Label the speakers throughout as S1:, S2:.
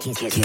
S1: Kiss FM.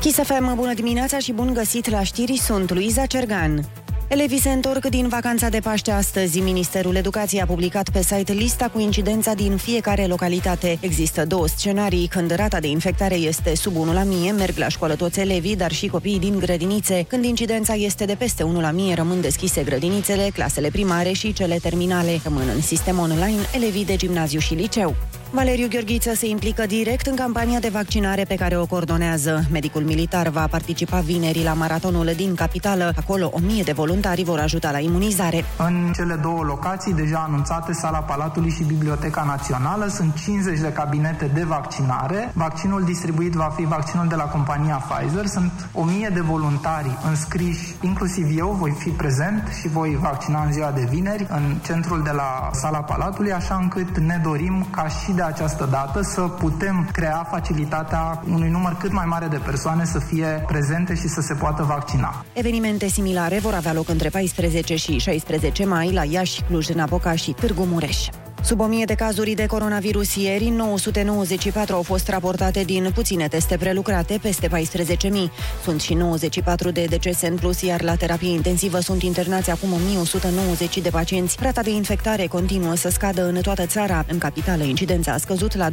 S2: Kiss FM, bună dimineața și bun găsit la știri, sunt Luiza Cergan. Elevii se întorc din vacanța de Paște astăzi. Ministerul Educației a publicat pe site lista cu incidența din fiecare localitate. Există două scenarii când rata de infectare este sub 1 la 1000, merg la școală toți elevii, dar și copiii din grădinițe. Când incidența este de peste 1 la 1000, rămân deschise grădinițele, clasele primare și cele terminale. Rămân în sistem online elevii de gimnaziu și liceu. Valeriu Gheorghiță se implică direct în campania de vaccinare pe care o coordonează. Medicul militar va participa vineri la maratonul din capitală. Acolo, o mie de voluntari vor ajuta la imunizare.
S3: În cele două locații deja anunțate, Sala Palatului și Biblioteca Națională, sunt 50 de cabinete de vaccinare. Vaccinul distribuit va fi vaccinul de la compania Pfizer. Sunt 1000 de voluntari înscriși, inclusiv eu voi fi prezent și voi vaccina în ziua de vineri în centrul de la Sala Palatului, așa încât ne dorim ca și de această dată să putem crea facilitatea unui număr cât mai mare de persoane să fie prezente și să se poată vaccina.
S2: Evenimente similare vor avea loc între 14 și 16 mai la Iași, Cluj-Napoca și Târgu Mureș. Sub 1000 de cazuri de coronavirus ieri, 994 au fost raportate din puține teste prelucrate, peste 14.000. Sunt și 94 de decese în plus, iar la terapie intensivă sunt internați acum 1190 de pacienți. Rata de infectare continuă să scadă în toată țara. În capitală, incidența a scăzut la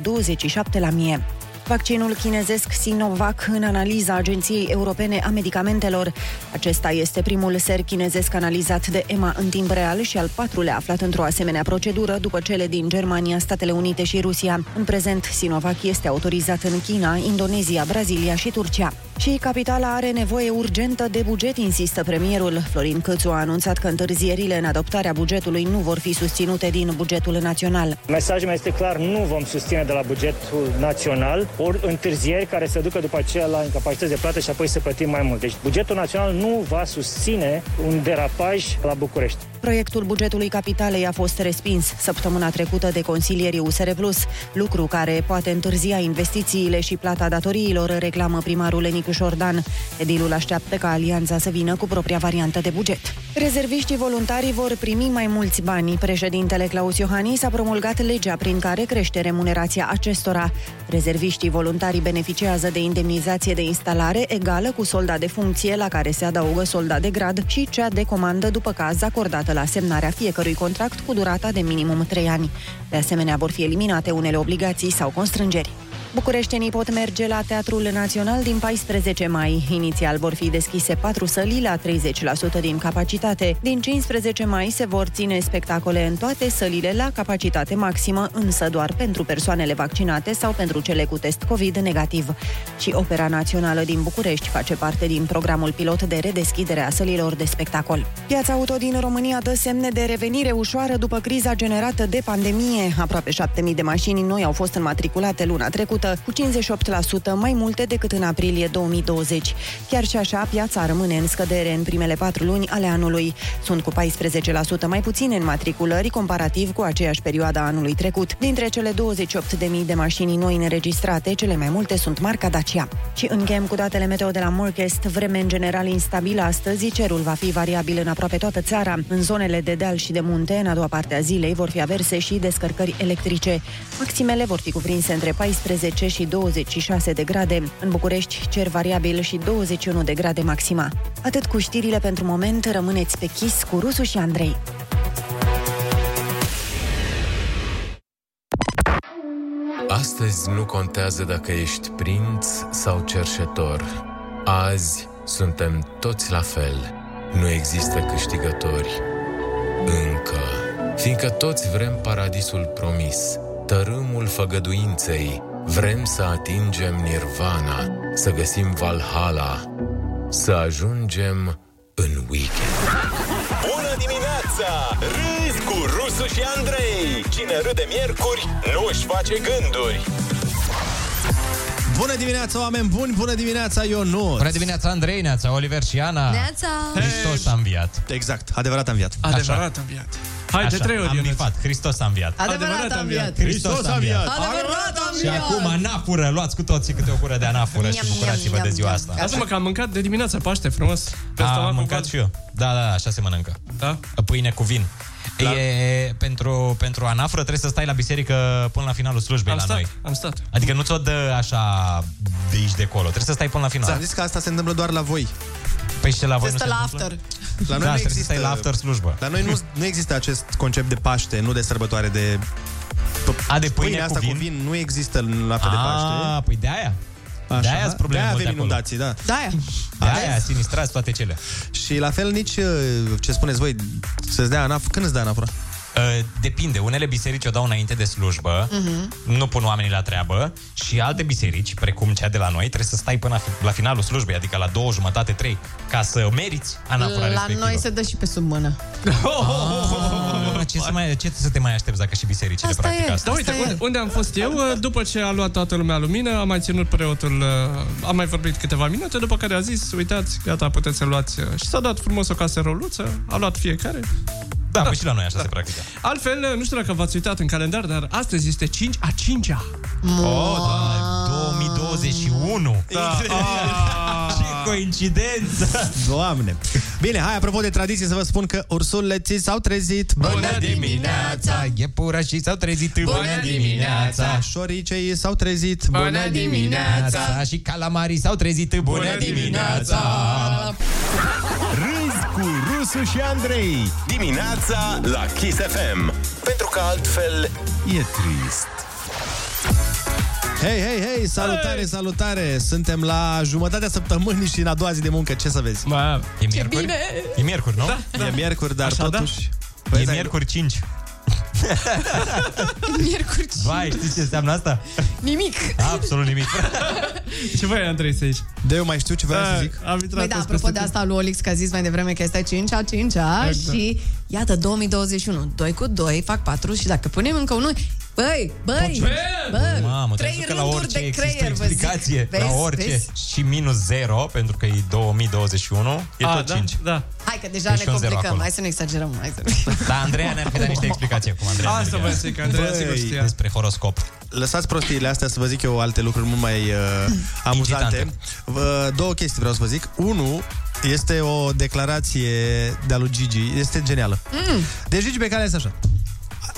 S2: 2,27 la mie. Vaccinul chinezesc Sinovac în analiza Agenției Europene a Medicamentelor. Acesta este primul ser chinezesc analizat de EMA în timp real și al patrulea aflat într-o asemenea procedură după cele din Germania, Statele Unite și Rusia. În prezent, Sinovac este autorizat în China, Indonezia, Brazilia și Turcia. Și capitala are nevoie urgentă de buget, insistă premierul. Florin Cățu a anunțat că întârzierile în adoptarea bugetului nu vor fi susținute din bugetul național.
S4: Mesajul meu este clar, nu vom susține de la bugetul național ori întârzieri care se ducă după aceea la incapacități de plată și apoi să plătim mai mult. Deci bugetul național nu va susține un derapaj la București.
S2: Proiectul bugetului capitalei a fost respins săptămâna trecută de consilierii USR Plus, lucru care poate întârzia investițiile și plata datoriilor, reclamă primarul Lenicu Șordan. Edilul așteaptă ca alianța să vină cu propria variantă de buget. Rezerviștii voluntari vor primi mai mulți bani. Președintele Claus Iohannis a promulgat legea prin care crește remunerația acestora. Rezerviștii voluntarii beneficiază de indemnizație de instalare egală cu solda de funcție la care se adaugă solda de grad și cea de comandă după caz acordată la semnarea fiecărui contract cu durata de minimum 3 ani. De asemenea, vor fi eliminate unele obligații sau constrângeri. Bucureștenii pot merge la Teatrul Național din 14 mai. Inițial vor fi deschise patru săli la 30% din capacitate. Din 15 mai se vor ține spectacole în toate sălile la capacitate maximă, însă doar pentru persoanele vaccinate sau pentru cele cu test COVID negativ. Și Opera Națională din București face parte din programul pilot de redeschidere a sălilor de spectacol. Piața auto din România dă semne de revenire ușoară după criza generată de pandemie. Aproape 7.000 de mașini noi au fost înmatriculate luna trecută cu 58% mai multe decât în aprilie 2020. Chiar și așa, piața rămâne în scădere în primele patru luni ale anului. Sunt cu 14% mai puține în matriculări comparativ cu aceeași perioadă a anului trecut. Dintre cele 28.000 de mașini noi înregistrate, cele mai multe sunt marca Dacia. Și încheiem cu datele meteo de la Morcast. Vreme în general instabilă astăzi, cerul va fi variabil în aproape toată țara. În zonele de deal și de munte, în a doua parte a zilei, vor fi averse și descărcări electrice. Maximele vor fi cuprinse între 14 10 și 26 de grade. În București, cer variabil și 21 de grade maxima. Atât cu știrile pentru moment, rămâneți pe chis cu Rusu și Andrei.
S5: Astăzi nu contează dacă ești prinț sau cerșetor. Azi suntem toți la fel. Nu există câștigători. Încă. Fiindcă toți vrem paradisul promis, tărâmul făgăduinței, Vrem să atingem nirvana, să găsim Valhalla, să ajungem în weekend.
S6: Bună dimineața! Râzi cu Rusu și Andrei! Cine râde miercuri, nu își face gânduri!
S7: Bună dimineața, oameni buni! Bună dimineața, Ionut!
S8: Bună dimineața, Andrei, Neața, Oliver și Ana!
S9: Neața!
S8: Hristos a înviat!
S7: Exact, adevărat am viat.
S10: Adevărat am viat. Hai, de trei ori,
S8: Am
S10: Ionuț.
S8: bifat. Hristos a înviat.
S11: Adevărat a înviat.
S8: Hristos a înviat.
S11: Adevărat a
S8: Și
S11: înviat.
S8: acum anafură, luați cu toții câte o cură de anafură și
S11: Miam,
S8: bucurați-vă
S11: miam,
S8: de ziua
S11: miam.
S8: asta.
S10: Lasă-mă că am mâncat de dimineață paște frumos. Pe asta
S8: Am
S10: m-am
S8: mâncat
S10: ocupat.
S8: și eu. Da, da, da, așa se mănâncă.
S10: Da?
S8: Pâine cu vin. E, pentru, pentru anafră trebuie să stai la biserică până la finalul slujbei
S10: Am
S8: la
S10: stat,
S8: noi.
S10: am stat.
S8: Adică nu ți-o dă așa de aici de acolo. Trebuie să stai până la final.
S7: Ți-am zis că asta se întâmplă doar la voi.
S8: Păi și la voi
S11: Se
S8: nu
S11: stă
S8: se
S11: la
S8: întâmplă?
S11: after.
S7: La noi
S8: da,
S7: nu
S8: trebuie să
S7: există
S8: stai la after slujbă.
S7: La noi nu, nu există acest concept de Paște, nu de sărbătoare de...
S8: A, de pâine
S7: Pâinea
S8: cu
S7: asta cu
S8: vin?
S7: vin nu există în lapte de Paște.
S8: Ah, păi de aia. De aia sunt probleme
S7: de-aia
S8: multe
S7: avem
S8: acolo.
S7: inundații, da.
S11: Da, aia.
S8: De aia sinistrați toate cele.
S7: Și la fel nici, uh, ce spuneți voi, să-ți dea anaf, când îți dea anafora?
S8: Uh, Depinde. Unele biserici o dau înainte de slujbă,
S7: Mhm.
S8: uh-huh. nu pun oamenii la treabă și alte biserici, precum cea de la noi, trebuie să stai până la fi- la finalul slujbei, adică la două jumătate, trei, ca să meriți anafora
S11: La
S8: respectivă.
S11: noi se dă și pe sub mână.
S8: Ah, ce, să mai, ce să te mai aștepți dacă și bisericile
S11: Asta
S8: practic
S11: e.
S8: asta?
S10: Da, uite,
S11: Asta e.
S10: unde, unde am fost eu, uh, după ce a luat toată lumea lumină, a mai ținut preotul, uh, a mai vorbit câteva minute, după care a zis, uitați, gata, puteți să luați. uh, Și s-a dat frumos o caseroluță, a luat fiecare.
S8: Da, da. Păi și la noi așa da. se practică.
S10: Altfel, uh, nu știu dacă v-ați uitat în calendar, dar astăzi este 5 a 5-a.
S8: Oh, da, 2021! Da. Ce coincidență!
S7: Doamne! Bine, hai, apropo de tradiție, să vă spun că ursuleții s-au trezit.
S8: Bună dimineața! Iepurașii s-au trezit Bună dimineața!
S7: Șoricei s-au trezit.
S8: Bună dimineața! Și calamarii s-au trezit Bună dimineața!
S5: Râzi cu Rusu și Andrei Dimineața la Kiss FM Pentru că altfel e trist
S7: Hei, hei, hei, salutare, salutare! Suntem la jumătatea săptămânii și în a doua zi de muncă, ce să vezi?
S10: Mă,
S8: E miercuri? E miercuri, nu?
S7: E miercuri, dar
S10: Așa, da?
S7: totuși...
S8: E
S7: Vezi, ai-
S8: miercuri 5.
S11: Miercuri.
S8: Vai, știi ce înseamnă asta?
S11: Nimic.
S8: Absolut nimic.
S10: ce voi, Andrei, să zici?
S7: De eu mai știu ce vreau să zic.
S10: A, Am intrat
S11: Păi da,
S10: toți
S11: apropo de
S10: peste
S11: asta lui Olix, că a zis mai devreme că este a 5 a 5 a
S8: Exact.
S11: și iată, 2021, 2 cu 2 fac 4 și dacă punem încă unul, băi, băi, băi,
S8: Mamă, te-ai
S11: da. trei
S8: zis că la
S11: rânduri
S8: orice
S11: de
S8: există
S11: creier, vă zic.
S8: explicație. La orice.
S11: Vezi?
S8: Și minus 0, pentru că e 2021, e
S10: A,
S8: tot
S10: da,
S8: 5.
S10: Da.
S11: Hai că deja
S8: Deci
S11: ne
S8: un zero
S11: complicăm,
S8: acolo.
S11: hai să nu exagerăm. Hai să...
S8: Dar Andreea ne-ar fi dat niște explicații acum. Andreea
S10: Asta vă
S8: Nerghea.
S10: zic, Andrei, sigur
S8: Băi,
S10: știa.
S8: Despre horoscop.
S7: Lăsați prostiile astea să vă zic eu alte lucruri mult mai uh, amuzante.
S8: Incitante.
S7: Vă- două chestii vreau să vă zic. Unu, este o declarație de-a lui Gigi. Este genială. Mm. Deci Gigi Becali este așa.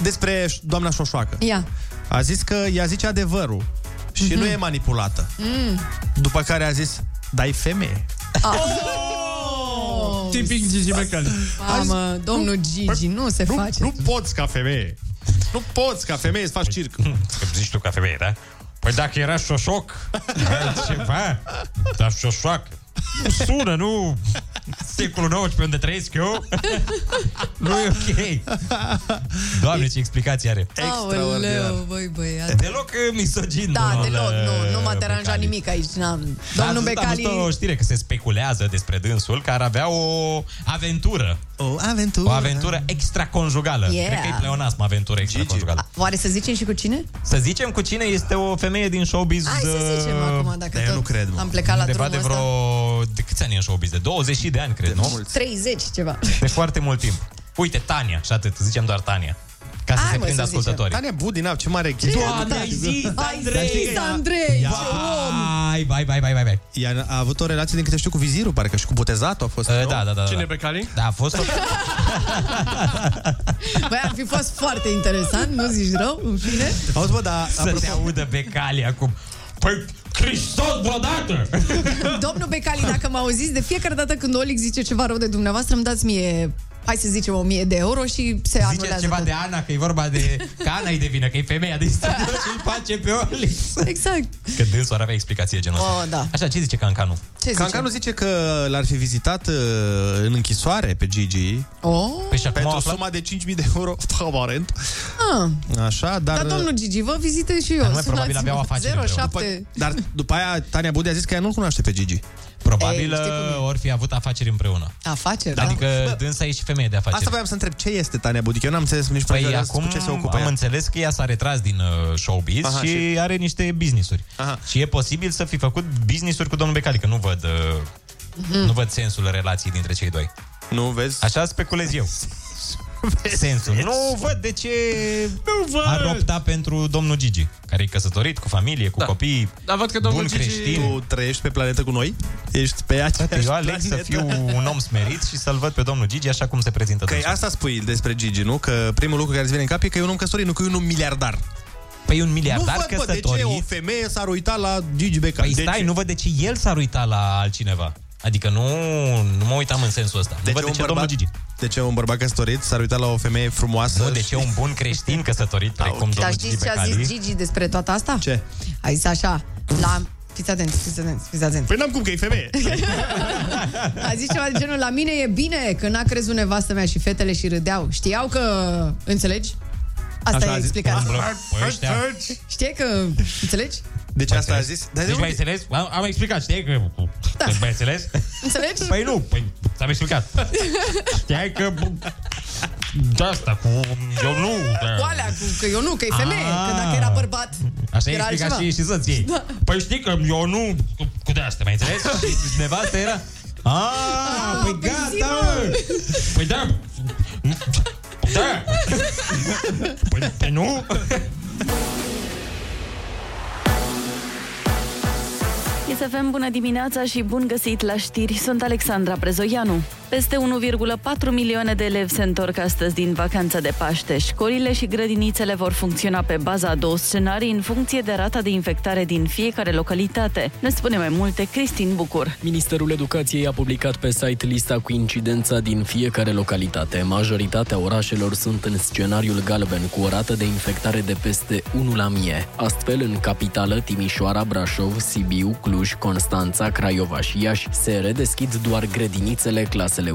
S7: Despre ș- doamna Șoșoacă.
S11: Ia,
S7: A zis că ea zice adevărul și mm-hmm. nu e manipulată. Mm. După care a zis, dai femeie.
S8: Oh!
S10: Tipic Gigi Becali.
S11: Oh, mamă, domnul Gigi, nu se face.
S7: poți ca femeie. Nu poți ca femeie să faci circ.
S8: Că zici tu ca femeie, da? Păi dacă era șoșoc, ceva, dar șoșoac, sună, nu secolul 19 unde trăiesc eu, nu e ok. Doamne, ce explicație are.
S7: Extraordinar.
S11: Aoleu, băi, băiat.
S8: Deloc eh, misogin.
S11: Da,
S8: domnul,
S11: deloc, nu, nu m-a
S8: eh,
S11: deranjat
S8: Becali.
S11: nimic aici. N-am.
S8: Da,
S11: Domnul
S8: am văzut-
S11: Becali...
S8: Am văzut o știre că se speculează despre dânsul că ar avea o aventură.
S7: O aventură.
S8: O aventură extraconjugală.
S11: Yeah.
S8: Cred că e pleonasm aventură extraconjugală.
S11: Oare să zicem și cu cine?
S8: Să zicem cu cine este o femeie din showbiz...
S11: Hai să zicem
S8: eh,
S11: acum, dacă
S7: dar eu
S11: tot
S7: nu cred, mă.
S11: am plecat la
S8: undeva
S11: drumul
S8: de
S11: ăsta.
S8: vreo... De câți ani e în showbiz? De 20 de ani, cred, de nu? Mult.
S11: 30 ceva.
S8: De foarte mult timp. Uite, Tania și atât. Zicem doar Tania. Ca să
S11: Hai,
S8: se
S11: mă,
S8: prindă
S11: să zicem.
S8: ascultătorii.
S7: Tania Budinav, ce mare chestie.
S8: Doamne, ai zis,
S11: Ai
S8: Andrei!
S11: zis, Andrei!
S8: Ia. Vai, vai, vai, vai, vai, vai.
S7: Ea a avut o relație, din câte știu, cu vizirul, parcă și cu botezatul a fost.
S8: Uh,
S10: Ă,
S7: nu?
S8: Da, da, da.
S10: Cine
S8: da.
S10: Becali?
S8: Da, a fost o...
S11: Băi, ar fi fost foarte interesant, nu zici rău, în fine.
S7: Auzi, bă, dar
S8: să te audă Becali acum. Păi, Hristos
S11: Da,
S8: vreodată!
S11: Domnul Becali, dacă mă auziți, de fiecare dată când Olic zice ceva rău de dumneavoastră, îmi dați mie, hai să zicem, 1000 de euro și se
S8: Zice
S11: anulează.
S8: ceva
S11: tot.
S8: de Ana, că e vorba de... Că Ana e de vină, că e femeia din studio și îi face pe Olix.
S11: Exact.
S8: Că dânsul ar avea explicație genul ăsta.
S11: Oh, da.
S8: Așa, ce zice Cancanu?
S11: Ce zice?
S7: Cancanu zice că l-ar fi vizitat uh, în închisoare pe Gigi
S11: Oh.
S8: Păi și acum au
S7: pentru
S8: aflat
S7: suma de 5.000 de euro, aparent.
S11: Ah,
S7: Așa, dar... uh,
S11: dar domnul Gigi, vă vizitez și eu.
S8: Dar noi probabil aveau afaceri împreună.
S11: 07.
S7: Dar după aia Tania Budea a zis că ea nu-l cunoaște pe Gigi.
S8: Probabil
S11: Ei, știi cum e.
S8: ori fi avut afaceri împreună.
S11: Afaceri, da?
S8: Adică dânsa e și femeie de afaceri.
S7: Asta voiam să întreb, ce este Tania Budic? Eu n-am înțeles nici până
S8: Păi
S7: ziua de
S8: acum
S7: azi cu ce se ocupă
S8: am
S7: ea.
S8: înțeles că ea s-a retras din uh, showbiz
S7: Aha,
S8: Aha, și,
S7: și-
S8: are niște business-uri.
S7: Aha.
S8: Și e posibil să fi făcut business-uri cu domnul Becali, că nu văd... Uh,
S11: Mm.
S8: Nu văd sensul relației dintre cei doi.
S7: Nu, vezi?
S8: Așa speculez eu. sensul. Nu văd de ce ar opta pentru domnul Gigi, care e căsătorit cu familie, cu da. copii,
S12: Dar văd că domnul
S8: bun
S12: Gigi...
S8: creștin.
S12: Tu
S8: trăiești pe planetă cu noi? Ești pe aceeași Eu aleg să fiu un om smerit și să-l văd pe domnul Gigi așa cum se prezintă.
S7: Că
S8: dânsul.
S7: Păi, asta spui despre Gigi, nu? Că primul lucru care îți vine în cap e că e un om căsătorit, nu că e un om miliardar.
S8: Păi un miliardar
S7: nu văd, bă, de ce
S8: căsătorit-
S7: o femeie s-ar uita la Gigi Becali.
S8: Păi stai,
S7: de ce?
S8: nu văd de ce el s-ar uita la altcineva. Adică nu, nu mă uitam în sensul ăsta.
S7: Deci
S8: nu văd de ce domnul Gigi.
S7: De ce un bărbat căsătorit s-ar uita la o femeie frumoasă? Da,
S8: Nu, de ce un bun creștin căsătorit precum
S11: Dar știți ce a zis Gigi despre toată asta?
S7: Ce?
S11: A zis așa, la... Fiți atenți, fiți atenți, fiți atenți.
S7: Păi n-am cum, că e femeie.
S11: A zis ceva de genul, la mine e bine că n-a crezut nevastă mea și fetele și râdeau. Știau că... Înțelegi? Asta
S7: Așa
S11: e
S7: a zis-
S11: explicația.
S8: Umblă cu Păi, ăștia.
S11: Știi că... Înțelegi?
S7: Deci asta a zis?
S8: Deci mai înțeles? Am, am explicat, știi că... Da. Deci mai înțeles?
S11: Înțelegi?
S8: Păi nu, păi ți-am explicat. Păi- Știai că... De asta cu... da. Eu nu...
S11: Cu alea, cu, că eu nu, că e femeie,
S8: Ah.
S11: că dacă era bărbat,
S8: Așa e
S11: era
S8: explicat
S11: altceva.
S8: și, și soției.
S11: Da.
S8: Păi știi că eu nu... Cu, cu de asta, mai înțeles? Și nevastă era... Ah, păi
S11: păi zi,
S8: gata,
S11: mă!
S8: mă. Păi da! Da! Păi, păi nu!
S13: ISFM, bună dimineața și bun găsit la știri. Sunt Alexandra Prezoianu. Peste 1,4 milioane de elevi se întorc astăzi din vacanța de Paște. Școlile și grădinițele vor funcționa pe baza a două scenarii în funcție de rata de infectare din fiecare localitate. Ne spune mai multe Cristin Bucur.
S14: Ministerul Educației a publicat pe site lista cu incidența din fiecare localitate. Majoritatea orașelor sunt în scenariul galben, cu o rată de infectare de peste 1 la mie. Astfel, în capitală, Timișoara, Brașov, Sibiu, Cluj, Constanța, Craiova și Iași se redeschid doar grădinițele, clasele 1-4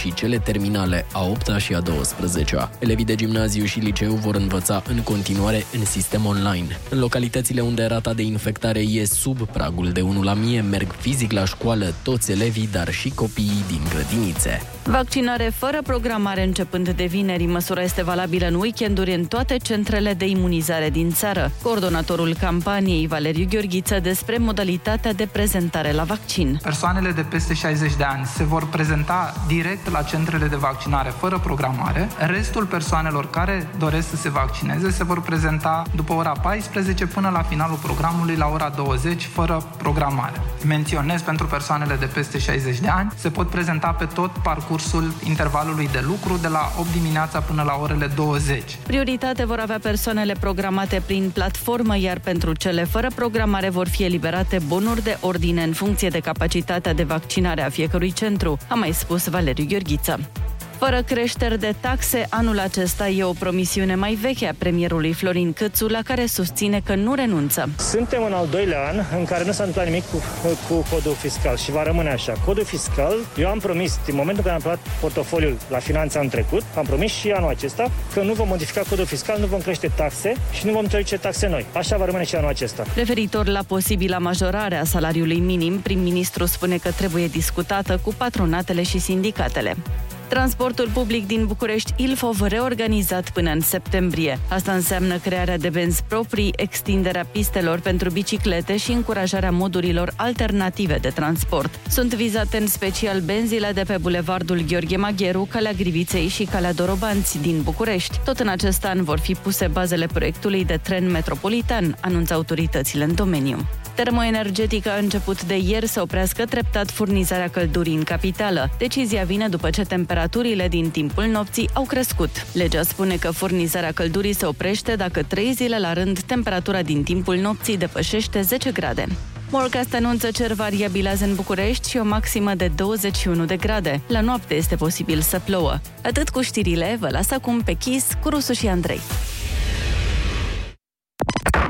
S14: și cele terminale a 8 și a 12 Elevii de gimnaziu și liceu vor învăța în continuare în sistem online. În localitățile unde rata de infectare e sub pragul de 1 la 1000, merg fizic la școală toți elevii, dar și copiii din grădinițe.
S13: Vaccinare fără programare începând de vineri. Măsura este valabilă în weekenduri în toate centrele de imunizare din țară. Coordonatorul campaniei Valeriu Gheorghiță despre modalitatea de prezentare la vaccin.
S3: Persoanele de peste 60 de ani se vor prezenta direct la centrele de vaccinare fără programare. Restul persoanelor care doresc să se vaccineze se vor prezenta după ora 14 până la finalul programului la ora 20 fără programare. Menționez pentru persoanele de peste 60 de ani se pot prezenta pe tot parcursul intervalului de lucru de la 8 dimineața până la orele 20.
S13: Prioritate vor avea persoanele programate prin platformă, iar pentru cele fără programare vor fi eliberate bonuri de ordine în funcție de capacitatea de vaccinare a fiecărui centru, a mai spus Valeriu Gheorghiță. Fără creșteri de taxe, anul acesta e o promisiune mai veche a premierului Florin Câțu, la care susține că nu renunță.
S4: Suntem în al doilea an în care nu s-a întâmplat nimic cu, cu codul fiscal și va rămâne așa. Codul fiscal, eu am promis, din momentul când am luat portofoliul la finanța în trecut, am promis și anul acesta că nu vom modifica codul fiscal, nu vom crește taxe și nu vom introduce taxe noi. Așa va rămâne și anul acesta.
S13: Referitor la posibila majorare a salariului minim, prim-ministru spune că trebuie discutată cu patronatele și sindicatele. Transportul public din București Ilfov reorganizat până în septembrie. Asta înseamnă crearea de benzi proprii, extinderea pistelor pentru biciclete și încurajarea modurilor alternative de transport. Sunt vizate în special benzile de pe Bulevardul Gheorghe Magheru, Calea Griviței și Calea Dorobanți din București. Tot în acest an vor fi puse bazele proiectului de tren metropolitan, anunță autoritățile în domeniu. Termoenergetica a început de ieri să oprească treptat furnizarea căldurii în capitală. Decizia vine după ce temperaturile din timpul nopții au crescut. Legea spune că furnizarea căldurii se oprește dacă trei zile la rând temperatura din timpul nopții depășește 10 grade. Morcast anunță cer variabil azi în București și o maximă de 21 de grade. La noapte este posibil să plouă. Atât cu știrile, vă las acum pe Kiss cu Rusu și Andrei.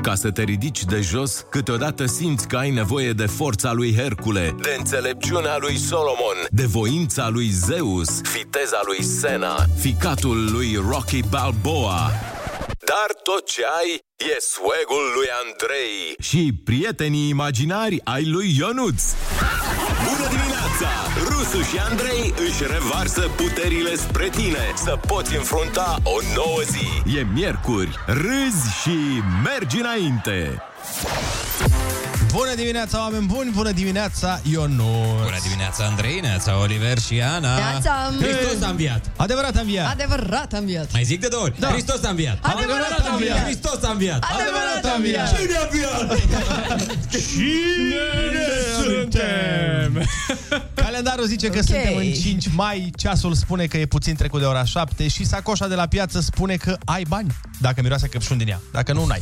S5: Ca să te ridici de jos, câteodată simți că ai nevoie de forța lui Hercule, de înțelepciunea lui Solomon, de voința lui Zeus, viteza lui Sena, ficatul lui Rocky Balboa
S15: Dar tot ce ai e swag-ul lui Andrei.
S5: și prietenii imaginari ai lui Ionuț.
S15: Bună dimineața! Rusu și Andrei își revarsă puterile spre tine să poți înfrunta o nouă zi.
S5: E miercuri, râzi și mergi înainte!
S7: Bună dimineața, oameni buni! Bună dimineața, Ionut!
S8: Bună dimineața, Andrei, neața, Oliver și Ana!
S11: Neața.
S8: Hristos a înviat! Păi,
S7: Adevărat a înviat!
S11: Adevărat am viat.
S8: Mai zic de două ori.
S11: Da.
S8: Hristos a înviat!
S11: Adevărat a înviat.
S8: Hristos a înviat!
S11: Adevărat a înviat.
S8: Cine a înviat? Cine
S7: suntem? Calendarul zice că
S11: Ok.
S7: suntem în 5 mai, ceasul spune că e puțin trecut de ora 7 și sacoșa de la piață spune că ai bani, dacă miroase căpșun din ea. Dacă nu, n-ai.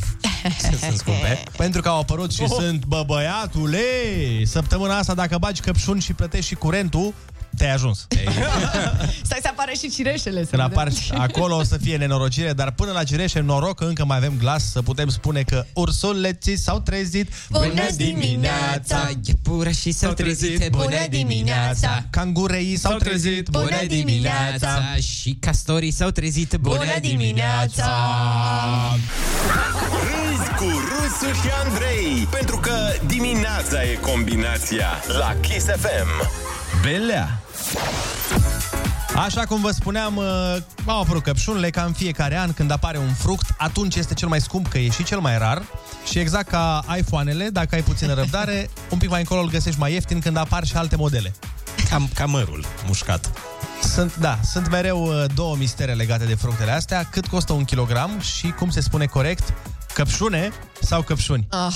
S7: Ce sunt scumpe? Pentru că au apărut și
S16: Oh.
S7: sunt, bă, băiatule, săptămâna asta dacă bagi căpșun și plătești și curentul, te-ai ajuns.
S11: Stai să apară și cireșele. să
S7: Când
S11: vedem.
S7: apar acolo o să fie nenorocire, dar până la cireșe, noroc că încă mai avem glas să putem spune că ursuleții s-au trezit.
S11: Bună dimineața!
S8: Iepura și s-au trezit.
S11: Bună dimineața!
S7: Cangureii s-au trezit.
S8: Bună dimineața! Și castorii s-au trezit.
S11: Bună dimineața!
S5: Râzi cu Rusu și Andrei Pentru că dimineața e combinația La Kiss FM
S7: Belea! Așa cum vă spuneam, uh, au apărut căpșunile ca în fiecare an când apare un fruct, atunci este cel mai scump că e și cel mai rar și exact ca iPhone-ele, dacă ai puțină răbdare, un pic mai încolo îl găsești mai ieftin când apar și alte modele.
S8: Cam, cam mărul mușcat.
S7: Sunt, da, sunt mereu uh, două mistere legate de fructele astea, cât costă un kilogram și cum se spune corect, căpșune sau căpșuni.
S10: Ah.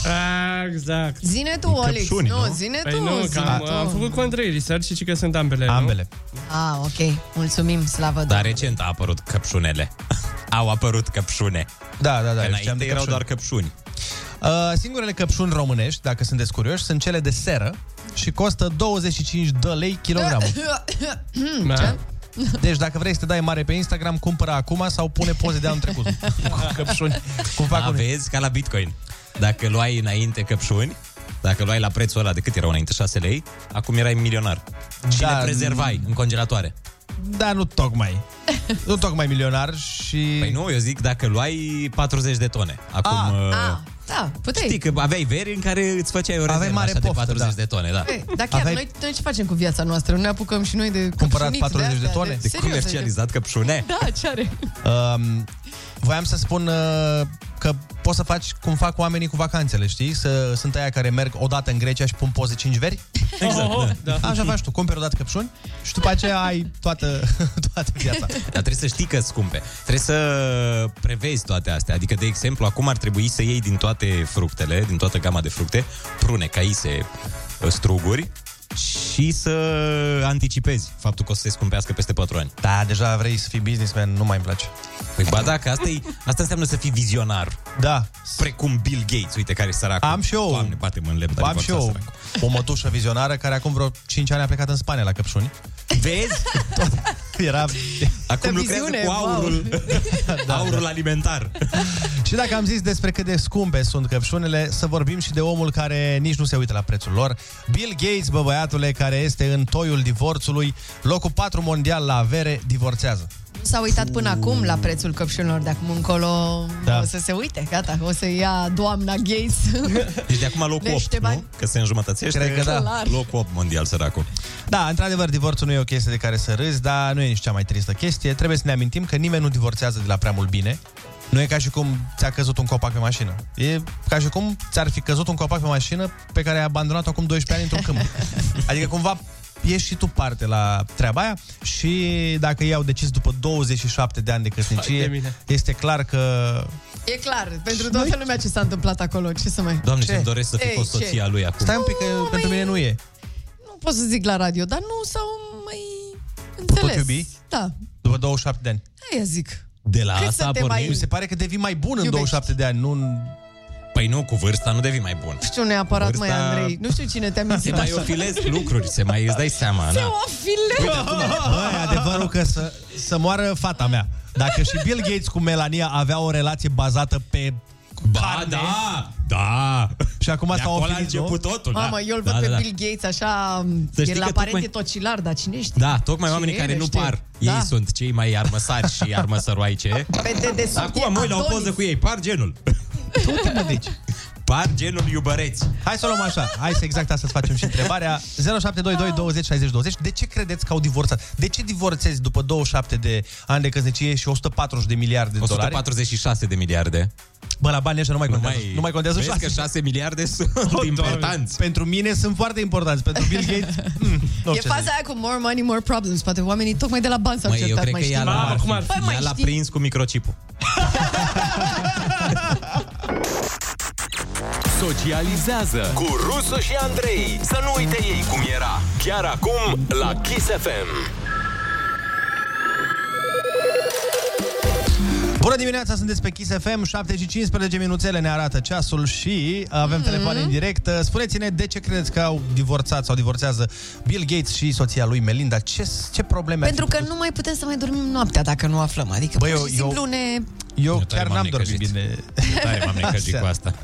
S10: Exact.
S11: Zine tu, Olix. Nu, zine
S10: păi
S11: tu,
S10: nu, că
S11: zine
S10: am,
S11: tu.
S10: am făcut cu Andrei research și că sunt ambele.
S7: Ambele.
S11: Ah, ok. Mulțumim, slavă
S8: Dar recent a apărut căpșunele. Au apărut căpșune.
S7: Da, da, da.
S8: Că
S7: eu știam
S8: înainte
S7: de
S8: erau
S7: căpșuni.
S8: doar căpșuni.
S7: Uh, singurele căpșuni românești, dacă sunteți curioși, sunt cele de seră și costă 25 de lei kilogramul.
S11: Hmm, Ce?
S7: Deci dacă vrei să te dai mare pe Instagram, cumpără acum sau pune poze de anul trecut cu căpșuni. Cum fac unii.
S8: Aveți ca la Bitcoin. Dacă luai înainte căpșuni, dacă luai la prețul ăla de cât erau înainte, 6 lei, acum erai milionar. Și
S7: Da,
S8: le prezervai în congelatoare.
S7: Da, nu tocmai. Nu tocmai milionar și...
S8: Păi nu, eu zic dacă luai 40 de tone. Acum...
S11: Ah.
S8: uh,
S11: Ah, da, puteai.
S8: Știi că aveai veri în care îți făceai o rezervă
S7: Aveai mare
S8: așa
S7: poftă,
S8: de 40
S7: da.
S8: de tone, da.
S11: Ei, Păi, Dar chiar,
S8: Aveai-
S11: noi, noi ce facem cu viața noastră? Nu ne apucăm și noi de
S7: Cumpărat
S11: căpșuniți
S7: 40 Deci, de
S11: astea,
S7: tone?
S11: serios,
S8: căpșune?
S11: Da, ce are?
S7: Um, voiam să spun uh, că poți să faci cum fac oamenii cu vacanțele, știi? Să, sunt aia care merg odată în Grecia și pun poze 5 veri. Oh,
S8: Exact, da.
S7: Așa faci tu, cumperi odată căpșuni și după aceea ai toată, toată viața.
S8: Dar trebuie să știi că sunt scumpe. Trebuie să prevezi toate astea. Adică, de exemplu, acum ar trebui să iei din toate fructele, din toată gama de fructe, prune, caise, struguri, și să anticipezi faptul că o să se scumpească peste 4 ani.
S7: Da, deja vrei să fii businessman, nu mai îmi place.
S8: Păi ba da, că asta, e, asta înseamnă să fii vizionar.
S7: Da.
S8: Precum Bill Gates, uite care e săracul.
S7: Am și eu.
S8: Doamne, bate-mă în lemn, adică- dar
S7: Am și
S8: divorțat,
S7: eu
S8: sărac.
S7: o mătușă vizionară care acum vreo 5 ani a plecat în Spania la căpșuni.
S8: Vezi?
S7: Era...
S8: Acum lucrează
S11: viziune,
S8: cu aurul,
S7: da.
S8: aurul alimentar.
S7: Și dacă am zis despre cât de scumpe sunt căpșunele, să vorbim și de omul care nici nu se uită la prețul lor. Bill Gates, bă băiatule, care este în toiul divorțului, locul 4 mondial la avere, divorțează.
S11: S-a uitat până acum la prețul căpșunilor, de acum încolo
S7: Da.
S11: da. o să se uite, gata, o să ia doamna Gates.
S8: Deci de acum locul
S11: Deci
S8: 8,
S11: te
S8: nu?
S11: bani.
S8: Că se înjumătățește.
S7: Cred că da. Clar.
S8: Locul 8 mondial, săracul.
S7: Da, într-adevăr, divorțul nu e o chestie de care să râzi, dar nu e nici cea mai tristă chestie. Trebuie să ne amintim că nimeni nu divorțează de la prea mult bine. Nu e ca și cum ți-a căzut un copac pe mașină. E ca și cum ți-ar fi căzut un copac pe mașină pe care ai abandonat-o acum 12 ani într-un câmp. Adică cumva ești și tu parte la treaba aia și dacă ei au decis după 27 de ani de
S10: Hai de
S7: căsnicie,
S10: mine.
S7: este clar că
S11: E clar, pentru toată lumea ce s-a întâmplat acolo, ce să mai...
S8: Doamne,
S11: Ce?
S8: ce-mi doresc să
S11: Ei,
S8: fiu fost
S11: ce?
S8: soția lui acum.
S7: Stai un pic, că pentru mine nu e.
S11: Nu pot să zic la radio, dar nu s-au mai înțeles.
S7: iubi?
S11: Da,
S7: după 27 de ani.
S11: aia zic.
S8: De la
S11: Cât să
S8: asta
S11: te
S8: pornim?
S11: mai-
S7: Mi se pare că devii mai bun în
S11: Iubești.
S7: 27 de ani, nu în
S8: Păi nu, cu vârsta nu devii mai bun.
S11: Nu știu neapărat,
S8: Vârsta-
S11: mai Andrei. Nu știu cine te-a mințit
S8: Se mai
S11: așa.
S8: ofilez lucruri, se mai, îți dai seama,
S11: Se
S8: na.
S11: ofilez!
S7: Băi, adevărul că să, să moară fata mea. Dacă și Bill Gates cu Melania avea o relație bazată pe
S8: Ba,
S7: carne,
S8: da, da.
S7: Și acum
S8: De
S7: s-au
S8: acolo a
S7: ofilit, nu?
S8: început totul, da.
S11: Mamă, eu îl văd
S8: Da,
S11: pe
S8: da, da.
S11: Bill Gates așa,
S8: Să știi
S11: el
S8: că
S11: aparent
S8: tocmai-
S11: e tocilar, dar cine știe?
S8: Da, tocmai
S11: Cine
S8: oamenii care
S11: ele
S8: nu
S11: știe?
S8: par.
S11: Da. Păi,
S8: Ei sunt cei mai armăsari și armăsăroaice.
S11: Pe dedesubt e
S8: Acum, măi, la o
S11: Adonis.
S8: poză cu ei, par genul.
S7: tu te mădici.
S8: Par genul iubăreți.
S7: Hai să o luăm așa. Hai să exact asta să facem și întrebarea.
S11: Ah.
S7: 0722 20 60 20. De ce credeți că au divorțat? De ce divorțezi după 27 de ani de căsnicie și 140 de miliarde de dolari?
S8: 146 de miliarde.
S7: Bă, la banii ăștia nu mai
S8: Nu
S7: contează.
S8: mai-
S7: Nu mai contează
S8: vezi
S7: șase.
S8: că șase miliarde sunt importanți.
S7: Pentru mine sunt foarte importanți. Pentru Bill Gates, mm, nu
S11: E
S7: știu.
S11: faza aia cu more money, more problems. Poate oamenii tocmai de la bani s-au
S8: Măi, eu
S11: certat,
S8: cred
S11: mai
S8: că ea
S11: știi.
S8: l-a,
S11: Păi, mai
S8: ea l-a
S11: știi.
S8: prins cu microchipul.
S17: Socializează
S5: Cu Rusu și Andrei. Să nu uite ei cum era. Chiar acum la Kiss FM.
S7: Bună dimineața, sunteți pe Kiss FM, 7 și 15 minuțele ne arată ceasul și avem
S11: Mhm.
S7: mm-hmm. telefon în direct. Spuneți-ne de ce credeți că au divorțat sau divorțează Bill Gates și soția lui Melinda. Ce, ce probleme ar fi
S11: Pentru că nu mai putem să mai dormim noaptea dacă nu aflăm. Adică,
S7: Bă,
S11: pur
S7: eu-
S11: și simplu,
S7: eu-
S11: ne...
S7: Eu, eu chiar n-am dormit bine.
S8: Tare m-am necăjit cu asta.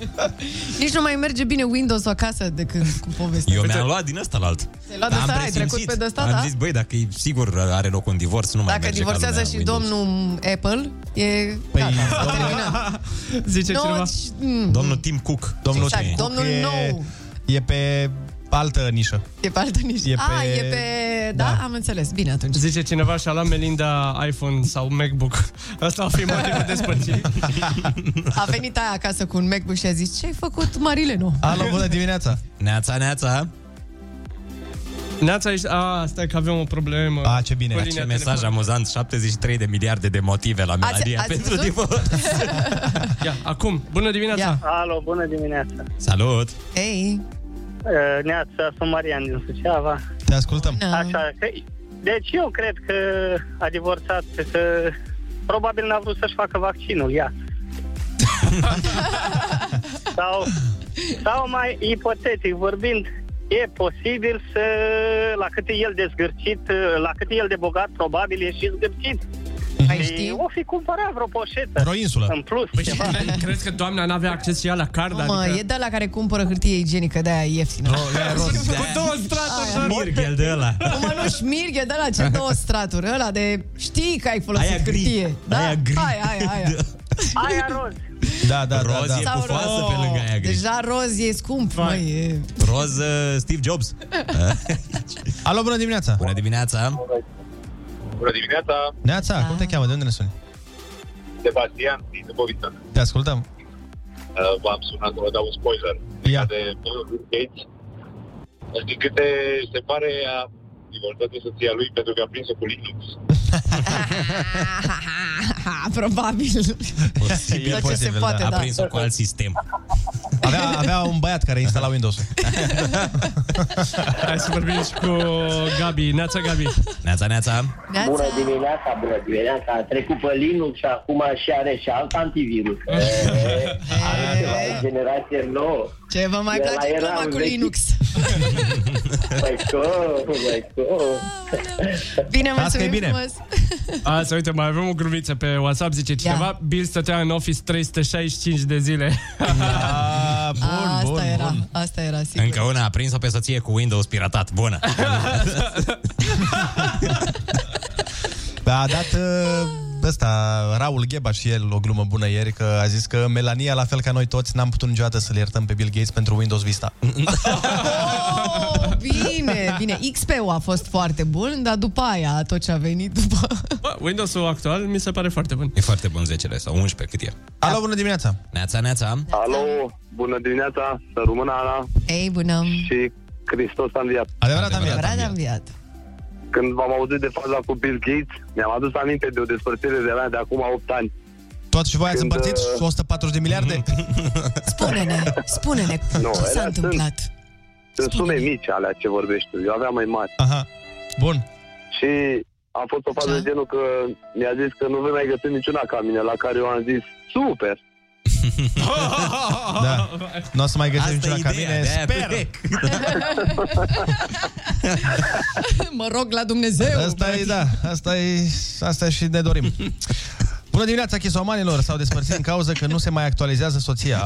S11: nici nu mai merge bine Windows acasă decât cu povestea.
S8: Eu
S7: Deci,
S8: mi-am luat din ăsta la alt.
S11: Deci Te-ai luat de ăsta, ai trecut pe de ăsta,
S8: am
S11: da?
S8: zis, băi, dacă e sigur are loc un divorț, nu mai
S11: Dacă
S8: merge ca
S11: divorțează
S8: lumea
S11: și
S8: Windows.
S11: domnul Apple, e...
S7: Păi,
S11: gata, s-a terminat.
S7: Zice
S11: Nu,
S7: cineva.
S11: ci- mm,
S8: Domnul Tim Cook.
S7: Domnul
S11: Exact,
S7: Tim Cook
S11: domnul
S7: e,
S11: nou.
S7: E pe altă nișă.
S11: E pe altă nici.
S7: E
S11: A,
S7: pe-
S11: e pe... Da, am înțeles. Bine atunci.
S10: Zice cineva și-a luat Melinda iPhone sau MacBook. Asta ar fi motivul de spăcire.
S11: A venit aia acasă cu un MacBook și a zis, ce-ai făcut, Marileno?
S7: Alo, bună dimineața!
S8: Neața, neața!
S10: Neața aici... A, stai că avem o problemă.
S7: A, ce bine.
S10: Cu
S8: Ce
S10: linia
S8: mesaj amuzant, 73 de miliarde de motive la Melodia pentru divorț.
S10: Ia, acum, bună dimineața!
S18: Ia. Alo, bună dimineața! Eh,
S8: Salut!
S11: Hei!
S18: Neața, sunt Marian din Suceava.
S7: Te ascultăm.
S18: Așa, că, deci eu cred că a divorțat, că probabil n-a vrut să-și facă vaccinul, ea. sau, sau mai ipotetic vorbind, e posibil să, la cât e el de zgârcit, la cât e el de bogat, probabil e și zgârcit.
S11: Mai
S18: știi? O fi cumpărat vreo poșetă.
S7: Vreo insulă.
S18: În plus,
S10: Păi, crezi că doamna n-avea acces și ea la card? Adică-
S11: Mă, e da- de la care cumpără hârtie igienică, de-aia e ieftină.
S7: Oh,
S10: Cu două straturi.
S8: Mirghel de ăla.
S7: Da,
S11: Mă, nu șmirghe, de la ce două straturi, ăla de știi că ai folosit
S8: Aia gri.
S11: hârtie. Da?
S8: Aia gri.
S11: Aia, aia, aia.
S18: Aia roz.
S7: Da, da,
S8: Roz
S7: da,
S8: e
S7: da.
S8: pufoasă pe lângă aia gri.
S11: Deja roz e scump, măi. e-
S8: Roz uh, Steve Jobs. Eh?
S7: Alo, bună dimineața!
S8: Bună dimineața!
S19: Bună dimineața,
S7: Neața, cum
S11: Da.
S7: te cheamă? De unde ne suni?
S19: Sebastian din Dâmbovița.
S7: Te ascultăm.
S19: Uh, V-am sunat să vă dau un spoiler.
S7: Ia.
S19: De Bill Gates. Deci, Din câte se pare, a divorțat de soția lui pentru că a prins-o cu Linux.
S11: Aha, probabil.
S8: Posibil,
S11: Tot ce se poate,
S8: a
S11: da.
S8: prins-o cu alt sistem.
S7: Avea, avea un băiat care instala Windows-ul.
S10: Hai să vorbim și cu Gabi. Neața, Gabi.
S8: Neața, neața!
S20: Bună dimineața, bună dimineața. A trecut pe Linux și acum și are și alt antivirus. E, Are ceva, e generație nouă.
S11: Ce vă mai
S20: El
S11: place
S20: era
S11: gluma
S20: un
S11: cu
S20: vechi.
S11: Linux?
S20: Mai co, mai co.
S11: Bine,
S10: Asta e
S11: mulțumim
S10: bine.
S11: frumos.
S10: Asta, uite, mai avem o grumiță pe WhatsApp, zice cineva,
S11: Ia.
S10: Bill stătea în office 365 de zile.
S11: Da.
S7: A, bun,
S11: asta era, asta era, sigur.
S8: Încă una, a prins-o pe soție cu Windows piratat. Bună!
S7: Da, A dat uh, ăsta, Raul Gheba și el o glumă bună ieri, că a zis că Melania, la fel ca noi toți, n-am putut niciodată să-l iertăm pe Bill Gates pentru Windows Vista.
S11: Oh, bine, bine. XP-ul a fost foarte bun, dar după aia tot ce a venit după...
S10: Bă, Windows-ul actual mi se pare foarte bun.
S8: E foarte bun 10 sau 11, cât e?
S7: Alo, bună dimineața!
S8: Neața, neața!
S19: Alo, bună dimineața, să rămână Ana
S11: Ei, bună.
S19: și Hristos a înviat.
S7: Adevărat,
S11: Adevărat am viat.
S19: Când v-am auzit de faza cu Bill Gates, mi-am adus aminte de o despărțire de la mea de acum 8 ani.
S7: Tot și voi ați
S19: Când,
S7: împărțit
S19: uh,
S7: 140 de miliarde?
S11: Spune-ne, spune-ne
S19: Nu,
S11: ce s-a
S19: alea
S11: întâmplat.
S19: Sunt sume mici alea ce vorbești tu, eu aveam mai mari.
S7: Aha, bun.
S19: Și a fost o fază de genul că mi-a zis că nu vei mai găsi niciuna ca mine, la care eu am zis, super!
S7: Da. Nu o să mai găsim niciuna ca mine, sper.
S11: mă rog la Dumnezeu.
S7: Asta e, da, asta e, asta și ne dorim. Bună dimineața, chisomanilor! S-au despărțit în cauză că nu se mai actualizează soția.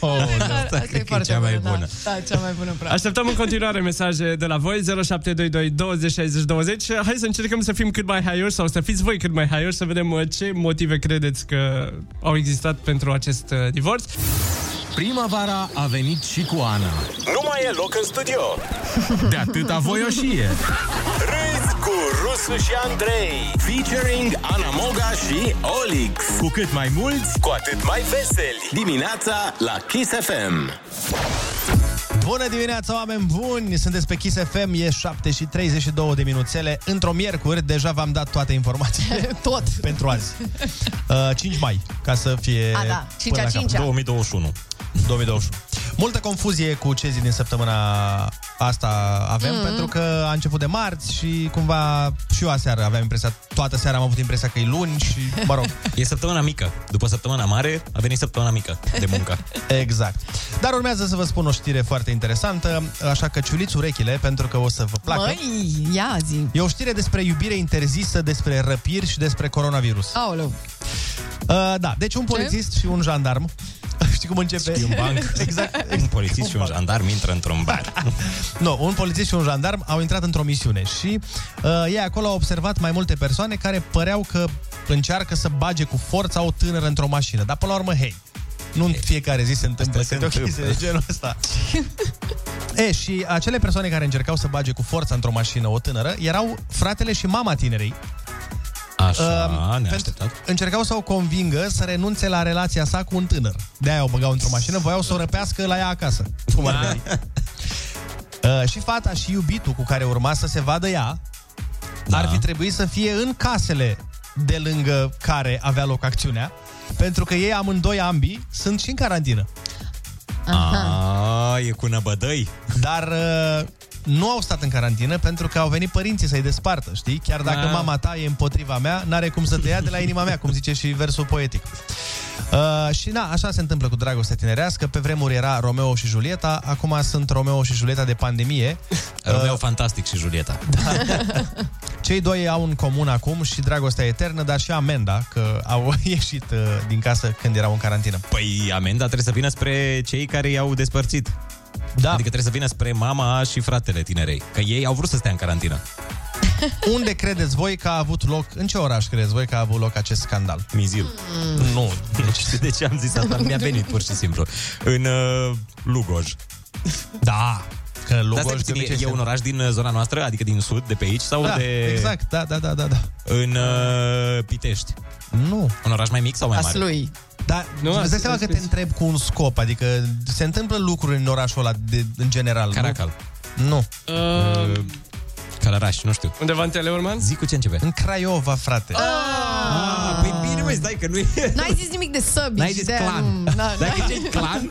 S11: Oh, Asta e
S10: foarte
S11: cea
S10: mai
S11: bună. Da, da, cea mai bună practică.
S10: Așteptăm în continuare mesaje de la voi 0722 20 60 20 Hai să încercăm să fim cât mai haioși sau să fiți voi cât mai haioși Să vedem uh, ce motive credeți că au existat pentru acest uh, divorț
S21: Primăvara a venit și cu Ana.
S5: Nu mai e loc în studio.
S21: De atâta voioșie.
S5: Râzi cu Rusu și Andrei Featuring Ana Moga și Olix Cu cât mai mulți, cu atât mai veseli Dimineața la Kiss FM
S7: Bună dimineața, oameni buni! Sunteți pe Kiss FM, e 7 și 32 de minuțele. Într-o miercuri, deja v-am dat toate informațiile.
S11: Tot!
S7: Pentru azi. Uh, 5 mai, ca să fie...
S11: A, da, 5-a,
S7: până la capăt.
S11: 5-a.
S7: 2021. 2021. Multă confuzie cu ce zi din săptămâna asta avem,
S11: Mm.
S7: mm. pentru că a început de marți și cumva și eu aseară aveam impresia, toată seara am avut impresia că e luni și, mă rog.
S8: E săptămâna mică. După săptămâna mare a venit săptămâna mică de muncă.
S7: Exact. Dar urmează să vă spun o știre foarte interesantă, așa că ciuliți urechile pentru că o să vă placă.
S11: Măi, ia zi.
S7: E o știre despre iubire interzisă, despre răpiri și despre coronavirus.
S11: Aoleu.
S7: Uh, da, deci un polițist și un jandarm. Știi cum începe?
S8: E un banc.
S7: Exact.
S8: Un polițist și un jandarm intră într-un bar.
S7: No, un polițist și un jandarm au intrat într-o misiune și uh, ei acolo au observat mai multe persoane care păreau că încearcă să bage cu forța o tânără într-o mașină. Dar până la urmă, hei, nu în fiecare zi se întâmplă
S8: Asta se
S7: câte Da, o chestie de
S8: întâmplă.
S7: genul ăsta. E, și acele persoane care încercau să bage cu forța într-o mașină o tânără erau fratele și mama tinerei.
S8: Așa,
S7: Um,
S8: neașteptat.
S7: Încercau să o convingă să renunțe la relația sa cu un tânăr. De-aia o băgau într-o mașină, voiau să o răpească la ea acasă. Cum ar veni. Uh, și fata și iubitul cu care urma să se vadă ea da. ar fi trebuit să fie în casele de lângă care avea loc acțiunea, pentru că ei amândoi ambii sunt și în carantină.
S8: A, e cu năbădăi.
S7: Dar uh, nu au stat în carantină pentru că au venit părinții să-i despartă, știi? Chiar dacă
S8: Ah.
S7: mama ta e împotriva mea, n-are cum să te ia de la inima mea, cum zice și versul poetic. Uh, și na, așa se întâmplă cu dragostea tinerească. Pe vremuri era Romeo și Julieta, acum sunt Romeo și Julieta de pandemie. Uh,
S8: Romeo Fantastic și Julieta.
S7: da, Cei doi au în comun acum și dragostea eternă, dar și amenda, că au ieșit uh, din casă când erau în carantină.
S8: Păi amenda trebuie să vină spre cei care i-au despărțit.
S7: Da.
S8: Adică trebuie să vină spre mama și fratele tinerei. Că ei au vrut să stea în carantină.
S7: Unde credeți voi că a avut loc, în ce oraș credeți voi că a avut loc acest scandal?
S8: Mizil.
S7: Mm. Nu.
S8: Deci, de ce am zis asta? Mi-a venit pur și simplu. În uh, Lugoj.
S7: Da. Că
S8: Lugoj
S7: Lugoj de
S8: e,
S7: obicei
S8: e
S7: se-
S8: un oraș din uh, zona noastră, adică din sud, de pe aici, sau
S7: da,
S8: de...
S7: Exact, da, da, da, da. da.
S8: În uh, Pitești.
S7: Nu.
S8: Un oraș mai mic sau mai mare?
S7: Da,
S8: Nu,
S7: nu, îți dai
S8: Aslui,
S7: seama că te
S8: Aslui.
S7: întreb cu un scop, adică se întâmplă lucruri în orașul ăla de, în general.
S8: Caracal.
S7: Nu. nu.
S10: Uh,
S8: Calaraș, nu știu.
S10: Undeva în Teleorman?
S8: Zi cu ce începe.
S7: În Craiova, frate.
S8: Ah, păi bine, măi, stai că nu e...
S11: N-ai zis nimic de săbici.
S8: N-ai zis
S11: de-aia
S8: clan.
S11: nu- da,
S8: Dacă
S11: da.
S8: zici clan,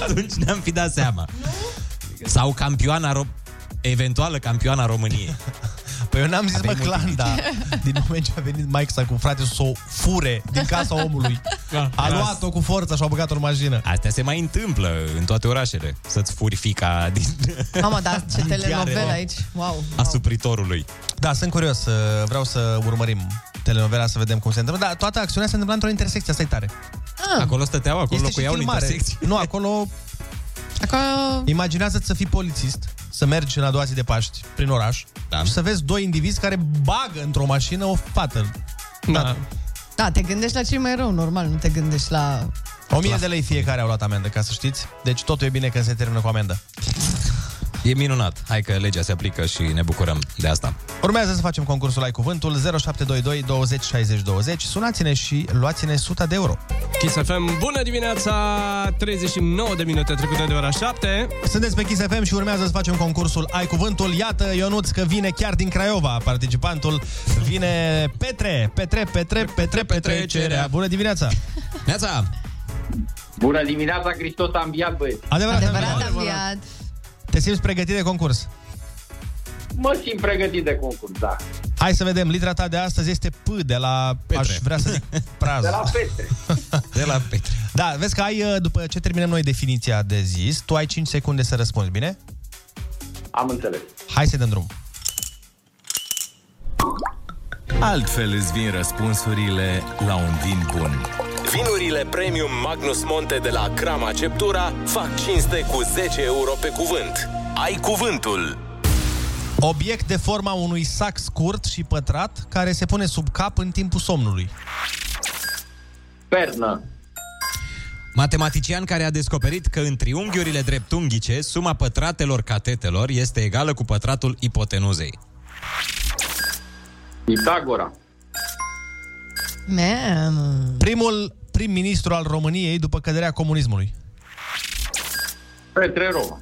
S8: atunci ne-am fi dat seama. Sau campioana ro- eventuală campioana României.
S7: Păi eu n-am zis,
S8: Aveai
S7: mă,
S8: motiv.
S7: clan, da. Din moment ce a venit Mike sa cu frate să o fure din casa omului.
S8: Da.
S7: A luat-o cu forța și a băgat-o în mașină.
S8: Astea se mai întâmplă în toate orașele. Să-ți furi fica din
S11: Mamă, dar ce
S7: În
S11: telenovelă
S7: chiar,
S11: aici. Wow.
S8: asupritorului.
S7: Da, sunt curios. uh, Vreau să urmărim telenovela să vedem cum se întâmplă. Da, toată acțiunea se întâmplă într-o intersecție, asta e tare.
S11: Ah.
S8: Acolo stăteau, acolo
S7: Este și
S8: locuiau în
S7: filmare.
S8: intersecții.
S7: Nu, acolo...
S11: Acolo...
S7: Imaginează-ți să fii polițist, să mergi în a doua zi de Paști prin oraș da. și să vezi doi indivizi care bagă într-o mașină o fată. Da.
S11: Da, te gândești la cel mai rău, normal, nu te gândești la...
S7: O mie de lei fiecare au luat amendă, ca să știți. Deci totul e bine când se termină cu amendă.
S8: E minunat. Hai că legea se aplică și ne bucurăm de asta.
S7: Urmează să facem concursul Ai Cuvântul 0722 20 60 20. Sunați-ne și luați-ne 100 de euro.
S10: Kiss FM, bună dimineața! 39 de minute trecute de ora 7.
S7: Sunteți pe Kiss FM și urmează să facem concursul Ai Cuvântul. Iată, Ionuț, că vine chiar din Craiova participantul. Vine Petre, Petre, Petre, Petre, Petre, Cerea. Bună dimineața!
S8: Neața!
S22: Bună dimineața, Hristos a înviat, băieți.
S7: Adevărat,
S8: Da,
S22: Adevărat
S7: adevărat.
S22: a înviat.
S7: Te simți pregătit de concurs?
S22: Mă simt pregătit de concurs, da.
S7: Hai să vedem, litera ta de astăzi este P de la... Petre. Aș vrea să zic praz.
S22: De la Petre.
S8: De la Petre.
S7: Da, vezi că ai, după ce terminăm noi definiția de zis, tu ai 5 secunde să răspunzi, bine?
S22: Am înțeles.
S7: Hai să dăm drum.
S17: Altfel îți vin răspunsurile la un vin bun.
S5: Vinurile Premium Magnus Monte de la Crama Ceptura fac cinste cu 10 euro pe cuvânt. Ai cuvântul!
S7: Obiect de forma unui sac scurt și pătrat care se pune sub cap în timpul somnului.
S22: Pernă.
S8: Matematician care a descoperit că în triunghiurile dreptunghice suma pătratelor catetelor este egală cu pătratul ipotenuzei.
S22: Pitagora.
S11: Man.
S7: Primul prim-ministru al României după căderea comunismului.
S22: Petre Roma.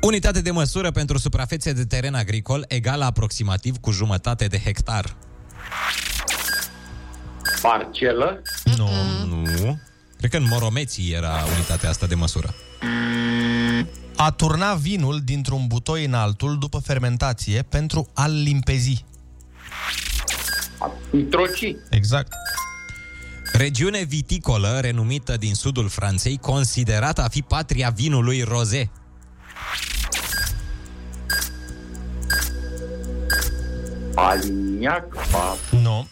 S8: Unitate de măsură pentru suprafețe de teren agricol egală aproximativ cu jumătate de hectar.
S22: Parcelă.
S8: Nu, nu. Cred că în Moromeții era unitatea asta de măsură.
S7: A turna vinul dintr-un butoi în altul după fermentație pentru a-l limpezi.
S22: Mitroci.
S7: Exact.
S8: Regiune viticolă renumită din sudul Franței, considerată a fi patria vinului roze.
S22: Paliniac. Pa...
S7: Nu.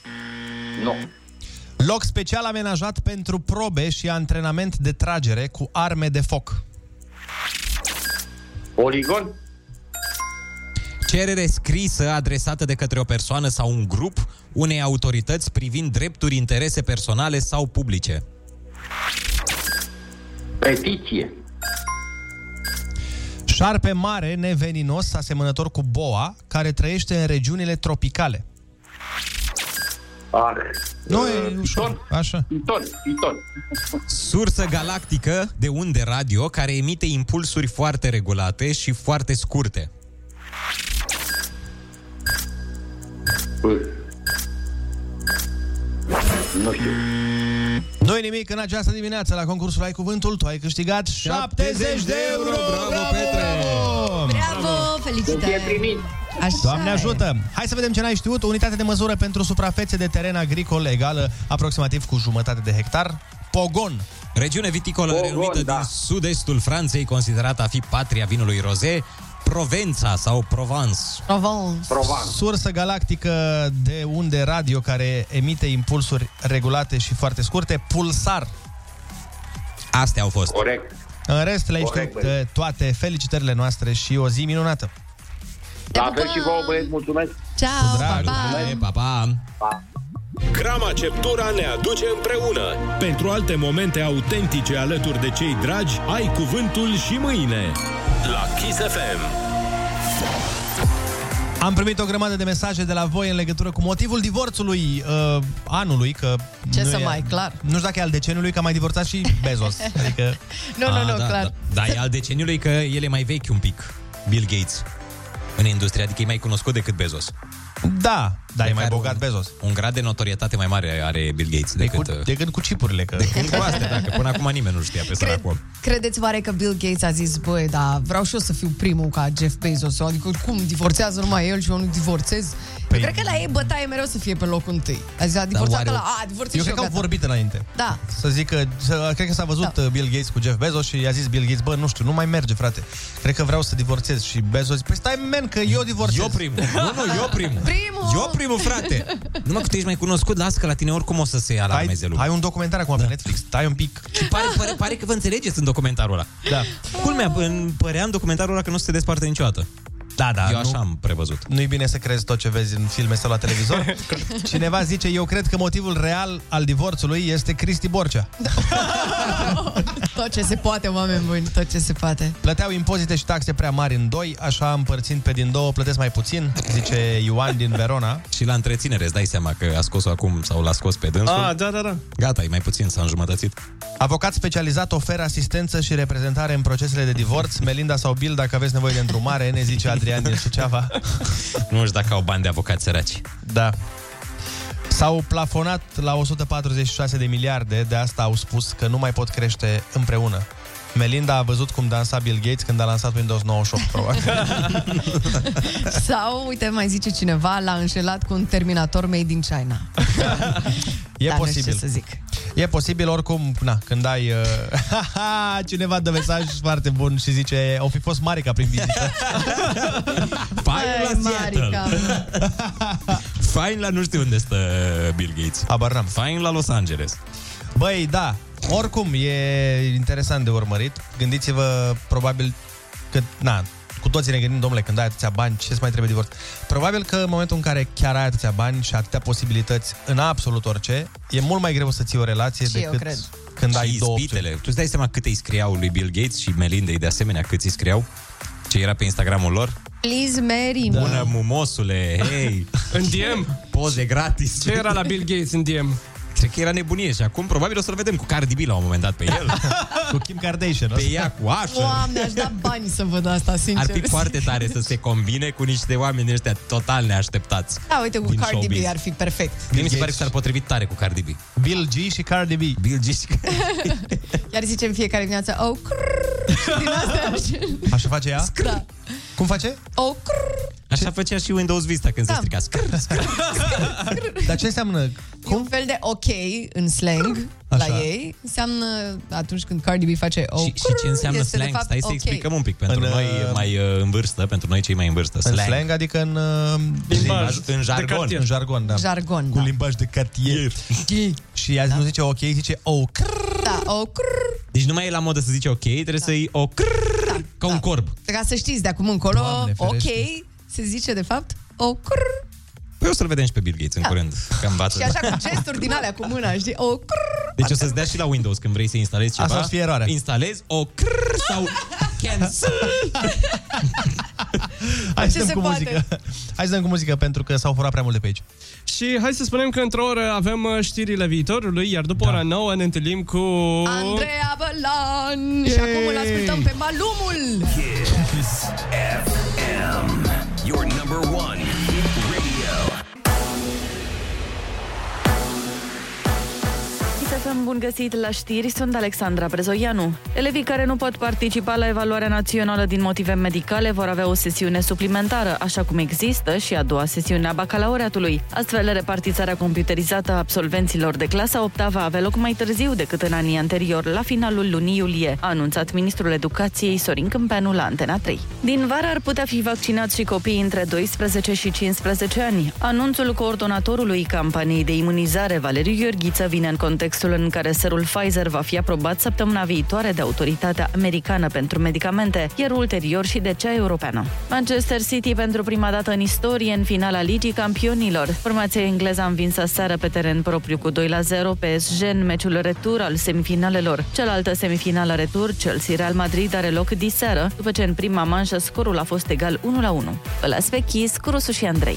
S22: Nu.
S7: Loc special amenajat pentru probe și antrenament de tragere cu arme de foc.
S22: Poligon.
S8: Cerere scrisă adresată de către o persoană sau un grup unei autorități privind drepturi, interese personale sau publice.
S22: Petiție.
S7: Șarpe mare neveninos asemănător cu boa care trăiește în regiunile tropicale.
S22: Ah.
S7: Nu, e ușor. Așa.
S22: Piton. Piton.
S8: Sursă galactică de unde radio care emite impulsuri foarte regulate și foarte scurte.
S22: Nu știu.
S7: Nu nimic în această dimineață la concursul Ai Cuvântul, tu ai câștigat 70 de euro! Bravo, Petre!
S11: Bravo,
S22: E
S11: felicitări!
S22: primit.
S11: Așa
S7: Doamne
S11: e.
S7: ajută! Hai să vedem ce n-ai știut. O unitate de măsură pentru suprafețe de teren agricol egală aproximativ cu jumătate de hectar. Pogon.
S8: Regiune viticolă
S7: Pogon,
S8: renumită
S7: da.
S8: din sud-estul Franței, considerată a fi patria vinului roze, Provența sau Provence.
S11: Provence.
S7: Sursă galactică de unde radio care emite impulsuri regulate și foarte scurte. Pulsar.
S8: Astea au fost.
S22: Corect.
S7: În rest le-ai
S22: Corect,
S7: știut
S22: băi.
S7: uh, toate. Felicitările noastre și o zi minunată.
S22: La fel și vouă, băieți, mulțumesc.
S11: Ciao, pa,
S8: Dragul
S11: pa!
S8: Pa, pa!
S5: Crama Ceptura ne aduce împreună.
S21: Pentru alte momente autentice alături de cei dragi, ai cuvântul și mâine.
S5: La Kiss FM.
S7: Am primit o grămadă de mesaje de la voi în legătură cu motivul divorțului uh, anului, că...
S11: Ce
S7: nu
S11: să
S7: e-
S11: mai, clar.
S7: Nu știu dacă e al deceniului, că a mai divorțat și Bezos. Adică...
S11: Nu, nu,
S8: A,
S11: nu,
S8: da,
S11: clar.
S8: Da, da, e al deceniului că el e mai vechi un pic, Bill Gates, în industrie, adică e mai cunoscut decât Bezos.
S7: Da, dar
S8: Pe
S7: e mai
S8: care
S7: bogat
S8: un-
S7: Bezos.
S8: Un grad de notorietate mai mare are Bill Gates decât... uh,
S7: Decât cu cipurile, că...
S8: Decât cu astea, dacă până acum nimeni nu știa pe săracul om.
S11: Credeți oare că Bill Gates a zis, băi, da, vreau și eu să fiu primul ca Jeff Bezos, adică cum, divorțează numai el și eu nu divorțez? Păi... Eu cred că la ei bătaie mereu să fie pe locul întâi. A zis, a divorțat
S7: oare-
S11: la, a, a divorțat
S7: Eu
S11: și eu,
S7: cred că au
S11: gata.
S7: vorbit înainte.
S11: Da,
S7: Să zic că, să, cred că s-a văzut da. Bill Gates cu Jeff Bezos și i-a zis Bill Gates, bă, nu știu, nu mai merge, frate. Cred că vreau să divorțez și Bezos zice, păi stai, man, că eu divorțez.
S8: Eu primul. Nu, nu, eu primul.
S11: Primul!
S8: Eu primul, frate. Numai că tu ești mai cunoscut, las că la tine oricum o să se
S7: Hai,
S8: alarmeze lumea.
S7: hai un documentar acum da. pe Netflix, stai un pic.
S8: Și pare, pare, pare că vă înțelegeți în documentarul ăla.
S7: Da.
S8: Culmea, în, părea în documentarul ăla că nu se desparte niciodată.
S7: Da, da,
S8: Eu
S7: nu-
S8: așa am prevăzut.
S7: Nu-i bine să crezi tot ce vezi în filme sau la televizor. Cineva zice, eu cred că motivul real al divorțului este Cristi Borcea.
S11: tot ce se poate, oameni buni, tot ce se poate.
S7: Plăteau impozite și taxe prea mari în doi, așa împărțind pe din două, plătesc mai puțin, zice Ioan din Verona.
S8: Și la întreținere, îți dai seama că a scos-o acum sau l-a scos pe dânsul.
S10: Ah, da, da, da.
S8: Gata, e mai puțin, s-a înjumătățit.
S7: Avocat specializat oferă asistență și reprezentare în procesele de divorț. Melinda sau Bill, dacă aveți nevoie de îndrumare, ne zice Adrian din Suceava.
S8: Nu știu dacă au bani de avocați săraci.
S7: Da. S-au plafonat la 146 de miliarde, de asta au spus că nu mai pot crește împreună. Melinda a văzut cum dansa Bill Gates când a lansat Windows 98,
S11: Da,
S7: probabil.
S11: Sau, uite, mai zice cineva, l-a înșelat cu un terminator made in China.
S7: E
S11: Dar nu știu
S7: posibil.
S11: ce să zic.
S7: E posibil oricum, na, când ai... Uh, cineva dă mesaj foarte bun și zice, o fi fost Marica prin vizită.
S8: Fain la Seattle. Fain la nu știu unde stă Bill Gates.
S7: Abar n-am.
S8: Fain la Los Angeles.
S7: Băi, da, oricum e interesant de urmărit. Gândiți-vă, probabil că, na, cu toții ne gândim, domnule, când ai atâția bani, ce mai trebuie divorț? Probabil că în momentul în care chiar ai atâția bani și atâtea posibilități în absolut orice, e mult mai greu să ții o relație
S11: Și eu
S7: decât
S11: cred.
S7: când
S8: și
S7: ai două opțiuni.
S8: izbitele. Tu îți dai seama cât îi scriau lui Bill Gates și Melindei de asemenea, cât îi scriau? ce era pe Instagramul lor?
S11: Please marry me.
S8: Bună, mumosule, hei! Da. în DM? Poze gratis. Ce era la Bill Gates în DM? Cred că era nebunie și acum probabil o să-l vedem cu Cardi B la un moment dat pe el. cu Kim Kardashian. Pe ea cu Asher.
S11: Doamne, aș da bani să văd asta, sincer.
S8: Ar fi foarte tare să se combine cu niște oameni ăștia total neașteptați.
S11: Da, uite, cu
S8: din
S11: Cardi B
S8: showbiz.
S11: ar fi perfect.
S8: Mie mi se pare că s-ar potrivit tare cu Cardi B.
S7: Deci- Bill G și Cardi B.
S8: Bill G și Cardi
S11: Iar zicem fiecare dimineață, oh, crrr, și din astea.
S7: B. Așa face ea?
S11: Da.
S7: Cum face?
S11: Oh, crrr.
S8: Așa făcea și Windows Vista când
S11: Da.
S8: se strica. Scr-
S7: Dar ce înseamnă?
S11: E un fel de ok în slang
S8: Așa.
S11: la ei. Înseamnă atunci când Cardi B face oh,
S8: Și, și ce înseamnă
S11: este de
S8: slang?
S11: fapt
S8: Stai să
S11: ok.
S8: explicăm un pic pentru noi mai uh, în vârstă, pentru noi cei mai în vârstă.
S7: În
S8: Slang.
S7: slang, adică în... uh,
S8: Limbaj
S7: zi-
S8: în jargon.
S7: de cartier. În jargon, da.
S11: Jargon,
S7: Cu limbaj de cartier. Și ea nu zice ok, zice oh, crrr.
S11: Da, oh, crrr.
S8: Deci nu mai e la modă să zici ok, trebuie
S11: Da.
S8: să iei o crrr, ca un corb.
S11: Ca să știți, de acum încolo,
S8: Doamne
S11: ok,
S8: ferește.
S11: se zice de fapt oh, crrr.
S8: Păi o să-l vedem și pe Bill Gates în
S11: Da.
S8: curând, că învață.
S11: Și așa cu gesturi din alea cu mâna, știi? Oh, crrr.
S8: Deci o să-ți dea și la Windows când vrei să instalezi ceva.
S7: Asta o să fie eroarea.
S8: Instalezi o crrr sau cancel.
S7: Hai să
S10: se
S7: dăm cu
S10: poate?
S7: muzică. Hai să dăm cu muzică, pentru că s-au furat prea mult de pe aici.
S10: Și hai să spunem că într-o oră avem uh, știrile viitorului, iar
S7: Da.
S10: după ora 9 ne întâlnim cu...
S11: Andreea Bălan! Și acum îl ascultăm pe Malumul!
S23: Kiss FM, your number one hit radio.
S13: Să bun găsit la știri, sunt Alexandra Brezoianu. Elevii care nu pot participa la evaluarea națională din motive medicale vor avea o sesiune suplimentară, așa cum există și a doua sesiune a bacalaureatului. Astfel, repartizarea computerizată a absolvenților de clasa 8 va avea loc mai târziu decât în anii anterior, la finalul lunii iulie, a anunțat ministrul educației Sorin Câmpeanu la Antena 3. Din vară ar putea fi vaccinați și copiii între 12 și 15 ani. Anunțul coordonatorului campaniei de imunizare, Valeriu Gheorghiță, vine în contextul în care serul Pfizer va fi aprobat săptămâna viitoare de Autoritatea Americană pentru Medicamente, iar ulterior și de cea europeană. Manchester City pentru prima dată în istorie în finala Ligii Campionilor. Formația engleză a învins aseară pe teren propriu cu 2 la 0 PSG în meciul retur al semifinalelor. Cealaltă semifinală retur, Chelsea-Real Madrid, are loc diseară, după ce în prima manșă scorul a fost egal 1 la 1. Vă las pe Kiss cu Rusu și Andrei.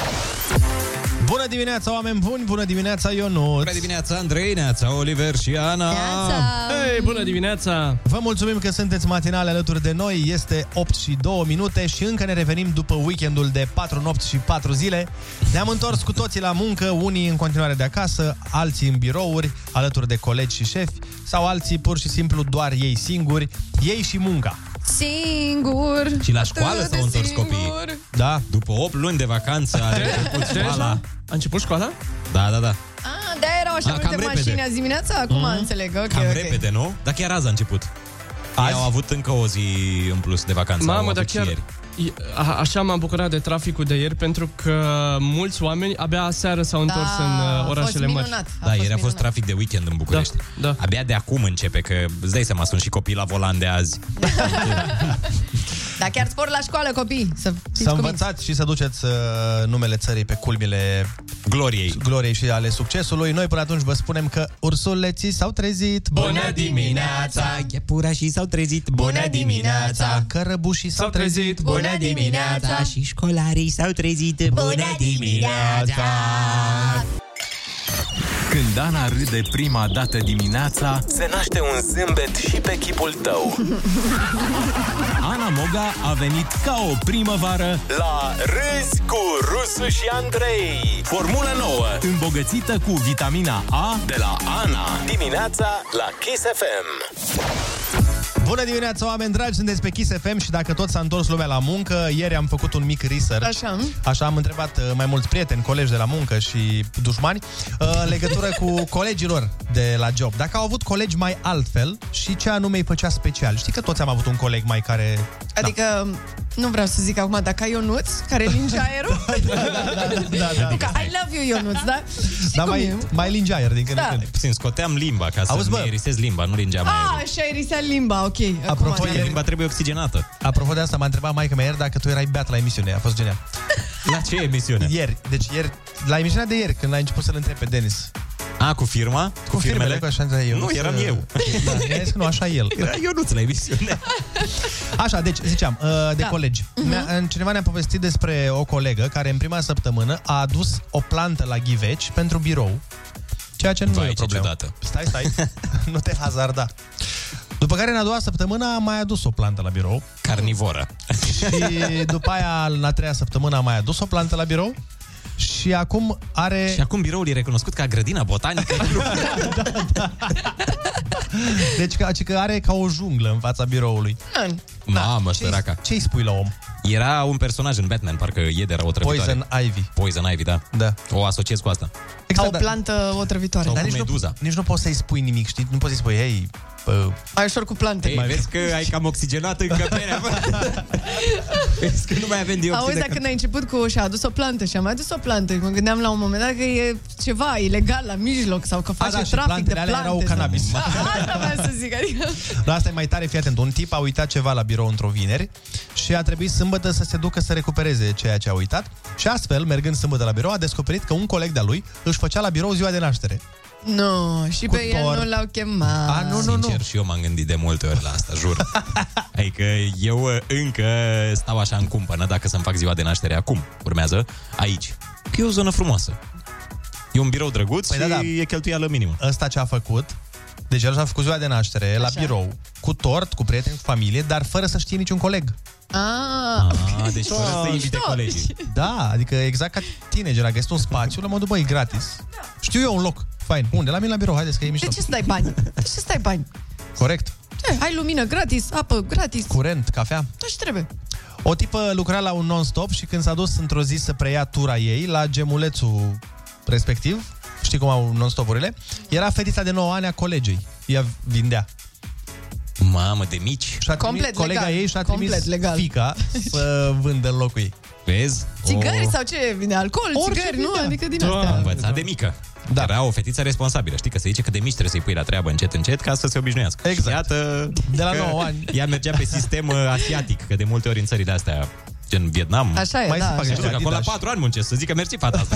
S7: Bună dimineața, oameni buni! Bună dimineața, Ionut! Bună
S8: dimineața, Andrei, neața, Oliver și Ana!
S10: Hei, bună dimineața!
S7: Vă mulțumim că sunteți matinale alături de noi. Este 8 și 2 minute și încă ne revenim după weekendul de 4 nopți și 4 zile. Ne-am întors cu toții la muncă, unii în continuare de acasă, alții în birouri, alături de colegi și șefi, sau alții pur și simplu doar ei singuri, ei și munca.
S11: Singur!
S8: Și la școală
S11: Atât
S8: s-au
S11: de
S8: întors
S11: singur.
S8: copiii.
S7: Da.
S8: După 8 luni de vacanță a început
S10: Ce?
S8: școala.
S10: A început școala?
S8: Da, da, da.
S11: Ah, de erau așa
S8: Ah, cam
S11: multe
S8: repede. Mm-hmm.
S11: mașini azi dimineața? Acum înțeleg, ok,
S8: Cam
S11: ok.
S8: repede, nu? Dar chiar azi a început. Azi? Ei au avut încă o zi în plus de vacanță. au
S10: Mamă,
S8: avut
S10: dar
S8: și
S10: chiar...
S8: ieri.
S10: I- A, așa m-am bucurat de traficul de ieri pentru că mulți oameni abia seară s-au
S11: Da,
S10: întors în
S11: a
S10: uh,
S11: fost
S10: orașele mari.
S11: minunat, a
S8: Da, ieri a fost trafic de weekend în București. Da, da. Abia de acum începe, că îți dai seama, sunt și copii la volan de azi.
S11: Dar chiar spor la școală, copii, să fiți cu
S7: Să
S11: minte.
S7: învățați și să duceți uh, numele țării pe culmile
S8: gloriei.
S7: gloriei și ale succesului. Noi până atunci vă spunem că ursuleții s-au trezit.
S8: Iepurașii s-au trezit,
S7: Cărăbușii s-au trezit.
S8: Și școlarii s-au trezit, bună dimineața!
S17: Când Ana râde prima dată dimineața,
S5: Se naște un zâmbet și pe chipul tău.
S17: Ana Moga a venit ca o primăvară
S5: La Râzi cu Rusu și Andrei. Formulă nouă
S17: îmbogățită cu vitamina A
S5: de la Ana. Dimineața la Kiss FM.
S7: Bună dimineața, oameni dragi! Sunteți pe Kiss FM și dacă tot s-a întors lumea la muncă, ieri am făcut un mic research.
S11: Așa.
S7: Așa am întrebat uh, mai mulți prieteni, colegi de la muncă și dușmani uh, în legătură cu colegilor de la job. Dacă au avut colegi mai altfel și ce anume îi făcea special. Știi că toți am avut un coleg mai care...
S11: Adică, nu vreau să zic acum, dacă ai Ionuț, care linge aerul... da,
S7: da, da.
S11: Că I love you, Ionuț, da? Știi
S8: Dar
S11: cum
S8: mai-
S11: e?
S7: Mai linge aer din
S8: când
S11: Da.
S8: în când. Puțin, scoteam limba ca să
S7: Auzi, bă.
S8: mi erisez limba, nu lingeam
S11: A,
S8: aerul.
S11: ah, și-ai risat limba, ok.
S7: Apropo,
S11: Acum,
S7: ieri-
S8: Limba trebuie oxigenată.
S7: Apropo de asta, m-a întrebat maica mea ieri dacă tu erai beat la emisiune. A fost genial.
S8: La ce emisiune?
S7: Ieri, deci ieri, la emisiunea de ieri, când l-ai început să-l întrebi pe Denis.
S8: A, cu firma?
S7: Cu firmele, cu așa între eu.
S8: Nu, eram eu.
S7: Da, mi-a zis că nu, așa el.
S8: Era Ionuț la emisiune.
S7: Așa, deci, ziceam, uh, de
S8: Da.
S7: da. colegi. Ne-a, în cineva ne-a povestit despre o colegă care în prima săptămână a adus o plantă la ghiveci pentru birou, ceea ce nu
S8: Vai,
S7: e
S8: ce
S7: o problemă.
S8: ciudată.
S7: Stai, stai, nu te hazarda. După care, în a doua săptămână, a mai adus o plantă la birou.
S8: Carnivoră.
S7: Și după aia, în a treia săptămână, a mai adus o plantă la birou. Și acum are... Da,
S8: Și acum biroul e recunoscut ca grădina botanică.
S7: Deci că, că are ca o junglă în fața biroului.
S8: Mamă, săraca.
S7: Da, Ce-i spui la om?
S8: Era un personaj în Batman, parcă e de o trăvitoare.
S7: Poison Ivy.
S8: Poison Ivy, da.
S7: Da.
S8: O asociez cu asta.
S11: Exact, o plantă otrăvitoare.
S7: Dar nici nu, nici nu poți să-i spui nimic, știi? Nu poți să-i spui, hei, bă,
S11: Mai ușor cu plante.
S8: Ei, vezi că ai cam oxigenat încăperea. bă. vezi că nu mai avem dioxid
S11: Auzi,
S8: de
S11: dar când ai început cu și-a adus o plantă și-a mai adus o plantă, mă gândeam la un moment dat că e ceva ilegal la mijloc sau că face
S7: da, și
S11: trafic de
S7: plantele
S11: plante.
S7: alea erau cannabis.
S11: Da, asta vreau să zic. Adică...
S7: Dar asta e mai tare, fii atent. Un tip a uitat ceva la birou într-o vineri și a trebuit sâmbătă să se ducă să recupereze ceea ce a uitat. Și astfel, mergând sâmbătă la birou, a descoperit că un coleg de-a lui își făcea la birou ziua de naștere.
S11: Nu, și
S7: Cu
S11: pe el
S7: tor.
S11: nu l-au chemat. A,
S8: Sincer, și eu m-am gândit de multe ori la asta, jur. adică eu uh, încă stau așa în cumpănă dacă să-mi fac ziua de naștere acum. Urmează aici. Că e o zonă frumoasă. E un birou drăguț păi și da, da. e cheltuială minimă.
S7: Ăsta ce a făcut, deci el și-a făcut ziua de naștere la
S11: Așa.
S7: birou, cu tort, cu prieteni, cu familie, dar fără să știe niciun coleg.
S11: Ah, ok.
S8: deci
S7: deci Da, adică exact ca teenager, a găsit un spațiu, la modul, băi, gratis. Știu eu un loc, fain. Unde? La mine la birou, haideți că e mișto.
S11: Da. De ce să dai bani? De ce să dai bani?
S7: Corect.
S11: Ce? Ai lumină gratis, apă gratis.
S7: Curent, cafea.
S11: Tot ce trebuie.
S7: O tipă lucra la un non-stop și când s-a dus într-o zi să preia tura ei la gemulețul respectiv, știi cum au non-stopurile, era fetița de 9 ani a colegei. Ea vindea.
S8: Mamă, de mici.
S7: Și a
S11: Complet
S7: trimis, colega
S11: legal.
S7: ei și a
S11: Complet
S7: trimis
S11: legal.
S7: fica să vândă în locul ei.
S8: Vezi?
S11: Țigări sau ce vine? Alcool,
S7: Oh. Orice
S11: țigări, nu?
S7: vine.
S11: Adică din
S7: Ah,
S8: Da,
S11: astea.
S8: învăța de mică. Da. Era o fetiță responsabilă. Știi că se zice că de mici trebuie să-i pui la treabă încet, încet, ca să se obișnuiască. Exact. Și iată
S7: De la
S8: că
S7: 9 ani.
S8: Ea mergea pe sistem uh, asiatic, că de multe ori în țările astea, gen Vietnam,
S7: Așa e, Mai da, se fac așa niște
S8: Știu că acolo la
S7: Adidas.
S8: 4 ani muncesc, să zică mersi fata asta.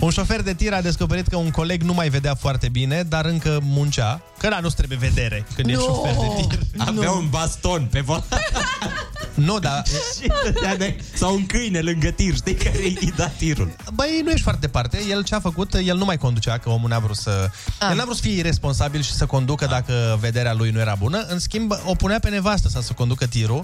S7: Un șofer de tir a descoperit că un coleg nu mai vedea foarte bine, dar încă muncea. Că da, nu trebuie vedere când ești șofer de tir.
S8: Avea un baston pe volan.
S7: Nu, da.
S8: Sau un câine lângă tir, știi că îi da tirul.
S7: Băi, nu ești foarte departe. El ce a făcut, el nu mai conducea, că omul n-a vrut să...
S8: Ah.
S7: El n-a vrut să fie irresponsabil și să conducă dacă vederea lui nu era bună. În schimb, o punea pe nevastă sa să conducă tirul.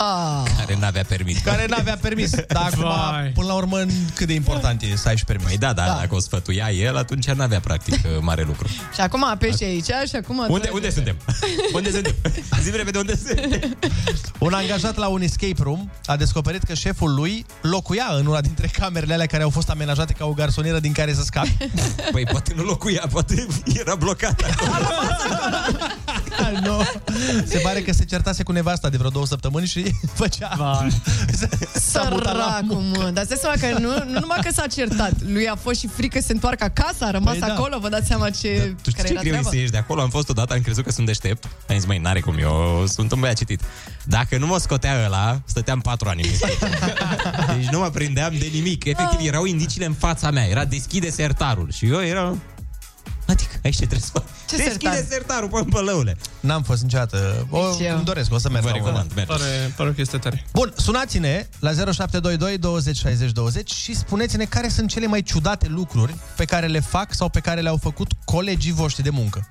S8: Care n-avea permis.
S7: Care n-avea permis. Dar acum,
S8: Vai.
S7: până la urmă, cât de important e să ai și permis.
S8: Păi da, da, da, dacă o sfătuia el, atunci n-avea practic uh, mare lucru.
S11: Și acum apeși aici și acum...
S8: Unde, unde suntem? Unde suntem? Zi-mi repede unde suntem.
S7: Un angajat la un escape room a descoperit că șeful lui locuia în una dintre camerele alea care au fost amenajate ca o garsonieră din care să scapi.
S8: Păi poate nu locuia, poate era blocat.
S7: no. Se pare că se certase cu nevasta de vreo două săptămâni și făcea... S-a mutat la
S11: Săracul, mă. Dar stai seama că nu, nu numai că s-a certat, lui a fost și frică să se întoarcă acasă, a rămas
S8: Păi da.
S11: acolo, vă dați seama ce...
S8: Tu știi
S11: care
S8: ce
S11: era
S8: greu e
S11: treaba?
S8: să ieși de acolo? Am fost odată, am crezut că sunt deștept. Am zis, măi, n-are cum, eu sunt un băiat citit. Dacă nu mă scotea ăla, stăteam patru ani în biserică. Deci nu mă prindeam de nimic.
S7: Ah.
S8: Efectiv, erau indiciile în fața mea. Era deschide sertarul. Și eu eram... Adică, aici ce trebuie să fac.
S7: Ce
S8: deschide
S7: sertar?
S8: sertarul, pă, pălăule.
S7: N-am fost niciodată. O,
S11: Deci
S8: Nici eu.
S7: îmi doresc, o să merg.
S8: Vă
S7: la una.
S8: recomand, mergeți.
S10: Pare, pare o chestie tare.
S7: Bun, sunați-ne la 0722 20 60 20 și spuneți-ne care sunt cele mai ciudate lucruri pe care le fac sau pe care le-au făcut colegii voștri de muncă.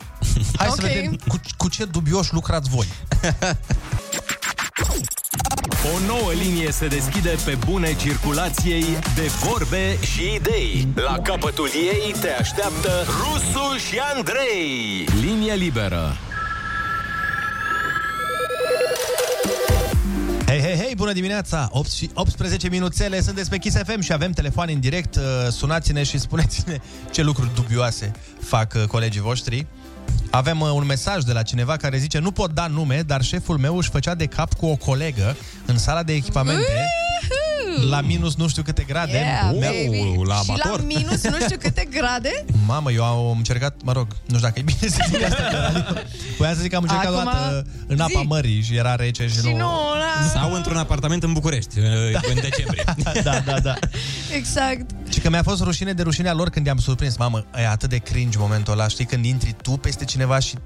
S7: Hai să
S23: Ok.
S7: vedem cu, cu ce dubioși lucrați voi.
S23: O nouă linie se deschide pe bune circulației de vorbe și idei. La capătul ei te așteaptă Rusu și Andrei. Linie liberă.
S7: Hei, bună dimineața! 8 și 18 minuțele, sunteți pe Kiss FM și avem telefon în direct. Uh, Sunați-ne și spuneți-ne ce lucruri dubioase fac uh, colegii voștri. Avem uh, un mesaj de la cineva care zice Nu pot da nume, dar șeful meu își făcea de cap cu o colegă în sala de echipamente la minus nu știu câte grade.
S11: Yeah, baby.
S7: la
S11: Și la
S7: abator.
S11: minus nu știu câte grade?
S7: Mamă, eu am încercat, mă rog, nu știu dacă e bine să zic asta. că- Voiam să zic că am încercat
S11: Acum,
S7: Acum, odată în apa
S11: zi.
S7: mării și era rece și,
S11: Și
S7: nu...
S11: nu, la-
S7: Sau într-un apartament în București, uh, în decembrie. da, da, da.
S11: Exact.
S7: Și că mi-a fost rușine de rușinea lor când i-am surprins. Mamă, e atât de cringe momentul ăla, știi, când intri tu peste cineva și e...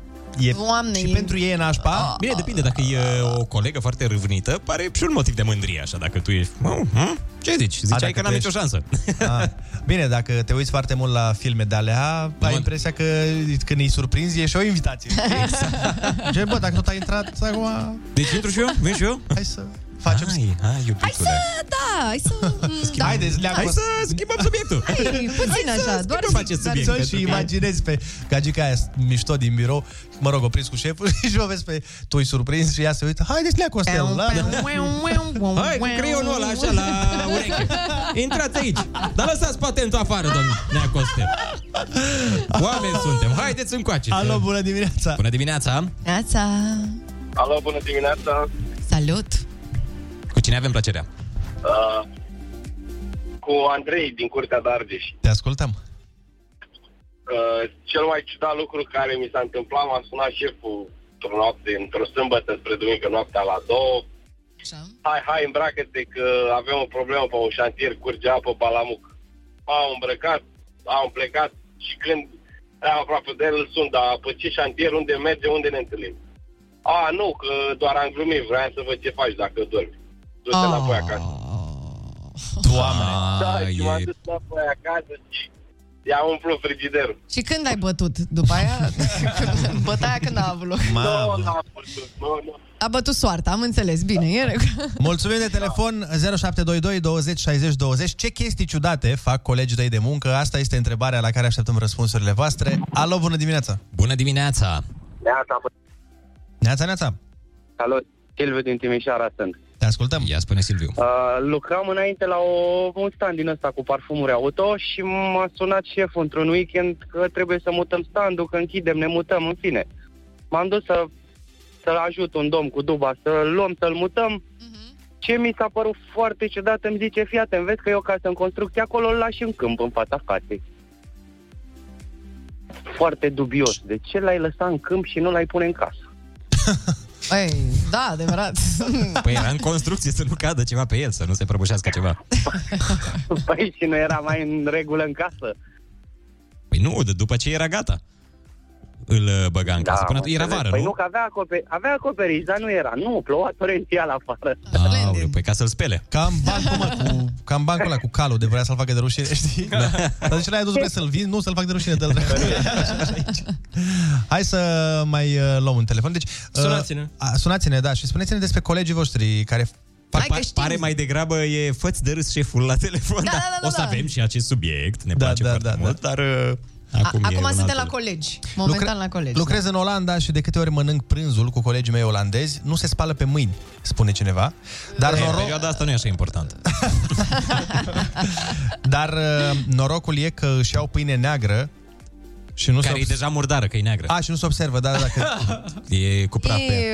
S11: Doamne, Ah.
S7: și pentru ei e nașpa.
S8: Bine, depinde. Dacă e uh, o colegă foarte râvnită, pare și un motiv de mândrie, așa, dacă tu ești... Mă, mă? Ce zici?
S7: A,
S8: Ziceai
S7: dacă
S8: că n-am
S7: tu
S8: nicio
S7: ești-
S8: șansă.
S7: A, bine, dacă te uiți foarte mult la filme de alea, ai impresia că când îi surprinzi e și o invitație. Exact. Gen, bă, dacă tot ai intrat, acum...
S8: Deci intru și eu? Vin și eu?
S7: Hai să facem...
S8: Hai, hai,
S11: Hai să,
S8: iubitule.
S11: da, hai să... mm, da.
S7: Haideți, le-am
S11: Hai
S7: pus-
S11: să...
S8: schimbăm subiectul.
S11: Hai, puțin așa, doar să
S7: Să și imaginezi pe gagica aia mișto din birou, mă rog, opriți cu șeful și o vezi pe tu îi surprins și ea se uită, haideți Lea Costel, la...
S8: Hai, cu creionul ăla, așa, la ureche. Intrați aici. Dar lăsați patentul afară, domnul Nea Costel. Oameni suntem. Haideți încoace.
S7: Alo, bună dimineața.
S8: Bună dimineața.
S11: Neața,
S19: Alo, bună dimineața!
S11: salut.
S8: Cu cine avem plăcerea?
S19: Uh, cu Andrei din Curtea de Argeș.
S7: Te ascultăm.
S19: Uh, cel mai ciudat lucru care mi s-a întâmplat, m-a sunat șeful într-o noapte, într-o sâmbătă spre duminică noaptea la două. Hai, hai, îmbracă-te că avem o problemă pe un șantier, curge apă, balamuc. M-am îmbrăcat, am plecat și când am aproape de el, îl sun, dar pe ce șantier, unde merge, unde ne întâlnim? A, nu, că doar am glumit, vreau să văd ce faci dacă dormi. Du-te înapoi acasă.
S7: Doamne!
S19: Da, și m-am dus înapoi acasă și i-am umplut frigiderul.
S11: Și când ai bătut? După aia? Bătaia când a avut loc?
S19: Nu, n-am putut, nu, nu.
S11: A bătut soarta, am înțeles, bine, e în regulă.
S7: Mulțumim de telefon 0722 20 60 20. Ce chestii ciudate fac colegii tăi de muncă? Asta este întrebarea la care așteptăm răspunsurile voastre. Alo, bună dimineața!
S8: Bună dimineața!
S7: Neața, Neața, neața!
S24: Salut, Silviu din Timișoara sunt.
S7: Te ascultăm.
S8: Ia spune Silviu.
S24: Uh, lucram înainte la o, un stand din ăsta cu parfumuri auto și m-a sunat șeful într-un weekend că trebuie să mutăm standul, că închidem, ne mutăm, în fine. M-am dus să, să ajut un domn cu duba, să-l luăm, să-l mutăm. Ce mi s-a părut foarte ciudat, îmi zice, fii atent, vezi că eu casă în construcție, acolo îl lași în câmp, în fața casei. Foarte dubios. De ce l-ai lăsat în câmp și nu l-ai pune în casă?
S11: Ei, da, adevărat.
S8: Păi era în construcție să nu cadă ceva pe el, să nu se prăbușească ceva.
S24: Păi și nu era mai în regulă în casă?
S8: Păi nu, de după ce era gata. Îl uh, băga în
S19: Da,
S8: casă. Până atunci era
S24: Înțeles?
S8: vară,
S24: păi nu?
S8: nu?
S24: că avea, acoperi, avea acoperiș, dar nu era. Nu, ploua torențial afară.
S7: Da.
S8: Aoleu, păi ca să-l spele.
S7: Cam bancul, mă, cu, cam bancul ăla cu calul de vrea să-l facă de rușine, știi? Da. Dar deci l-ai adus, vrei să-l vin? Nu, să-l fac de rușine, dă-l dracu. Așa, așa, aici. Hai să mai uh, luăm un telefon. Deci, uh,
S8: Sunați-ne.
S7: a, sunați-ne, da, și spuneți-ne despre colegii voștri care
S8: Pa, pa, pare mai degrabă e făți de râs șeful la telefon.
S11: Da, da, da,
S8: o să
S11: da.
S8: avem și acest subiect,
S7: Da,
S8: ne place foarte mult, dar uh,
S11: A-
S8: acum,
S11: Acum
S8: e un
S11: suntem
S8: alt
S11: la colegi, momentan la colegi. da.
S7: Lucrez în Olanda și de câte ori mănânc prânzul cu colegii mei olandezi, nu se spală pe mâini, spune cineva. Dar,
S8: E,
S7: noroc,
S8: perioada asta nu e așa importantă.
S7: dar uh, norocul e că își iau pâine neagră și nu
S8: Care
S7: se
S8: e deja murdară, că e neagră.
S7: A, și nu se observă, da, dacă...
S8: E cu praf pe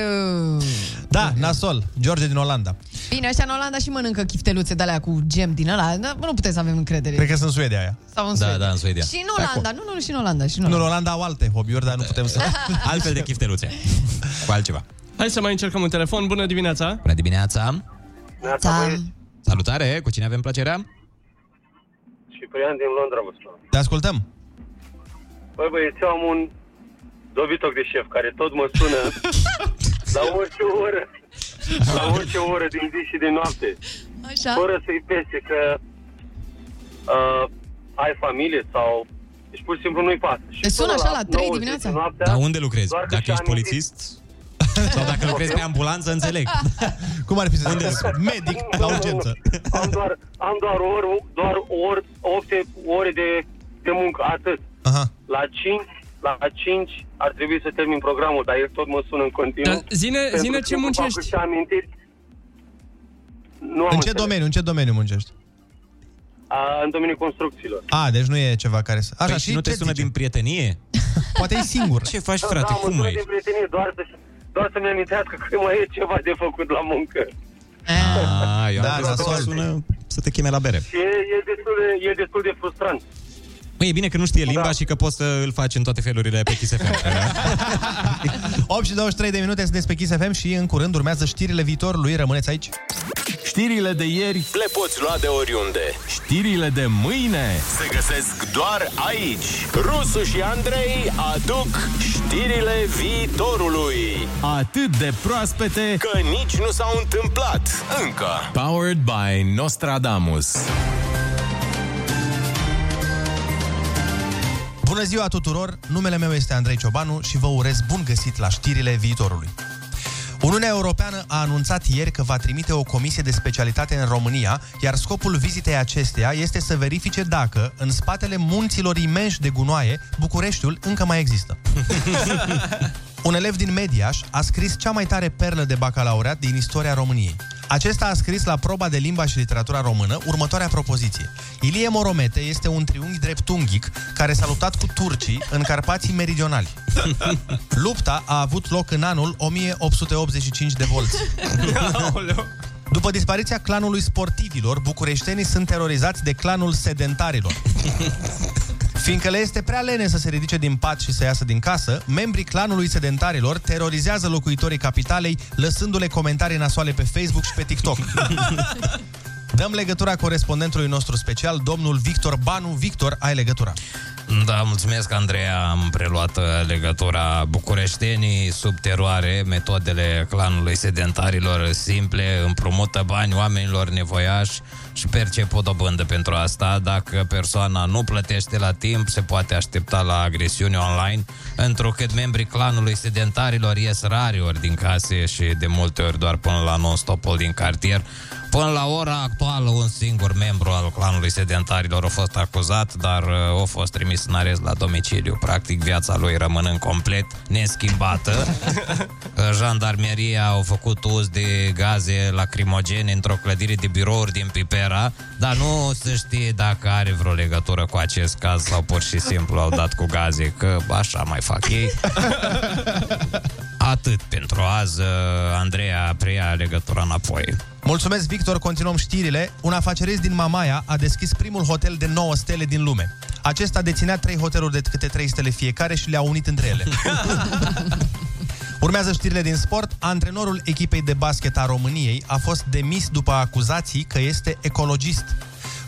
S7: Da, nasol, George din Olanda.
S11: Bine, ăștia în Olanda și mănâncă chifteluțe de alea cu gem din ăla. Da, Nu putem să avem încredere.
S7: Cred că sunt Suedia aia.
S11: Sau în
S7: Da,
S11: Suedia.
S7: da, în Suedia.
S11: Și în
S7: Pe
S11: Olanda, nu, nu, și în Olanda, și în
S10: Da.
S7: Nu, în
S11: Olanda.
S7: Olanda au alte hobby-uri, dar nu putem să...
S8: Altfel de chifteluțe. Cu altceva.
S10: Hai să mai încercăm un telefon. Bună dimineața!
S8: Bună dimineața! Salutare, cu cine avem plăcerea?
S25: Ciprian din Londra vă spun.
S7: Te ascultăm.
S25: Băi, băieți, eu am un dobitoc de șef care tot mă sună la orice oră. La orice oră din zi și din noapte.
S11: Așa.
S25: Fără să-i pese că uh, ai familie sau... Deci pur și simplu nu-i pasă. Și
S11: Te sună
S25: până
S11: așa la 3
S25: 90
S11: dimineața?
S25: Noaptea,
S8: Dar unde lucrezi?
S25: doar că
S8: Dacă
S25: și-a
S8: ești
S25: amintit-
S8: polițist? Sau dacă lucrezi pe ambulanță, înțeleg.
S7: Cum ar fi să
S8: Unde
S7: zic? Medic la urgență.
S25: Am doar, am doar, or, doar or, 8 ore de, de muncă, atât.
S7: Aha.
S25: La 5 la 5 ar trebui să termin programul, dar el tot mă sună în continuu.
S10: Dar zine-
S25: Pentru
S10: zine ce
S25: că
S10: muncești.
S25: Și amintit
S7: Nu
S25: am
S7: în ce
S25: înțeles.
S7: domeniu, în ce domeniu muncești?
S25: A, în domeniul construcțiilor.
S7: A, deci nu e ceva care să... Așa,
S3: Păi și nu te
S7: ce
S3: sună
S7: zice?
S3: din prietenie?
S7: Poate e singur.
S3: Ce faci,
S25: Da,
S3: frate?
S25: da, am
S3: Cum
S25: un
S3: ai?
S25: fel de prietenie, doar să doar să-mi amintească că mai e ceva de făcut la muncă.
S3: A, eu
S25: Da,
S3: da, am
S25: nasol.
S3: crezut că sună să te cheme la bere.
S25: Și e, e, destul de, e destul de frustrant.
S3: Măi, e bine că nu știe limba
S26: Da.
S3: și că poți să îl faci în toate felurile pe Kiss FM.
S7: 8 și 23 de minute sunt despre Kiss FM și în curând urmează știrile viitorului. Rămâneți aici.
S26: Știrile de ieri
S5: Le poți lua de oriunde.
S26: Știrile de mâine
S5: Se găsesc doar aici. Rusu și Andrei aduc știrile viitorului.
S26: Atât de proaspete
S5: Că nici nu s-au întâmplat încă.
S26: Powered by Nostradamus
S7: Bună ziua tuturor! Numele meu este Andrei Ciobanu și vă urez bun găsit la știrile viitorului. Uniunea Europeană a anunțat ieri că va trimite o comisie de specialitate în România, iar scopul vizitei acesteia este să verifice dacă, în spatele munților imensi de gunoaie, Bucureștiul încă mai există. Un elev din Mediaș a scris cea mai tare perlă de bacalaureat din istoria României. Acesta a scris la proba de limba și literatura română următoarea propoziție. Ilie Moromete este un triunghi dreptunghic care s-a luptat cu turcii în Carpații Meridionali. Lupta a avut loc în anul 1885 de volți. După dispariția clanului sportivilor, bucureștenii sunt terorizați de clanul sedentarilor. Fiindcă le este prea lene să se ridice din pat și să iasă din casă, membrii clanului sedentarilor terorizează locuitorii capitalei, lăsându-le comentarii nasoale pe Facebook și pe TikTok. Dăm legătura corespondentului nostru special, domnul Victor Banu. Victor, ai legătura.
S8: Da, mulțumesc, Andreea. Am preluat uh, legătura bucureștenii sub teroare, metodele clanului sedentarilor simple, împrumută bani oamenilor nevoiași și percep o dobândă pentru asta. Dacă persoana nu plătește la timp, se poate aștepta la agresiune online, întrucât membrii clanului sedentarilor ies rari ori din case și de multe ori doar până la non-stopul din cartier. Până la ora actuală, un singur membru al clanului sedentarilor a fost acuzat, dar uh, a fost trimis în arest la domiciliu. Practic, viața lui rămânând complet neschimbată. Uh, Jandarmeria au făcut uz de gaze lacrimogene într-o clădire de birouri din Pipera, dar nu se știe dacă are vreo legătură cu acest caz sau pur și simplu au dat cu gaze, că așa mai fac ei. Atât pentru azi, uh, Andreea preia legătura înapoi.
S7: Mulțumesc, Victor. Continuăm știrile. Un afacerist din Mamaia a deschis primul hotel de 9 stele din lume. Acesta deținea 3 hoteluri de câte 3 stele fiecare și le-a unit între ele. Urmează știrile din sport. Antrenorul echipei de basket a României a fost demis după acuzații că este ecologist.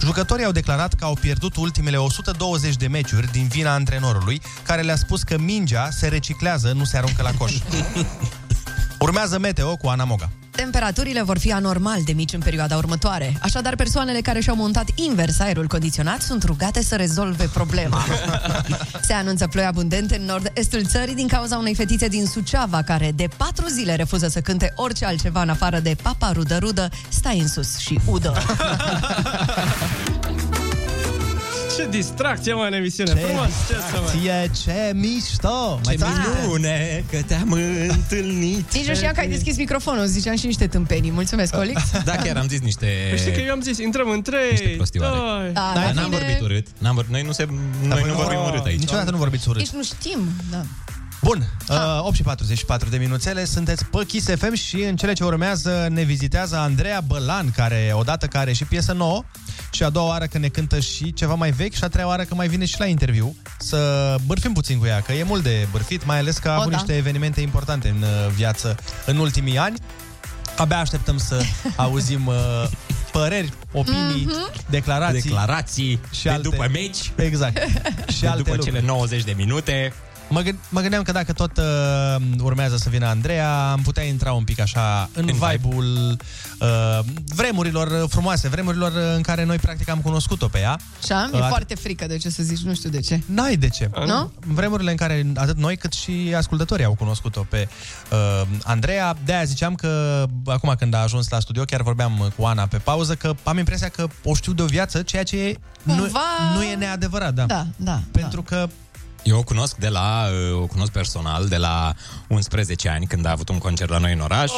S7: Jucătorii au declarat că au pierdut ultimele 120 de meciuri din vina antrenorului, care le-a spus că mingea se reciclează, nu se aruncă la coș. Urmează meteo cu Ana Moga.
S11: Temperaturile vor fi anormal de mici în perioada următoare, așadar persoanele care și-au montat invers aerul condiționat sunt rugate să rezolve problema. Se anunță ploi abundente în nord-estul țării din cauza unei fetițe din Suceava care de patru zile refuză să cânte orice altceva în afară de Papa Rudă Rudă, stai în sus și udă.
S10: Ce distracție, mă, în emisiune
S7: Ce
S10: Frumos, ce să mă
S7: distracție, ce mișto!
S3: Ce
S7: ții minte?
S3: minune că te-am întâlnit.
S11: Nici nu știam că ai deschis microfonul, ziceam și niște tâmpenii. Mulțumesc, Olix.
S3: Da, chiar am zis niște...
S10: Păi Știi că eu am zis, intrăm în 3,
S3: prostioare.
S10: 2...
S11: Da,
S3: Da,
S11: la
S3: n-am
S11: fine-
S3: vorbit urât. N-am vorbit, noi nu, se, noi nu vorbim urât aici.
S7: Niciodată nu vorbiți urât.
S11: Nici nu știm, da.
S7: Bun, uh, 8 și 44 de minuțele, sunteți pe Kiss FM și în cele ce urmează ne vizitează Andreea Bălan, care odată că are și piesă nouă și a doua oară că ne cântă și ceva mai vechi și a treia oară că mai vine și la interviu să bârfim puțin cu ea, că e mult de bârfit, mai ales că a
S11: O,
S7: avut
S11: da.
S7: niște evenimente importante în uh, viață în ultimii ani. Abia așteptăm să auzim uh, păreri, opinii,
S3: Mhm.
S7: declarații,
S3: Declarații
S7: și
S3: de
S7: alte...
S3: după meci.
S7: Exact. și
S3: de
S7: alte
S3: după
S7: lucruri.
S3: cele 90 de Ah. minute.
S7: Mă, gând- mă gândeam că dacă tot uh, urmează să vină Andreea, am putea intra un pic așa în, în vibe-ul uh, vremurilor uh, frumoase, vremurilor uh, în care noi practic am cunoscut-o pe ea.
S11: Așa? Mi-e
S7: Uh,
S11: foarte frică de ce să zici, nu știu de ce.
S7: N-ai de ce.
S11: Nu?
S7: Vremurile în care atât noi cât și ascultătorii au cunoscut-o pe uh, Andreea. De-aia ziceam că acum când a ajuns la studio, chiar vorbeam cu Ana pe pauză, că am impresia că o știu de o viață, ceea ce
S11: Cumva...
S7: nu, nu e neadevărat. Da.
S11: Da, da.
S7: Pentru că
S3: Eu o cunosc
S10: Oh,
S3: de la, uh, o cunosc personal de la 11 ani, când a avut un concert la noi în oraș.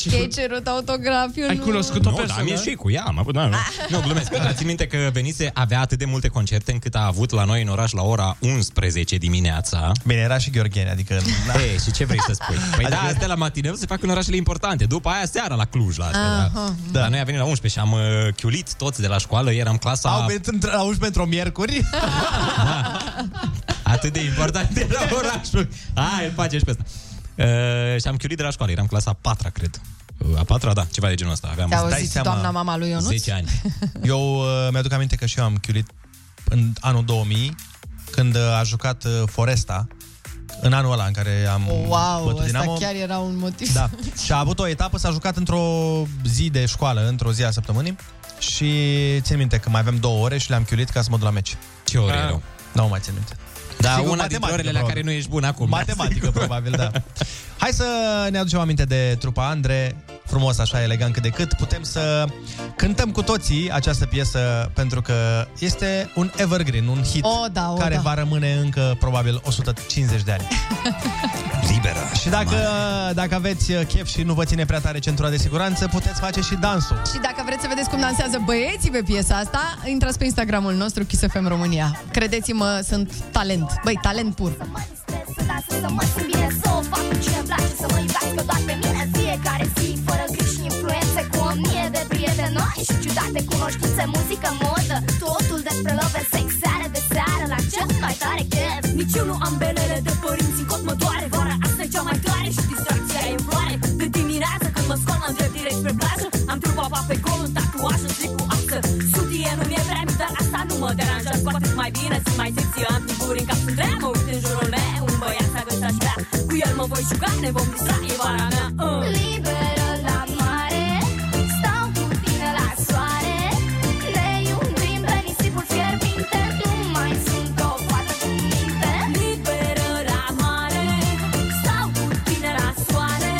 S11: Și ai cerut autograf, eu
S8: Ai
S11: nu...
S8: cunoscut-o Nu, dar am ieșit cu ea, am avut, da, nu. nu, glumesc. Dar țin minte că venise, avea atât de multe concerte încât a avut la noi în oraș la ora 11 dimineața. Bine, era și Gheorgheni, adică... Ei, și ce vrei să spui? Păi adică... da, astea la matineu se fac în orașele importante, după aia seara la Cluj, la
S1: Ah,
S8: astea. Da.
S7: Aha.
S8: da. Dar noi a venit la 11 și am uh, chiulit toți de la școală, eram clasa...
S7: Au venit într- la 11 într-o miercuri?
S8: Atât de important era orașul. Hai, îl face și pe ăsta. Uh, și am chiulit de la școală, eram clasa a patra, cred. Uh, A patra, da, ceva de genul ăsta. Aveam,
S11: Te-a
S8: îți dai
S11: auzit
S8: seama,
S11: doamna mama lui Ionuț?
S8: 10 ani.
S7: Eu uh, mi-aduc aminte că și eu am chiulit în anul 2000, când uh, a jucat uh, Foresta, în anul ăla în care am
S11: Wow,
S7: bătut
S11: ăsta
S7: Dinamo.
S11: chiar era un motiv.
S7: Da. Și a avut o etapă, s-a jucat într-o zi de școală, într-o zi a săptămânii și țin minte că mai aveam două ore și le-am chiulit ca să mă duc la meci.
S8: Ce
S11: Ah.
S8: ore erau?
S7: Nu mai țin minte.
S8: Da,
S7: Sigur,
S8: una
S7: matematică,
S8: dintre orele la
S7: probabil.
S8: care nu ești bun acum.
S7: Matematică, probabil, da. Hai să ne aducem aminte de trupa Andre, frumos, așa, elegant cât de cât. Putem să cântăm cu toții această piesă pentru că este un evergreen, un hit
S11: O, da, o,
S7: care
S11: da.
S7: va rămâne încă probabil 150 de ani.
S8: Liberă.
S7: Și dacă, dacă aveți chef și nu vă ține prea tare centura de siguranță, puteți face și dansul.
S11: Și dacă vreți să vedeți cum dansează băieții pe piesa asta, intrați pe Instagramul nostru Kiss FM România. Credeți-mă, sunt talent. Băi, talent pur.
S1: Să mă simt bine, să o fac cu cine place Să mă iubească doar pe mine în fiecare zi Fără griji și influențe Cu o mie de prietenoși și ciudate cunoștințe Muzică, modă, totul despre love and sex Seară de seară, la cel mai tare chef Nici eu nu am belele de părinți În cot mă doare vara, asta e cea mai tare Și distracția e în floare De dimineață când mă scol, mă îndrept direct spre plajă Am trupa va pe gol, un tatuaj în slip cu axă Sutie nu mi-e prea mic, dar asta nu mă deranjează Cu atât mai bine, sunt mai sexy, am figuri în cap Sunt rea, mă uit în jurul meu, un băiat s-a găsit aș vrea Cu el mă voi juca, ne vom distra, e vara mea uh. Liberă la mare, stau cu tine la soare Ne iubim pe nisipul fierbinte, tu mai sunt o fată cu minte Liberă la mare, stau cu tine la soare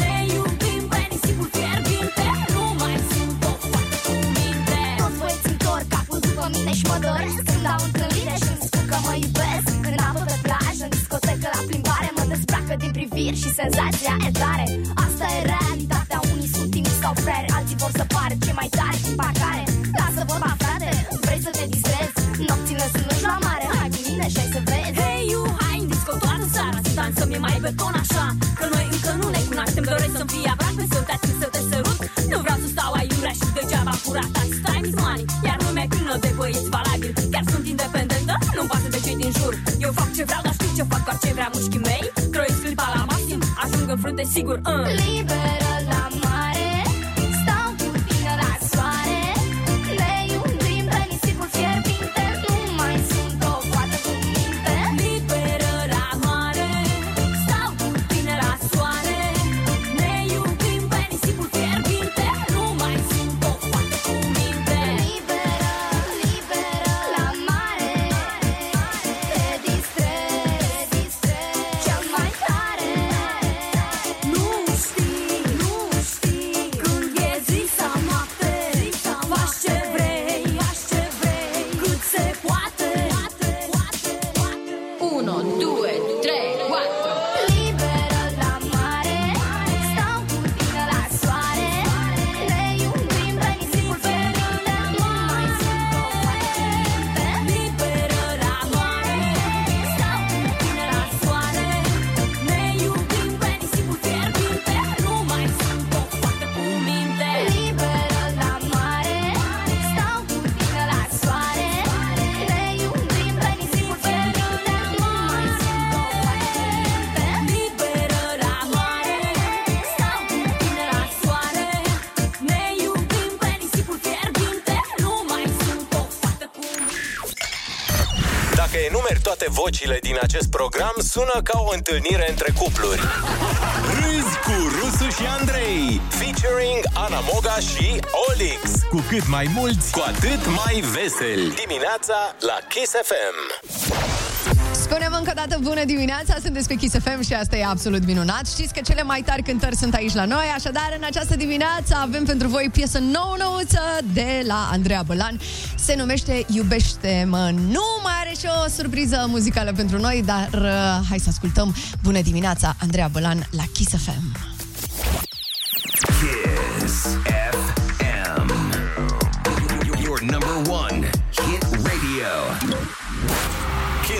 S1: Ne iubim pe nisipul fierbinte, nu mai sunt o fată cu minte Toți băieți întorc capul după mine și mă doresc Când au întâlnire și îmi spun că mă iubesc În apă pe plajă, în discotecă, la plimbare Mă dezbracă din priviri și senzația e tare Asta e realitatea, unii sunt timizi sau frere Alții vor să pară cei mai tari din pacare Lasă vorba, frate, vrei să te distrezi Nopțile sunt lungi la mare, hai cu mine și hai să vezi Hey you, hai în disco toată seara Să dansăm, e mai beton așa Că noi încă nu ne cunoaștem, doresc să-mi fii aproape Să te ating, să te sărut Nu vreau să stau aiurea și degeaba curat Ați time is money, iar lumea e plină de băieți valabil Chiar sunt independentă, nu-mi pasă de cei din jur Eu fac ce vreau, dar știu ce fac, doar ce vrea mușchii mei Croiesc clipa la maxim, ajung în frunte sigur uh. Liberă la mare, stau cu tine la soare Ne iubim pe nisipul fierbinte, nu mai sunt o fată cu minte Liberă la mare, stau cu tine la soare Ne iubim pe nisipul fierbinte, nu mai sunt o fată cu minte Liberă, liberă la mare, te distrezi, te distrezi Cea mai tare nu știi, nu știi Când e zi sau noapte Faci ce vrei, faci ce vrei Cât se poate 1, 2, 3, 4 Liberă la mare Stau cu tine la soare Ne iubim pe nisipul ferinte Nu mai sunt o fată Liberă la mare Stau cu tine la soare Ne iubim pe nisipul fierbinte Nu mai sunt o fată cu minte Liberă la mare Stau cu tine la soare Ne iubim pe nisipul fierbinte Nu mai sunt o fată Liberă la mare Stau cu tine la soare Ne iubim pe nisipul fierbinte Nu mai sunt o fată cu
S23: Dacă enumeri toate vocile din acest program, sună ca o întâlnire între cupluri.
S5: Râzi cu Rusu și Andrei
S23: Featuring Ana Moga și Olix.
S5: Cu cât mai mulți, cu atât mai veseli
S23: Dimineața la Kiss FM.
S11: Spunem încă o dată bună dimineața, sunteți pe Kiss FM și asta e absolut minunat. Știți că cele mai tari cântări sunt aici la noi, așadar în această dimineață avem pentru voi piesă nouă nouță de la Andreea Bălan. Se numește Iubește-mă. Nu mai are și o surpriză muzicală pentru noi, dar uh, hai să ascultăm. Bună dimineața, Andreea Bălan la Kiss FM.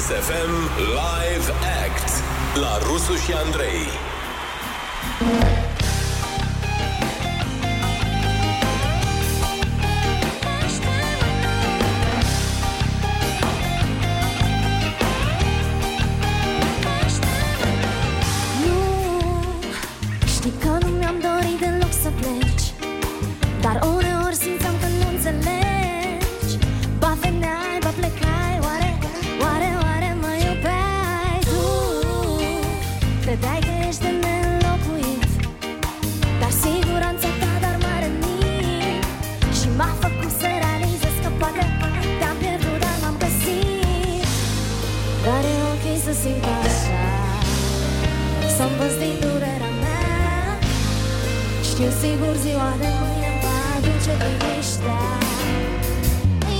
S23: FM Live Act
S5: La Rusu și Andrei.
S1: Nu, știi că nu mi-am dorit deloc să pleci Dar uneori simțeam că nu înțelegi Ba veneai, ba plecai, oare, oare, oare mă iubeai Tu, credeai că ești de neînlocuit Dar siguranța ta dar m-a rănit Și m-a făcut să realizez că poate te-am pierdut, dar m-am găsit Dar e ok să simt așa să învăț din durerea mea Știu sigur ziua de mâine îmi va aduce liniștea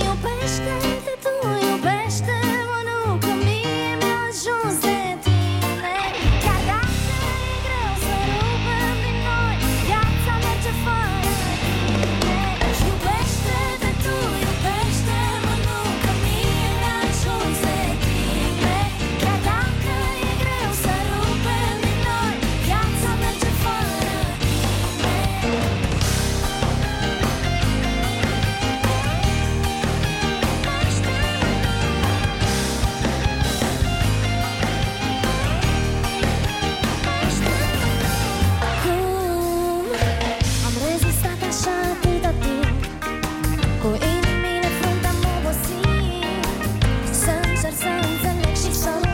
S1: Iubește-te tu, iubește-mă nu Că mie mi-a ajuns de tine Chiar dacă e greu să rupem din noi Viața merge fără tine Iubește-te tu, iubește-mă nu Că mie mi-a ajuns de tine Chiar dacă e greu să rupem din noi Viața merge fără tine Cum am rezistat așa atâta timp Cu inimile frunte am obosit Să încerc să înțeleg și să nu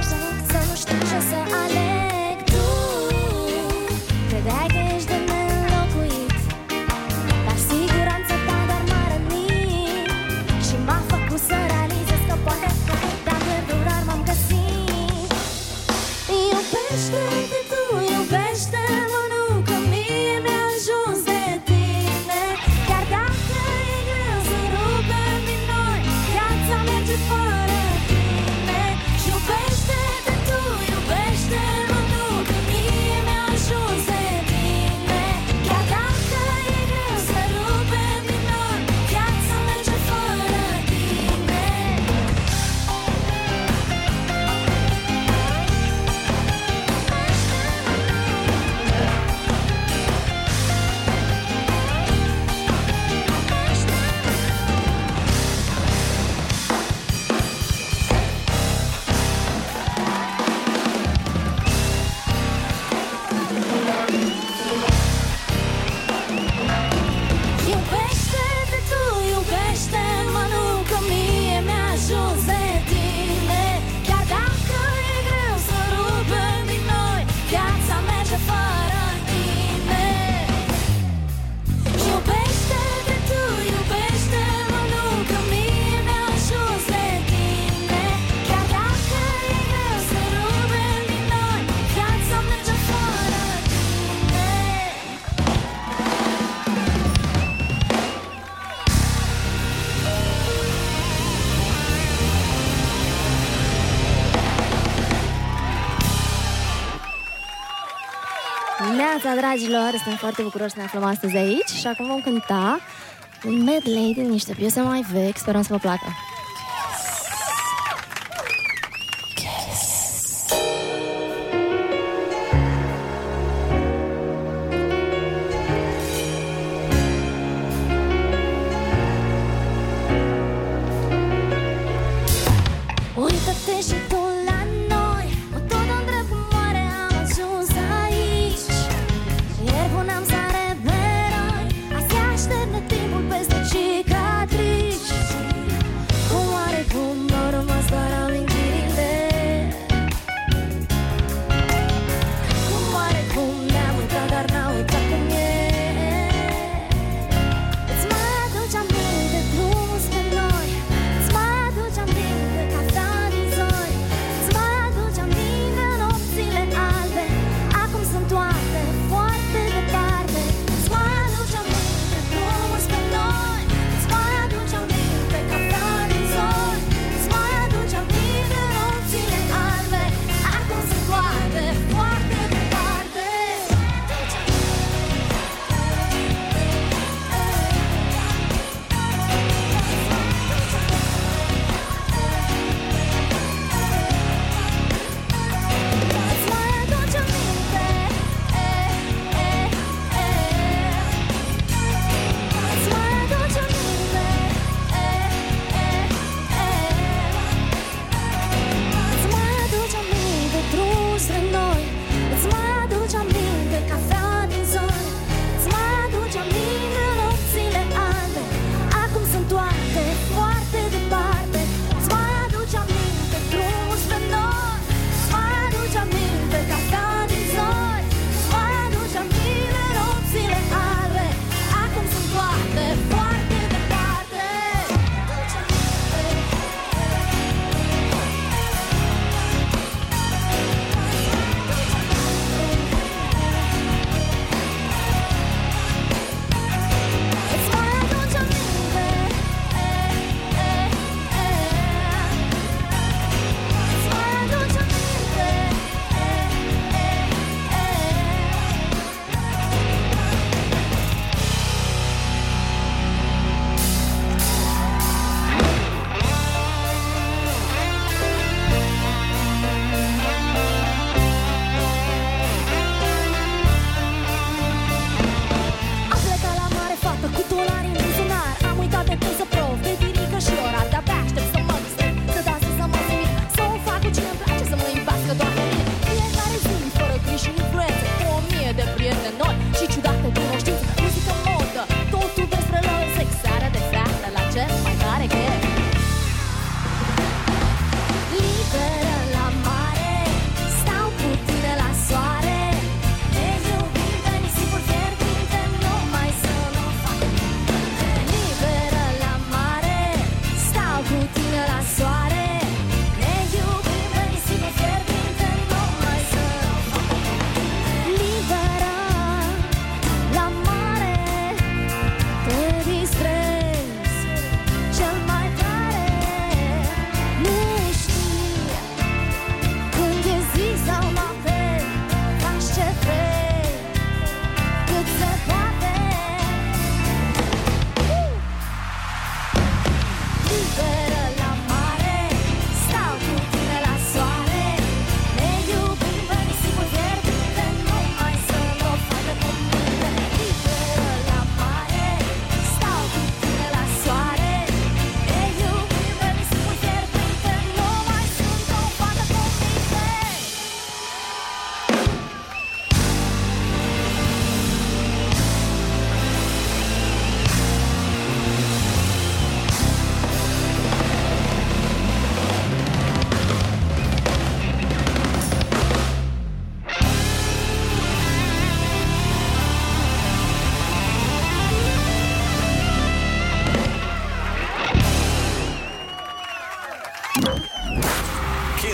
S1: Să nu știu ce să aleg Tu credeai că ești de neînlocuit Dar siguranța ta doar m-a rănit Și m-a făcut să realizez că poate Dar pierdut, dar m-am găsit Iubește-te é tu, iubește-mă nu Că mie mi-a ajuns de tine Chiar dacă e greu să rupem din noi Viața merge fără tine Iubește-te é tu, iubește-mă nu Că mie mi-a ajuns de tine Chiar dacă e greu să rupem din noi Viața merge fără tine Iubește-te tu, iubește-mă nu Că mie mi-a ajuns de tine Chiar dacă e greu să rupem din noi Viața merge fără tine Iubește-te tu, iubește-mă nu Că mie mi-a ajuns de tine Chiar dacă e greu să rupem din noi Viața merge fără tine Neața, dragilor! Suntem foarte bucuroși să ne aflăm astăzi aici și acum vom cânta un medley din niște piese mai vechi. Sperăm să vă placă. Uită-te și tu la noi Cu tot în drăgumoare am ajuns aici Ieri puneam sare pe noi Azi aștept de timpul peste cicatrici Cu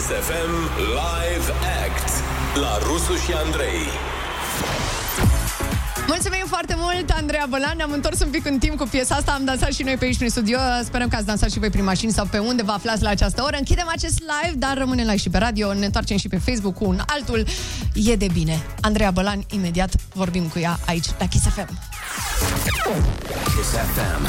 S5: FM Live Act la Rusu și Andrei.
S11: Mulțumim foarte mult, Andreea Bălan. Ne-am întors un pic în timp cu piesa asta. Am dansat și noi pe aici prin studio. Sperăm că ați dansat și voi prin mașini sau pe unde vă aflați la această oră. Închidem acest live, dar rămânem live și pe radio. Ne întoarcem și pe Facebook cu un altul. E de bine. Andreea Bălan, imediat vorbim cu ea aici la Kiss FM.
S5: Kiss FM.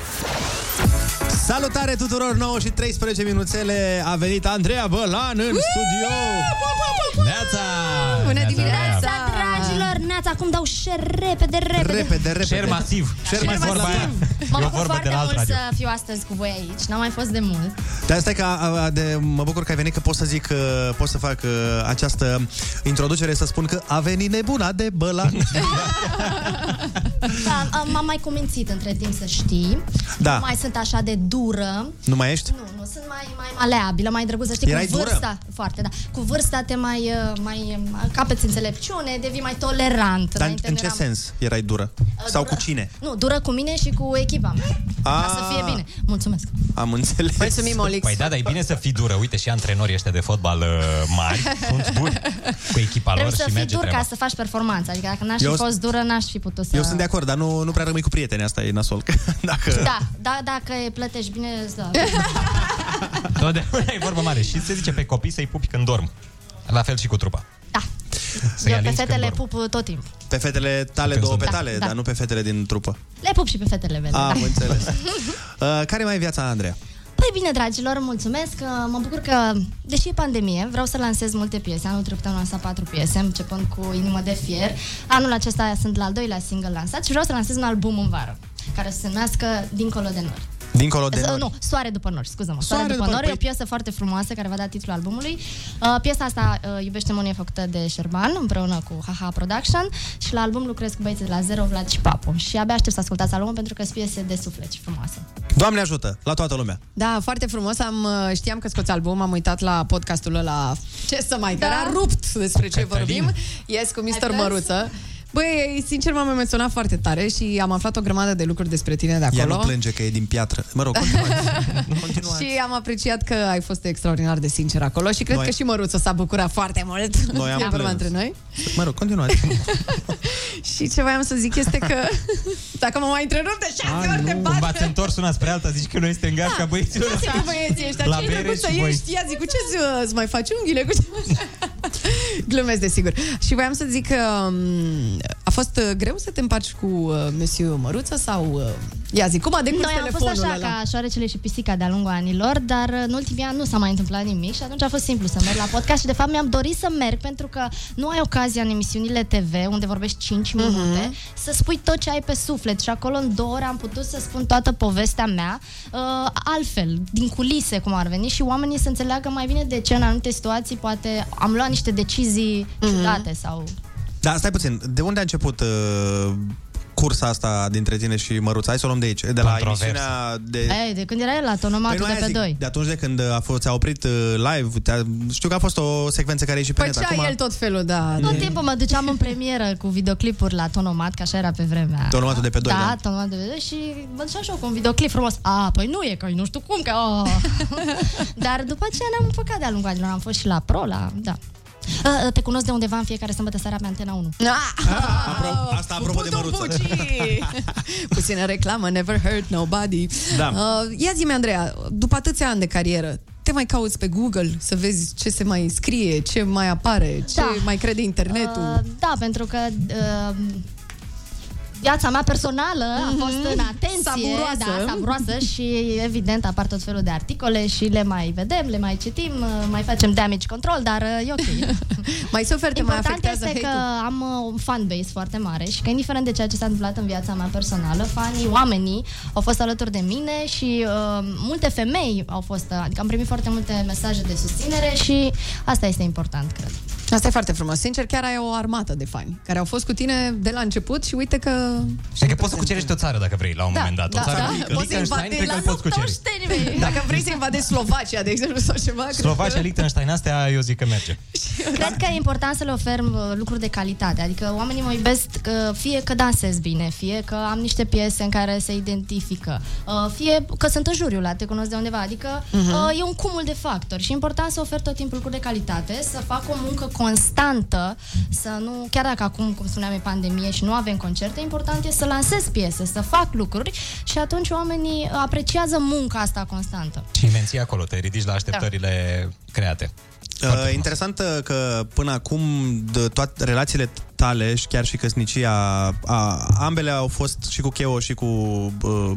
S7: Salutare tuturor, 9 și 13 minuțele A venit Andreea Bălan în studio Neața
S11: Bună dimineața!
S27: Neața, dragilor, neața, acum dau share repede, repede.
S7: Repede, repede
S8: Share masiv
S7: Share masiv.
S8: Vorba aia.
S27: Mă
S7: E
S27: bucur
S7: o vorbă
S27: foarte
S7: de la alt
S27: mult
S7: radio.
S27: să fiu astăzi cu voi aici. N-am mai fost de mult.
S7: Dar stai că a, a, de, mă bucur că ai venit Că pot să zic, că pot să fac uh, această introducere Să spun că a venit nebuna de Bălan
S27: Da, am- m-am mai cumințit între timp, să știi.
S7: Da.
S27: Nu mai sunt așa de dură.
S7: Nu mai ești?
S27: Nu, nu, sunt mai, mai maleabilă, mai drăguță, știi,
S7: Erai
S27: cu
S7: dură?
S27: vârsta, foarte, da. Cu vârsta te mai, uh, mai uh, capeți înțelepciune, devii mai tolerant.
S7: Dar în,
S27: Înainte
S7: în
S27: nu
S7: ce
S27: eram- Uh,
S7: sens erai dură? Sau cu cine?
S27: Nu, dură cu mine și cu echipa mea. Ca
S7: Ah.
S27: să fie bine. Mulțumesc.
S7: Am înțeles.
S11: Mulțumim, Olix.
S8: Păi da, dar e bine să fii dură. Uite, și antrenorii ăștia de fotbal uh, mari sunt buni cu echipa lor
S27: Trebuie să
S8: și
S27: fii
S8: merge
S27: dur
S8: treaba.
S27: ca să faci performanță. Adică dacă n-aș
S7: Eu
S27: fi
S7: s-
S27: fost dură, n-aș fi putut să...
S7: Eu sunt de acord, dar nu, nu prea rămâi cu prieteni, asta e nasol. că Dacă...
S27: Da, da, dacă îi plătești bine, îți dau.
S8: Totdeauna e vorba mare. Și se zice pe copii să-i pupi când dorm. La fel și cu trupa. Să-i
S27: Eu pe
S8: alingi
S27: fetele
S8: când
S27: pup tot timpul.
S7: Pe fetele tale, două
S27: sunt-
S7: petale,
S27: Da, da.
S7: dar nu pe fetele din trupă.
S27: Le pup și pe fetele mele. da.
S7: Ah, Am înțeles. Uh, care mai e viața, Andreea?
S27: Păi bine, dragilor, mulțumesc. că Mă bucur că, deși e pandemie, vreau să lansez multe piese. Anul trecut am lansat patru piese, începând cu Inimă de Fier. Anul acesta sunt la al doilea single lansat și vreau să lansez un album în vară, care să se numească Dincolo de Nori.
S7: Dincolo de
S27: Z-
S7: nori.
S27: Nu, Soare după nori, scuză-mă. Soare,
S7: Soare
S27: după,
S7: după-
S27: nori e o
S7: păi-
S27: piesă foarte frumoasă care va da titlul albumului. Uh, piesa asta, uh, Iubește Monie, e făcută de Șerban împreună cu Haha Production și la album lucrez cu băieții de la Zero, Vlad și Papu. Și abia aștept să ascultați albumul pentru că sunt piese de suflet și frumoase.
S7: Doamne ajută, la toată lumea.
S11: Da, foarte frumos. Am, uh, știam că scoți album, am uitat la podcastul ăla Ce să mai, da. care a rupt despre ce
S28: Cătălin.
S11: vorbim. Yes, cu Mr.
S28: plâns?
S11: Măruță. Băi, sincer, m-am emoționat foarte tare și am aflat o grămadă de lucruri despre tine de
S7: Ea
S11: acolo.
S7: nu plânge că e din piatră. Mă rog,
S11: și am apreciat că ai fost extraordinar de sincer acolo și cred
S7: Noi-
S11: că și Măruță s-a bucurat foarte mult.
S7: Noi am
S11: E vorba
S7: plâns.
S11: între noi.
S7: mă rog, continuați.
S11: Și ce voiam să zic este că... dacă mă mai întrerup deci- de șase ori de
S8: Când
S11: bate...
S8: v-ați întors una spre alta, zici că noi suntem
S27: Ah.
S8: gașca băieților.
S11: Lasă-i pe băieții ăștia,
S8: La
S11: ce
S8: bere
S11: drăguț
S8: și
S11: să
S8: voi.
S11: ești? Ia zic, cu ce zi- îți mai faci unghiile? Cu ce... Glumesc, desigur. Și voiam să zic că um, a fost uh, greu să te împaci cu uh, Monsieur Măruță sau... uh, Ia zic, cum a decurs
S27: Noi am fost
S11: telefonul
S27: așa
S11: ăla?
S27: ca șoarecele și pisica de-a lungul anilor, dar în ultimii ani nu s-a mai întâmplat nimic și atunci a fost simplu să merg la podcast și de fapt mi-am dorit să merg pentru că nu ai ocazia în emisiunile TV, unde vorbești 5
S7: Mhm.
S27: minute, să spui tot ce ai pe suflet și acolo în două ore am putut să spun toată povestea mea uh, altfel, din culise cum ar veni și oamenii să înțeleagă mai bine de ce în anumite situații poate am luat niște decizii
S7: Mhm.
S27: ciudate sau...
S7: Dar stai puțin, de unde a început uh, cursa asta dintre tine și Măruța? Hai să o luăm de aici, de la
S8: Controversă.
S7: emisiunea de...
S27: Ei, de când era el la tonomatul
S7: Păi nu,
S27: de
S7: aia
S27: pe
S7: zic,
S27: 2.
S7: De atunci de când a fost, ți-a oprit uh, live, te-a, știu că a fost o secvență care a ieșit pe
S11: Păi
S7: net
S11: cea
S7: acum.
S11: el tot felul, da.
S27: Tot timpul mă duceam în premieră cu videoclipuri la Tonomat, că așa era pe vremea.
S7: Tonomatul de pe doi,
S27: da,
S7: da.
S27: Tonomatul de pe doi și mă duceam și eu cu un videoclip frumos. A, păi nu e, că nu știu cum, că... Oh. Dar după aceea ne-am împăcat de-a lungul anilor. Am fost și la Pro, la... Da. A, a, Te cunosc de undeva în fiecare sâmbătă seara pe Antena 1.
S11: Ah,
S7: Apro- asta apropo de Măruță.
S11: Puțină reclamă, never hurt nobody.
S7: Da.
S11: Uh, ia zi-mi, Andreea, după atâția ani de carieră, te mai cauți pe Google să vezi ce se mai scrie, ce mai apare, ce
S27: Da.
S11: mai crede internetul?
S27: Uh, da, pentru că uh, viața mea personală
S11: Mhm.
S27: a fost în atenție,
S11: Savuroasă.
S27: da, savuroasă și evident apar tot felul de articole și le mai vedem, le mai citim, uh, mai facem damage control, dar uh, e ok.
S11: mai suferi, te mai
S27: Important
S11: afectează
S27: este că
S11: hate-ul.
S27: am uh, un fanbase foarte mare și că indiferent de ceea ce s-a întâmplat în viața mea personală, fanii, oamenii au fost alături de mine și uh, multe femei au fost, uh, adică am primit foarte multe mesaje de susținere și asta este important, cred.
S11: Asta e foarte frumos. Sincer, chiar ai o armată de fani care au fost cu tine de la început și uite că...
S8: Și că poți să cucerești o țară dacă vrei la un
S11: da,
S8: moment dat.
S11: da,
S8: o țară
S11: da,
S8: mică.
S11: poți să
S8: Liechtenstein,
S11: invadi
S8: cred că
S11: la
S8: îl poți cuceri.
S27: Păi,
S11: Anyway, Dacă vrei să invadezi Slovacia, de exemplu, sau ceva... cred
S8: Slovacia,
S11: că-
S8: Liechtenstein, astea eu zic că merge.
S27: Cred că e important să le ofer uh, lucruri de calitate. Adică oamenii mă iubesc uh, fie că dansez bine, fie că am niște piese în care se identifică, uh, fie că sunt în juriul la Te cunosc de undeva. Adică
S11: Mhm.
S27: uh, e un cumul de factori și e important să ofer tot timpul lucruri de calitate, să fac o muncă constantă, să nu, chiar dacă acum, cum spuneam, e pandemie și nu avem concerte, important e să lansez piese, să fac lucruri și atunci oamenii uh, apreciază munca asta constantă.
S8: Și menții acolo, te ridici la așteptările create.
S7: Uh, interesant uh, că până acum de toate relațiile tale și chiar și căsnicia, a, ambele au fost și cu Cheo și cu uh,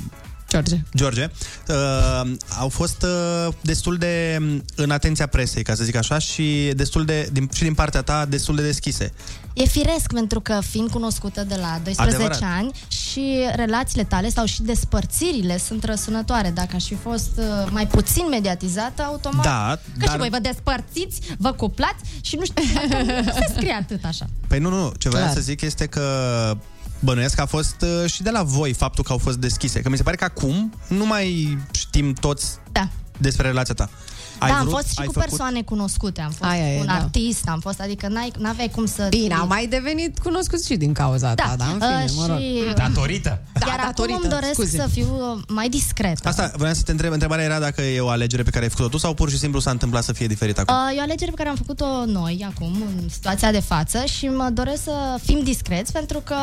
S11: George.
S7: George, uh, au fost uh, destul de um, în atenția presei, ca să zic așa, și destul de din, și din partea ta destul de deschise.
S27: E firesc pentru că fiind cunoscută de la 12
S7: Adevărat.
S27: ani și relațiile tale sau și despărțirile sunt răsunătoare. Dacă aș fi fost uh, mai puțin mediatizată, automat...
S7: Da,
S27: că
S7: dar-
S27: și voi vă despărțiți, vă cuplați și nu știu dacă se scrie atât așa.
S7: Păi nu, nu, nu, ce vreau
S27: Clar.
S7: să zic este că bănuiesc că a fost uh, și de la voi faptul că au fost deschise, că mi se pare că acum nu mai știm toți
S27: da.
S7: despre relația ta.
S27: da, am fost și cu persoane cunoscute, am fost
S11: Aia e,
S27: un
S11: da.
S27: artist, am fost, adică n-ai, n-aveai cum să...
S11: Bine, am mai devenit cunoscut și din cauza ta,
S27: Da,
S11: da, în fine,
S27: uh,
S11: mă rog.
S27: și-
S8: Datorită.
S11: Da,
S27: Iar
S11: datorită,
S27: acum îmi doresc
S11: scuze.
S27: să fiu uh, mai discretă.
S7: Asta vreau să te întreb, întrebarea era dacă e o alegere pe care ai făcut-o tu sau pur și simplu s-a întâmplat să fie diferit acum.
S27: Uh, E o alegere pe care am făcut-o noi acum, în situația de față și mă doresc să fim discreți pentru că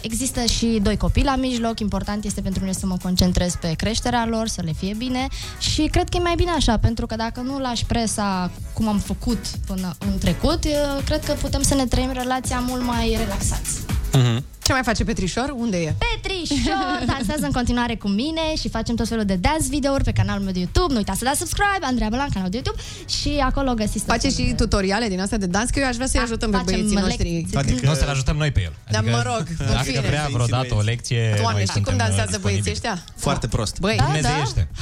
S27: există și doi copii la mijloc, important este pentru mine să mă concentrez pe creșterea lor, să le fie bine și cred că e mai bine așa, pentru că dacă nu lași presa cum am făcut până în trecut, eu cred că putem să ne trăim relația mult mai relaxați.
S11: Ce mai face Petrișor? Unde e?
S27: Petrișor dansează în continuare cu mine și facem tot felul de dance videouri pe canalul meu de YouTube. Nu uitați să dați subscribe, Andreea Bălan, canalul de YouTube și acolo găsiți
S11: Face și tutoriale din astea de dans, că eu aș vrea să-i ajutăm pe
S27: Da, facem
S11: băieții noștri.
S27: lecții.
S8: Adică... Nu o să-l ajutăm noi pe el.
S11: Dar
S8: Adică,
S11: mă rog, în
S8: Dacă
S11: fine.
S8: vrea vreodată o lecție,
S11: Doamne,
S8: noi
S11: știi cum
S8: suntem,
S11: dansează
S8: uh,
S11: băieții
S8: disponibili.
S11: ăștia?
S7: Foarte prost.
S11: Băi,
S27: Da, da.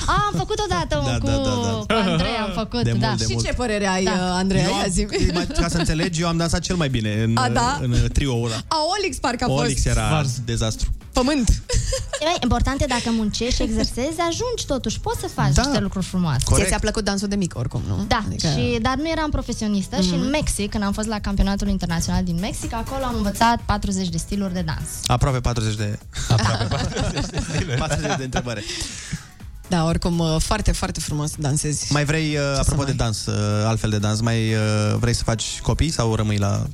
S27: A, am făcut odată un
S7: Da,
S27: cu,
S7: da, da, da.
S27: cu Andrei, am făcut,
S7: De
S27: da.
S7: mult, de
S11: Și
S7: mult.
S11: ce părere ai,
S27: Da.
S11: uh, Andreea?
S7: Eu
S11: Ia
S7: am-
S11: zi
S7: Mai- Ca să înțelegi, eu am dansat cel mai bine în,
S11: A, da?
S7: în trio ăla.
S11: Aolix parcă a fost.
S7: Olix era dezastru.
S11: Pământ.
S27: E mai important e dacă muncești și exersezi, ajungi totuși, poți să faci da. niște lucruri frumoase.
S11: Corect. Ți-a plăcut dansul de mic oricum, nu?
S27: Da, adică... și, dar nu eram profesionistă mm-hmm. și
S11: Mhm.
S27: în Mexic, când am fost la campionatul internațional din Mexic, acolo am învățat 40 de stiluri de dans.
S7: Aproape 40 de... Aproape 40 de stile. 40 de întrebare.
S11: Da, oricum, uh, foarte, foarte frumos da. dansezi.
S7: Mai vrei, uh, apropo de dans, uh, altfel de dans, mai uh, vrei să faci copii sau rămâi la...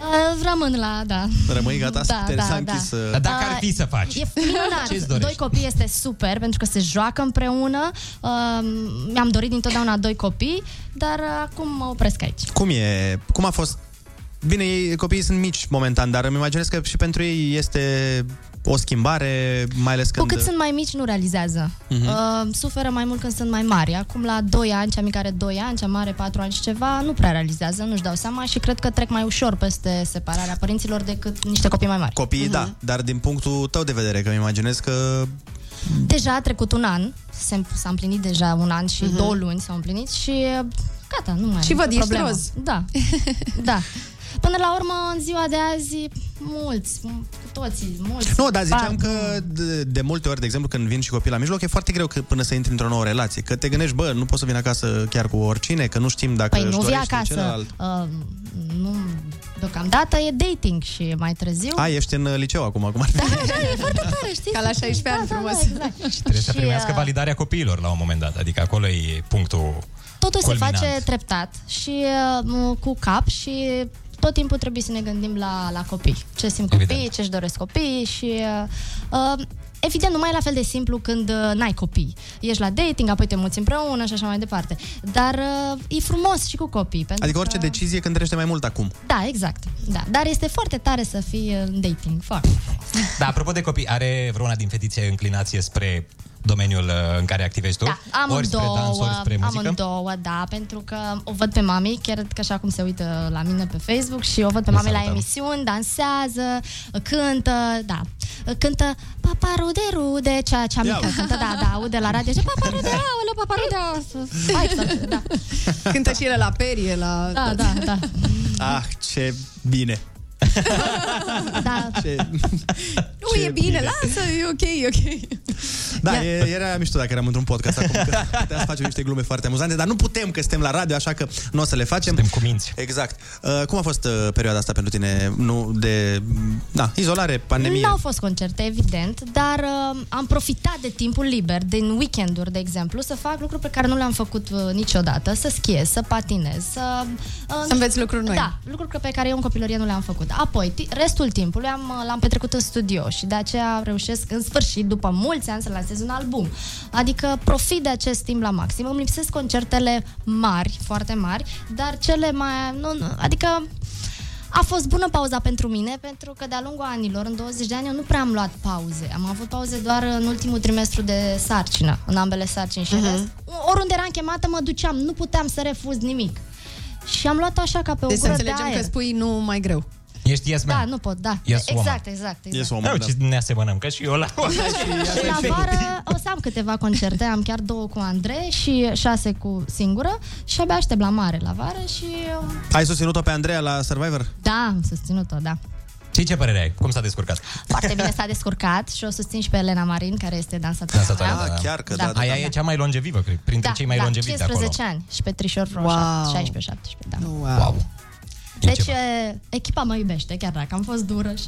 S27: Uh, Rămân la, da.
S7: Rămâi gata? Te- s-a
S11: da.
S7: închis, uh, Dar dacă ar fi să faci,
S27: E
S7: ce-ți
S27: minunat.
S7: dorești?
S27: Doi copii este super pentru că se joacă împreună. Uh, mi-am dorit dintotdeauna doi copii, dar uh, acum mă opresc aici.
S7: Cum e? Cum a fost? Bine, ei, copiii sunt mici momentan, dar îmi imaginez că și pentru ei este o schimbare, mai ales
S27: Cu
S7: când...
S27: cât sunt mai mici, nu realizează.
S7: Da. Mhm.
S27: Uh, suferă mai mult când sunt mai mari. Acum, la 2 ani, cea mică are 2 ani, cea mare 4 ani și ceva, nu prea realizează, nu-și dau seama și cred că trec mai ușor peste separarea părinților decât niște copii mai mari.
S7: Copiii, da, dar din punctul tău de vedere, că îmi imaginez că
S27: Deja a trecut un an, se, s-a împlinit deja un an
S7: Mhm.
S27: și două luni s-au împlinit și uh, gata, nu mai
S11: Și
S27: e
S11: văd,
S27: nicio
S11: ești
S27: problemă.
S11: roz.
S27: Da, da. Până la urmă, în ziua de azi, mulți, m- cu toții, mulți.
S7: Nu, dar
S27: par-
S7: ziceam că de, de multe ori, de exemplu, când vin și copii la mijloc, e foarte greu că, până să intri într-o nouă relație. Că te gândești, bă, nu poți să vin acasă chiar cu oricine, că nu știm dacă
S27: Păi
S7: își
S27: nu vii
S7: dorește
S27: acasă.
S7: celălalt.
S27: Uh, nu, deocamdată e dating și e mai târziu.
S7: A, ești în uh, liceu acum, acum ar fi.
S27: Da, e foarte tare, știi? Da,
S11: Ca la 16 ani, frumos.
S8: Trebuie să
S27: Și,
S8: primească
S27: uh,
S8: validarea copiilor la un moment dat. Adică acolo e punctul
S27: Totul
S8: culminant.
S27: se face treptat și uh, cu cap și tot timpul trebuie să ne gândim la, la copii. Ce simt copiii, ce-și doresc copiii și... Uh, uh, Evident, nu mai e la fel de simplu când uh, n-ai copii. Ești la dating, apoi te muți împreună și așa mai departe. Dar uh, e frumos și cu copii. Pentru
S7: Adică orice
S27: că...
S7: decizie când trăiește mai mult acum.
S27: Da, exact. Da. Dar este foarte tare să fii în dating. Foarte.
S8: Da, apropo de copii, are vreuna din fetițe înclinație spre domeniul uh, în care activezi tu? Da, ori spre dans, ori spre muzică?
S27: amândouă, da, pentru că o văd pe mami, chiar că și acum se uită la mine pe Facebook și o văd pe
S8: Ne
S27: mami la
S8: salutăm.
S27: emisiuni, dansează, cântă, da, cântă papa rude rude, cea, cea mică
S11: Ia uite.
S27: cântă, da, da, aude la radio, ce papa rude, aoleu, papa rude, a- hai să...
S7: Da.
S11: Cântă și ele la perie, la...
S27: Da, da, da.
S7: Ah, ce bine.
S11: Da.
S7: Ce...
S11: Nu, e bine, lasă, e ok, e ok.
S7: Da, e, era mișto dacă eram într-un podcast acum, că puteam să facem niște glume foarte amuzante, dar nu putem, că suntem la radio, așa că nu o să le facem. Suntem
S29: cu minți.
S7: Exact. Uh, cum a fost uh, perioada asta pentru tine? Nu de... Da, izolare, pandemie.
S27: Nu au fost concerte, evident, dar uh, am profitat de timpul liber, din weekenduri, de exemplu, să fac lucruri pe care nu le-am făcut uh, niciodată, să schiez, să patinez, să... Uh,
S11: Să înveți lucruri noi.
S27: Da, lucruri pe care eu în copilărie nu le-am făcut. Apoi, ti- restul timpului am, uh, l-am petrecut în studio și de aceea reușesc în sfârșit, după mulți ani, să lansez un album. Adică profit de acest timp la maxim. Îmi lipsesc concertele mari, foarte mari, dar cele mai... Nu, nu, adică a fost bună pauza pentru mine, pentru că de-a lungul anilor, în 20 de ani, eu nu prea am luat pauze. Am avut pauze doar în ultimul trimestru de sarcină, în ambele sarcini
S11: Mhm.
S27: și în rest. Oriunde eram chemată, mă duceam, nu puteam să refuz nimic. Și am luat așa ca pe o
S11: Deci să
S27: gură de
S11: înțelegem
S27: aer.
S11: că spui nu mai greu.
S8: Ești yes
S27: Da,
S8: man.
S27: nu pot, da.
S8: Yes, woman.
S27: exact, exact, exact. Da,
S8: Yes, woman, da. uite, ne asemănăm, că și eu la...
S27: și la vară o să am câteva concerte, am chiar două cu Andrei și șase cu singură și abia aștept la mare la vară și... um,
S7: Ai susținut-o pe Andreea la Survivor?
S27: Da, am susținut-o, da.
S8: Și ce părere ai? Cum s-a descurcat?
S27: Foarte bine s-a descurcat și o susțin și pe Elena Marin, care este dansatoarea
S8: Dansatoare,
S27: mea.
S8: da.
S7: chiar că
S27: da, da,
S8: Aia
S27: da.
S8: e cea mai longevivă, cred, printre cei mai
S27: da,
S8: longevivi de acolo.
S27: 15 ani și Petrișor Roșu,
S8: Wow.
S27: 16-17, da.
S11: Wow.
S27: Deci e, echipa mă iubește, chiar dacă am fost dură și...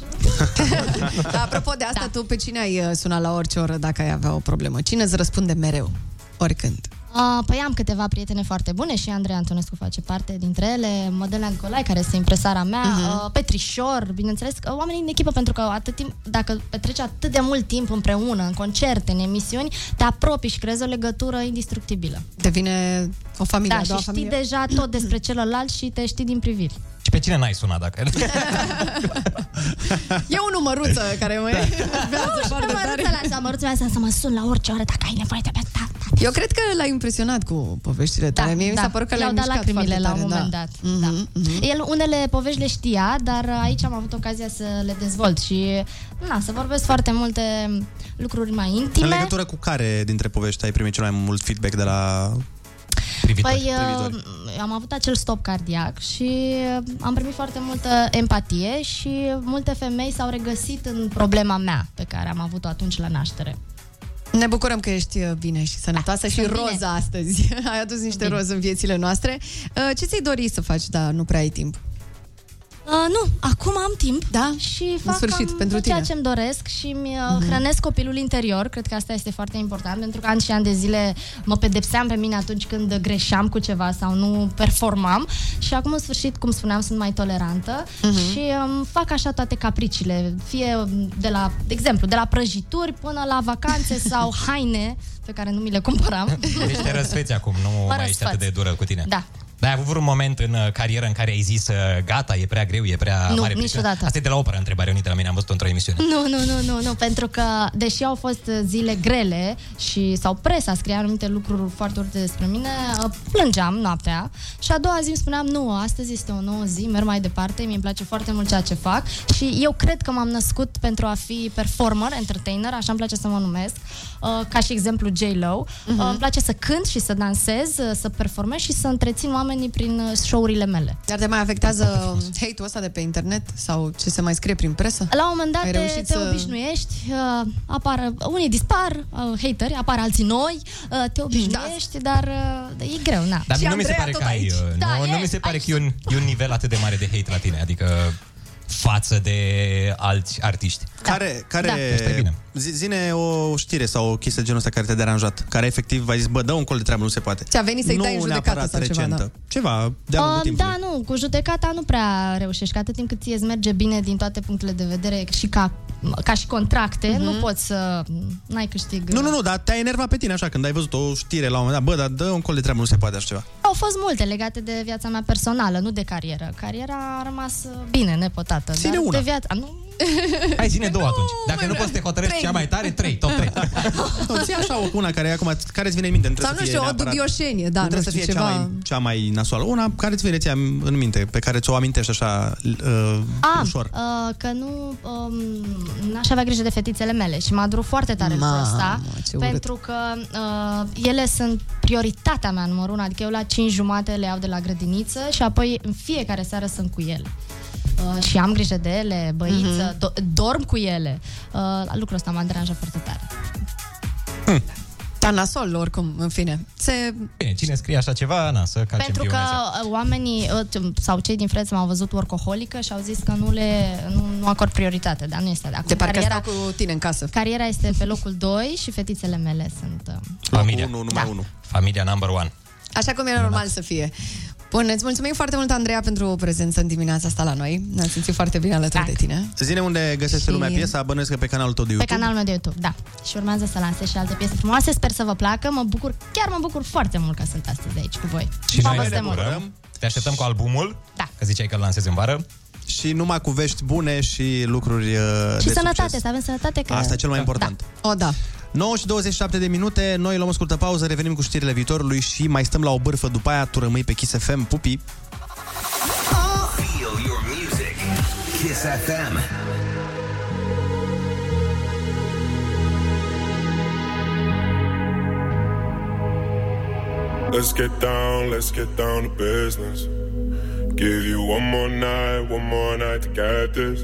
S11: Dar apropo de
S27: Da.
S11: asta, tu pe cine ai uh, sunat la orice oră dacă ai avea o problemă? Cine îți răspunde mereu? Oricând.
S27: Uh, păi am câteva prietene foarte bune și Andrei Antonescu face parte dintre ele, Mădălina Nicolai, care este impresara mea,
S11: Mhm.
S27: uh-huh. uh, Petrișor, bineînțeles, că oamenii în echipă, pentru că atât timp, dacă petreci atât de mult timp împreună, în concerte, în emisiuni, te apropii și creezi o legătură indestructibilă.
S11: Devine o familie,
S27: da,
S11: a
S27: și
S11: doua
S27: știi
S11: familie.
S27: deja tot despre celălalt și te știi din priviri.
S8: Și pe cine n-ai sunat dacă...
S11: E o număruță care
S7: Da.
S11: mă e...
S27: Nu, și pe măruța la așa, măruța mea să mă sun la orice oră dacă ai nevoie de pe ta.
S11: Eu cred că l-ai impresionat cu poveștile tale. Mie mi
S27: da.
S11: s-a părut că
S27: I-au
S11: le-ai
S27: dat
S11: mișcat
S27: lacrimile
S11: foarte
S27: la un
S11: tare,
S27: moment
S11: da.
S27: dat. Da. El unele povești le știa, dar aici am avut ocazia să le dezvolt și na, să vorbesc foarte multe lucruri mai
S7: În
S27: intime.
S7: legătură cu care dintre povești ai primit cel mai mult feedback de la...
S27: Păi uh, am avut acel stop cardiac și uh, am primit foarte multă empatie și multe femei s-au regăsit în problema mea pe care am avut-o atunci la naștere.
S11: Ne bucurăm că ești uh, bine și sănătoasă și
S27: sunt bine.
S11: roza astăzi. Ai adus niște
S27: bine.
S11: roz în viețile noastre. Uh, Ce ți-ai dori să faci, dar nu prea ai timp?
S27: Uh, nu, acum am timp da? și fac
S11: sfârșit,
S27: cam
S11: pentru
S27: tot ceea
S11: tine.
S27: ce îmi doresc și îmi
S11: Mhm.
S27: mm hrănesc copilul interior, cred că asta este foarte important, pentru că ani și ani de zile mă pedepseam pe mine atunci când greșeam cu ceva sau nu performam și acum în sfârșit, cum spuneam, sunt mai tolerantă
S11: Mhm.
S27: și um, fac așa toate capricile, fie um, de la, de exemplu, de la prăjituri până la vacanțe sau haine pe care nu mi le cumpăram.
S8: Deci te răsfeți acum, nu mai ești
S27: răsfăț.
S8: atât de dură cu tine.
S27: Da.
S8: Dar ai avut vreun moment în uh, carieră în care ai zis uh, gata, e prea greu, e prea
S27: Nu,
S8: mare presiune?
S27: niciodată.
S8: Asta e de la opera întrebare, unii de la mine, am văzut într-o emisiune.
S27: Nu, nu, nu, nu, nu, pentru că deși au fost uh, zile grele și sau presa scria anumite lucruri foarte urâte despre mine, uh, plângeam noaptea și a doua zi îmi spuneam, nu, astăzi este o nouă zi, merg mai departe, mi-e place foarte mult ceea ce fac și eu cred că m-am născut pentru a fi performer, entertainer, așa îmi place să mă numesc, uh, ca și exemplu J-Lo. Uh,
S11: Mhm.
S27: Îmi place să cânt și să dansez, uh, să performez și să întrețin oamenii prin uh, show-urile mele.
S11: Dar te mai afectează um, hate-ul ăsta de pe internet sau ce se mai scrie prin presă?
S27: La un moment dat
S11: Ai
S27: te,
S11: reușit
S27: te
S11: să-
S27: obișnuiești, uh, apar, unii dispar, uh, hateri, apar alții noi, uh,
S11: Da.
S27: te obișnuiești, dar uh, e greu, na.
S8: Dar nu mi se pare că ai, uh,
S27: Da,
S8: nu, nu
S27: e,
S8: mi se pare că e un, e un nivel atât de mare de hate la tine, adică față de alți artiști.
S7: Care,
S11: Da.
S7: care...
S8: Deci stai bine.
S7: Zi- Zine o știre sau o chestie genul ăsta care te-a deranjat, care efectiv ai zis, bă, dă un col de treabă, nu se poate.
S11: Ți-a venit să-i
S7: nu
S11: dai în judecată
S7: neapărat
S11: sau ceva,
S7: recentă.
S11: da.
S7: Ceva de-a lungul
S27: Um,
S7: timpului.
S27: da, nu, cu judecata nu prea reușești, că atât timp cât ție îți merge bine din toate punctele de vedere și ca, ca și contracte,
S7: Mhm.
S27: nu poți să... n-ai câștig.
S7: Nu, nu, nu, dar te-a enervat pe tine așa când ai văzut o știre la un moment dat, bă, dar dă un col de treabă, nu se poate așa ceva.
S27: Au fost multe legate de viața mea personală, nu de carieră. Cariera a rămas uh, bine, nepotată.
S7: Ține
S27: dar
S7: una.
S27: De viața... Nu,
S8: Hai, zine două atunci. Dacă nu poți să te hotărăști
S7: Păi.
S11: Trei.
S8: cea mai tare, trei, top trei.
S16: Nu, ție așa o- una care acum care îți vine în minte, nu
S11: Sau
S16: trebuie să
S11: nu
S16: fie
S11: știu, o
S16: neapărat-
S11: dubioșenie, da,
S16: nu
S11: nu
S16: trebuie să fie
S11: știu, ceva...
S16: cea mai, cea mai nasoală. Una care îți vine ție în minte, pe care ți-o amintești așa uh,
S11: Ah.
S27: A,
S16: ușor.
S27: Uh, că nu um, n-aș avea grijă de fetițele mele și mă adru foarte tare
S11: Mamă,
S27: lucrul ăsta
S11: ce urât.
S27: pentru că uh, ele sunt prioritatea mea numărul unu, adică eu la 5 jumate le iau de la grădiniță și apoi în fiecare seară sunt cu ele. Uh, și am grijă de ele, băiță,
S11: Mhm.
S27: do- dorm cu ele. Uh, lucrul ăsta mă deranjat foarte tare.
S11: Dar Hm. nasol, oricum, în fine. Se...
S8: Bine, cine scrie așa ceva, Ana, să calcem
S27: Pentru că
S8: Dionezia.
S27: uh, oamenii uh, t- sau cei din Franța m-au văzut orcoholică și au zis că nu le nu, nu acord prioritate, dar nu este de acord.
S11: De parcă stau cu tine în casă.
S27: Cariera este pe locul 2 și fetițele mele sunt... Uh,
S8: Familia. Unu, numai
S11: Da.
S8: unu. Familia number one.
S11: Așa cum
S27: Da.
S11: e normal să fie. Bun, îți mulțumim foarte mult, Andreea, pentru prezență în dimineața asta la noi. Ne-am simțit foarte bine alături de tine.
S16: Zine unde găsește
S11: Și-
S16: lumea piesa, bănuiesc că pe canalul tău de
S27: pe
S16: YouTube.
S27: canalul meu de YouTube, da. Și urmează să lansez și alte piese frumoase. Sper să vă placă. Mă bucur, chiar mă bucur foarte mult că sunt astăzi aici cu voi.
S8: Și
S27: V-am
S8: noi
S27: văzut
S8: ne
S27: de mult.
S8: bucurăm. Te așteptăm cu albumul.
S27: Da.
S8: Că ziceai că îl lansezi în vară.
S16: Și numai cu vești bune și lucruri uh,
S27: Și
S16: de
S27: sănătate,
S16: succes.
S27: să avem sănătate. Că...
S16: Asta e cel mai important.
S11: O, da.
S16: 9 și 27 de minute, noi luăm o scurtă pauză, revenim cu știrile viitorului și mai stăm la o bârfă după aia, tu rămâi pe Kiss FM, pupii.
S5: Feel your music. Kiss FM.
S30: Let's get down, let's get down to business. Give you one more night, one more night to get this.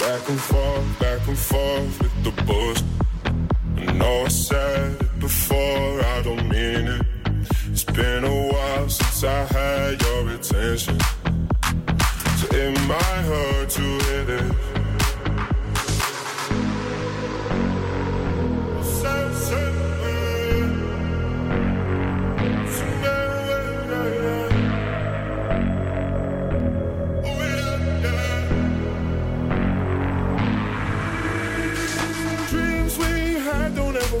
S30: Back and forth, back and forth with the bulls. I know I said it before, I don't mean it. It's been a while since I had your attention. So it might hurt to hit it. Dreams we had don't ever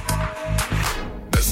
S30: Let's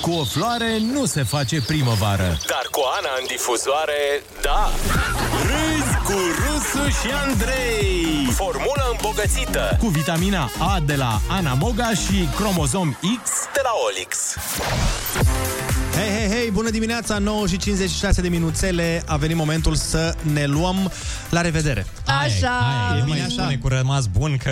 S23: Cu o floare nu se face primăvară.
S5: Dar cu Ana în difuzoare, da. Râzi cu Rusu și Andrei. Formula îmbogățită.
S23: Cu vitamina A de la Ana Moga și cromozom X
S5: De la Olix.
S16: Hei, hei, hei, bună dimineața, 9 și 56 de minuțele, a venit momentul să ne luăm la revedere.
S11: Așa.
S8: Aia, nu mai spune cu rămas bun că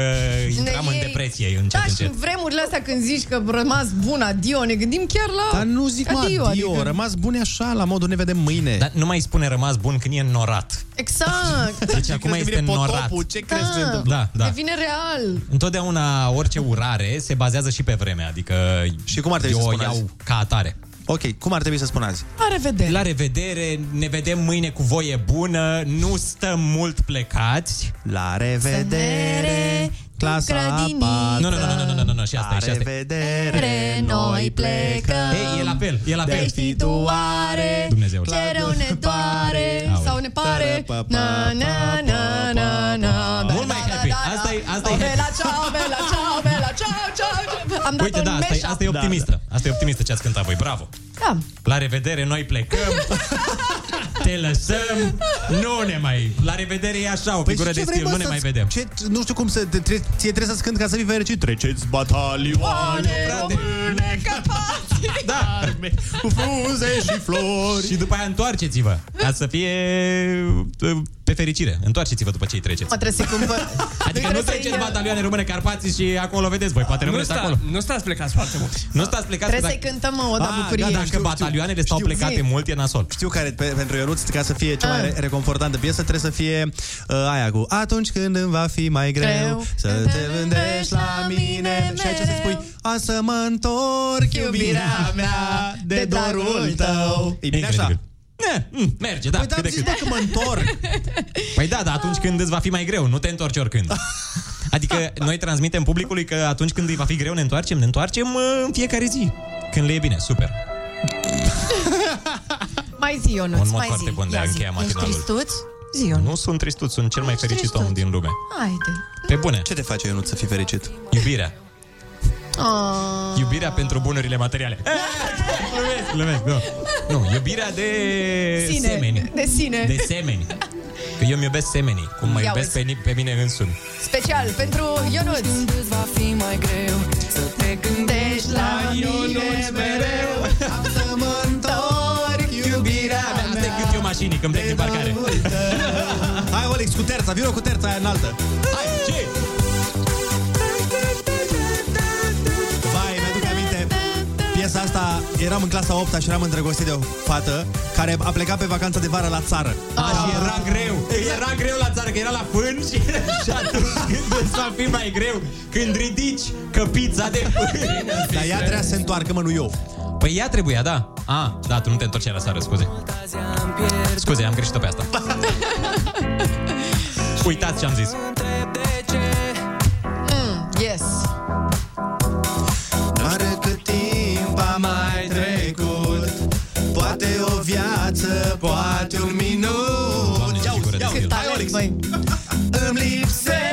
S8: intram
S11: Ne
S8: în
S11: iei.
S8: depresie încet,
S11: Da, și
S8: încet.
S11: în vremurile astea când zici că rămas bun, adio, ne gândim chiar la...
S16: Dar nu zic, mă,
S11: adio, adică-
S16: adio, rămas bune așa, la modul ne vedem mâine.
S8: Dar nu mai spune rămas bun când e norat.
S11: Exact.
S8: Deci
S16: crezi
S8: acum
S16: că
S8: este
S16: vine potopul?
S8: norat.
S16: Ce
S11: crezi că se întâmplă?
S8: Da, da.
S11: Devine real.
S8: Întotdeauna orice urare se bazează și pe vreme, adică și cum ar
S16: trebui
S8: eu
S16: să
S8: o
S16: spun azi?
S8: iau ca atare.
S16: Ok, cum ar trebui să spun azi?
S11: La revedere!
S8: La revedere, ne vedem mâine cu voie bună, nu stăm mult plecați.
S16: La revedere!
S7: Clasa
S11: grădiniță.
S7: a
S8: Nu, nu, nu, nu, nu, nu, nu, nu, și asta e, și
S7: La
S8: asta
S7: revedere, noi plecăm.
S8: Ei, e la fel, e la fel.
S11: Deci Restituare
S8: Dumnezeu.
S11: Ce rău ne doare Sau ne pare Na, na, na, na, na Mult mai happy
S8: Asta e, asta
S11: da, O
S8: e
S11: bela ciao, bela ciao, bela ciao, ciao ciao. Am dat
S8: Uite, da, asta e, asta e optimistă. Asta e optimistă ce ați cântat voi, bravo.
S11: Da.
S8: La revedere, noi plecăm. Te lăsăm. Nu ne mai... La revedere e
S16: Păi
S8: așa,
S7: Păi
S8: o figură de stil, nu ne mai vedem.
S7: Ce, nu știu cum să... Te, tre- ție trebuie să-ți cânt ca să fii fericit. Treceți batalioane,
S8: române,
S11: capați
S8: da.
S7: cu frunze și flori.
S8: Și după aia întoarceți-vă Ca să fie uh, pe fericire Întoarceți-vă după ce îi treceți
S11: Mă trebuie să-i cumpăr
S8: Adică nu treceți batalioane rămâne Carpații și acolo vedeți voi Poate
S10: Nu,
S8: rămâneți
S10: sta,
S8: acolo
S10: nu stați plecați foarte mult.
S8: Nu stați plecați
S11: Trebuie să-i cântăm o da
S8: Ah,
S11: bucuriei
S8: gata, Dacă batalioanele stau plecate mult, e nasol.
S7: Știu care pe, pentru Ionuț, ca să fie cea mai
S11: Ah.
S7: re- reconfortantă piesă, trebuie să fie uh, aia cu Atunci când îmi va fi mai greu,
S11: Greu.
S7: să te gândești la mine Și aici să spui A să mă întorc iubirea mea de dorul tău E bine așa?
S8: Ne, mm, merge, da.
S7: Păi
S8: cât
S7: da,
S8: de
S7: am zis
S8: cât.
S7: bă, că mă întorc
S8: Păi da, dar atunci când îți va fi mai greu, nu te întorci oricând. Adică noi transmitem publicului că atunci când îi va fi greu ne întoarcem, ne întoarcem uh, în fiecare zi. Când le e bine, super.
S11: Mai zi, Ionuț,
S8: Un mod
S11: mai
S8: foarte
S11: zi
S8: bun de a
S11: Ia zi.
S8: încheia
S11: Ești
S8: matinalul.
S11: tristuț? Zi, Ionuț
S8: Nu sunt tristut, sunt cel mai fericit om din lume.
S11: Haide
S8: Pe bune.
S7: Ce te face, Ionuț, să fii fericit?
S8: Iubirea.
S11: Oh.
S8: Iubirea pentru bunurile materiale. Glumesc, glumesc, nu. Nu, iubirea de
S11: Sine.
S8: semeni.
S11: De sine.
S8: De semeni. Că eu îmi iubesc semenii, cum mă
S11: Ia
S8: iubesc pe, ni- pe mine însumi.
S11: Special pentru Ionuț Când va fi mai greu Să te gândești la Ionuț mereu Am să mă întorc iubirea
S8: Asta e da. cât eu mașinii când plec din parcare.
S7: Hai, Olix, cu terța, vină cu terța aia înaltă
S8: Hai, ce?
S7: Vai, mi-aduc aminte Piesa asta, eram în clasa 8 și eram îndrăgostit de o fată Care a plecat pe vacanța de vară la țară
S8: A, și era greu. Era greu la țară, că era la fân și, și atunci când îți va fi mai greu, când ridici căpița de fân.
S7: Dar ea trebuia să se întoarcă, mă, nu eu
S8: Păi ea trebuia, da. A, da, tu nu te întorceai la țară, scuze. Scuze, am greșit-o pe asta. Uitați ce am zis.
S11: mm, Yes
S7: Oare cât timp a mai trecut Poate o viață, poate un minut Ia uzi, ia uzi.
S11: Cât
S7: Hai,
S11: talent,
S7: Olix.
S11: băi
S7: Îmi lipsești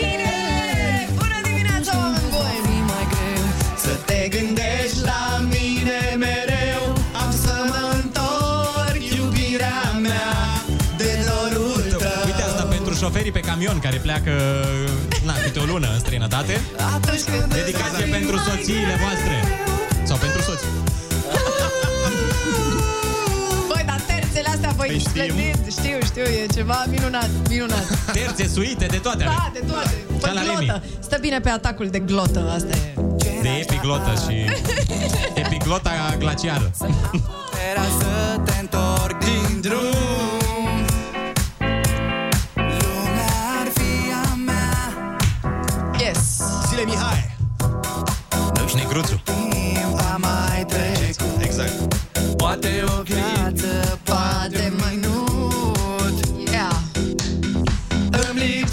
S11: Bine! Bună dimineața, oameni buni! mai greu
S7: Să te gândești la mine mereu Am să mă întorc iubirea mea De dorul tău
S8: Uite asta pentru șoferii pe camion care pleacă, na, câte o lună în străinătate.
S11: Atunci când
S8: Dedicație pentru soțiile voastre. Sau pentru soți.
S11: Băi, dar terțele astea,
S8: Păi
S11: băi, splendid Știu, știu, e ceva minunat, minunat
S8: Terțe, suite, de toate avem.
S11: Da, de toate
S8: Cea
S11: Pe
S8: la
S11: glotă
S8: Remi.
S11: Stă bine pe atacul de glotă, asta e
S8: De epiglotă și... Epiglota glaciară.
S1: Era să te întorc din drum Lumea ar fi a mea
S11: Yes
S7: Zile Mihai
S8: Și negruțu.
S1: Timp a mai trecut
S7: Exact
S1: Poate o viață, poate mai minut
S11: Yeah
S1: Îmi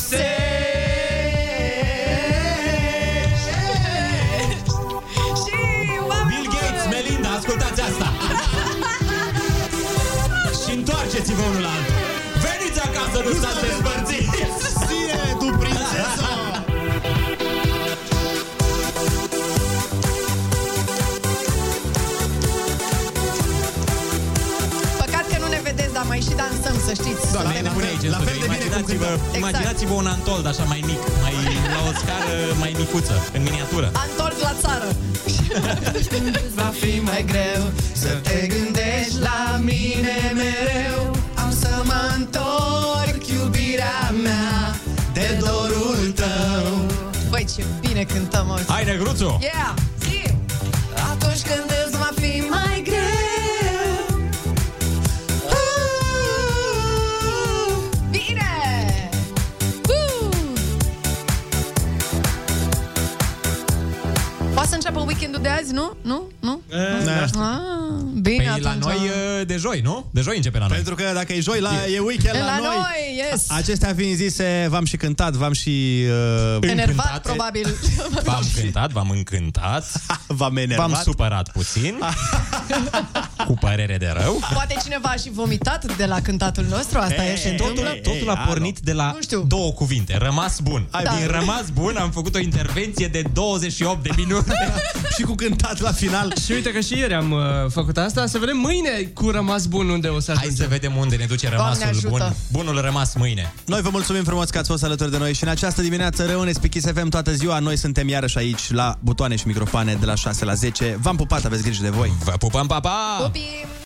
S1: lipsești
S8: Bill Gates, Melinda, ascultați asta! și întoarceți-vă unul la altul! Veniți acasă, nu stați despărțiți!
S7: Ție, tu prințesă!
S11: Păcat că nu ne vedeți, dar mai și dansăm, să știți
S8: Doamne,
S11: Suntem
S8: la
S11: acolo.
S8: fel, aici, la fel de imaginați-vă,
S11: Exact.
S8: imaginați-vă un antold așa mai mic, mai la o scară mai micuță, în miniatură.
S11: A întors la țară
S1: Va fi mai greu să te gândești la mine mereu Am să mă întorc iubirea mea de dorul tău
S11: Băi, ce bine cântăm azi.
S8: Hai, negruțu!
S11: Yeah! Zi! Atunci când îți va fi mai greu Ah! Uh, Bine! Uh! Poate să înceapă weekendul de azi, nu? Nu? Nu?
S8: da.
S11: Ah, bine
S8: Păi
S11: atunci. da.
S8: la noi e de joi, nu? De joi începe la noi.
S7: Pentru că dacă e joi, la, e weekend la,
S11: La noi, yes.
S7: Acestea fiind zise, v-am și cântat, v-am și... Uh,
S11: Enervat, probabil.
S8: V-am cântat, v-am încântat,
S7: v-am enervat.
S8: V-am supărat puțin, cu părere de rău.
S11: Poate cineva a și vomitat de la cântatul nostru, asta e și
S8: totul,
S11: întâmplă.
S8: totul a pornit de la două cuvinte. Rămas bun.
S11: Hai,
S8: Din
S11: bine.
S8: rămas bun am făcut o intervenție de 28 de minute.
S7: și cu cântat la final.
S31: Și uite că și ieri am uh, făcut asta. Să vedem mâine cu rămas bun unde o să ajungem. Hai să
S8: vedem unde ne duce rămasul bun. Bunul rămas mâine.
S7: Noi vă mulțumim frumos că ați fost alături de noi și în această dimineață rămâneți pe Kiss FM toată ziua. Noi suntem iarăși aici la butoane și microfoane de la 6 la 10. V-am pupat, aveți grijă de voi.
S8: Vă pupăm, pa, pa!
S11: Copii!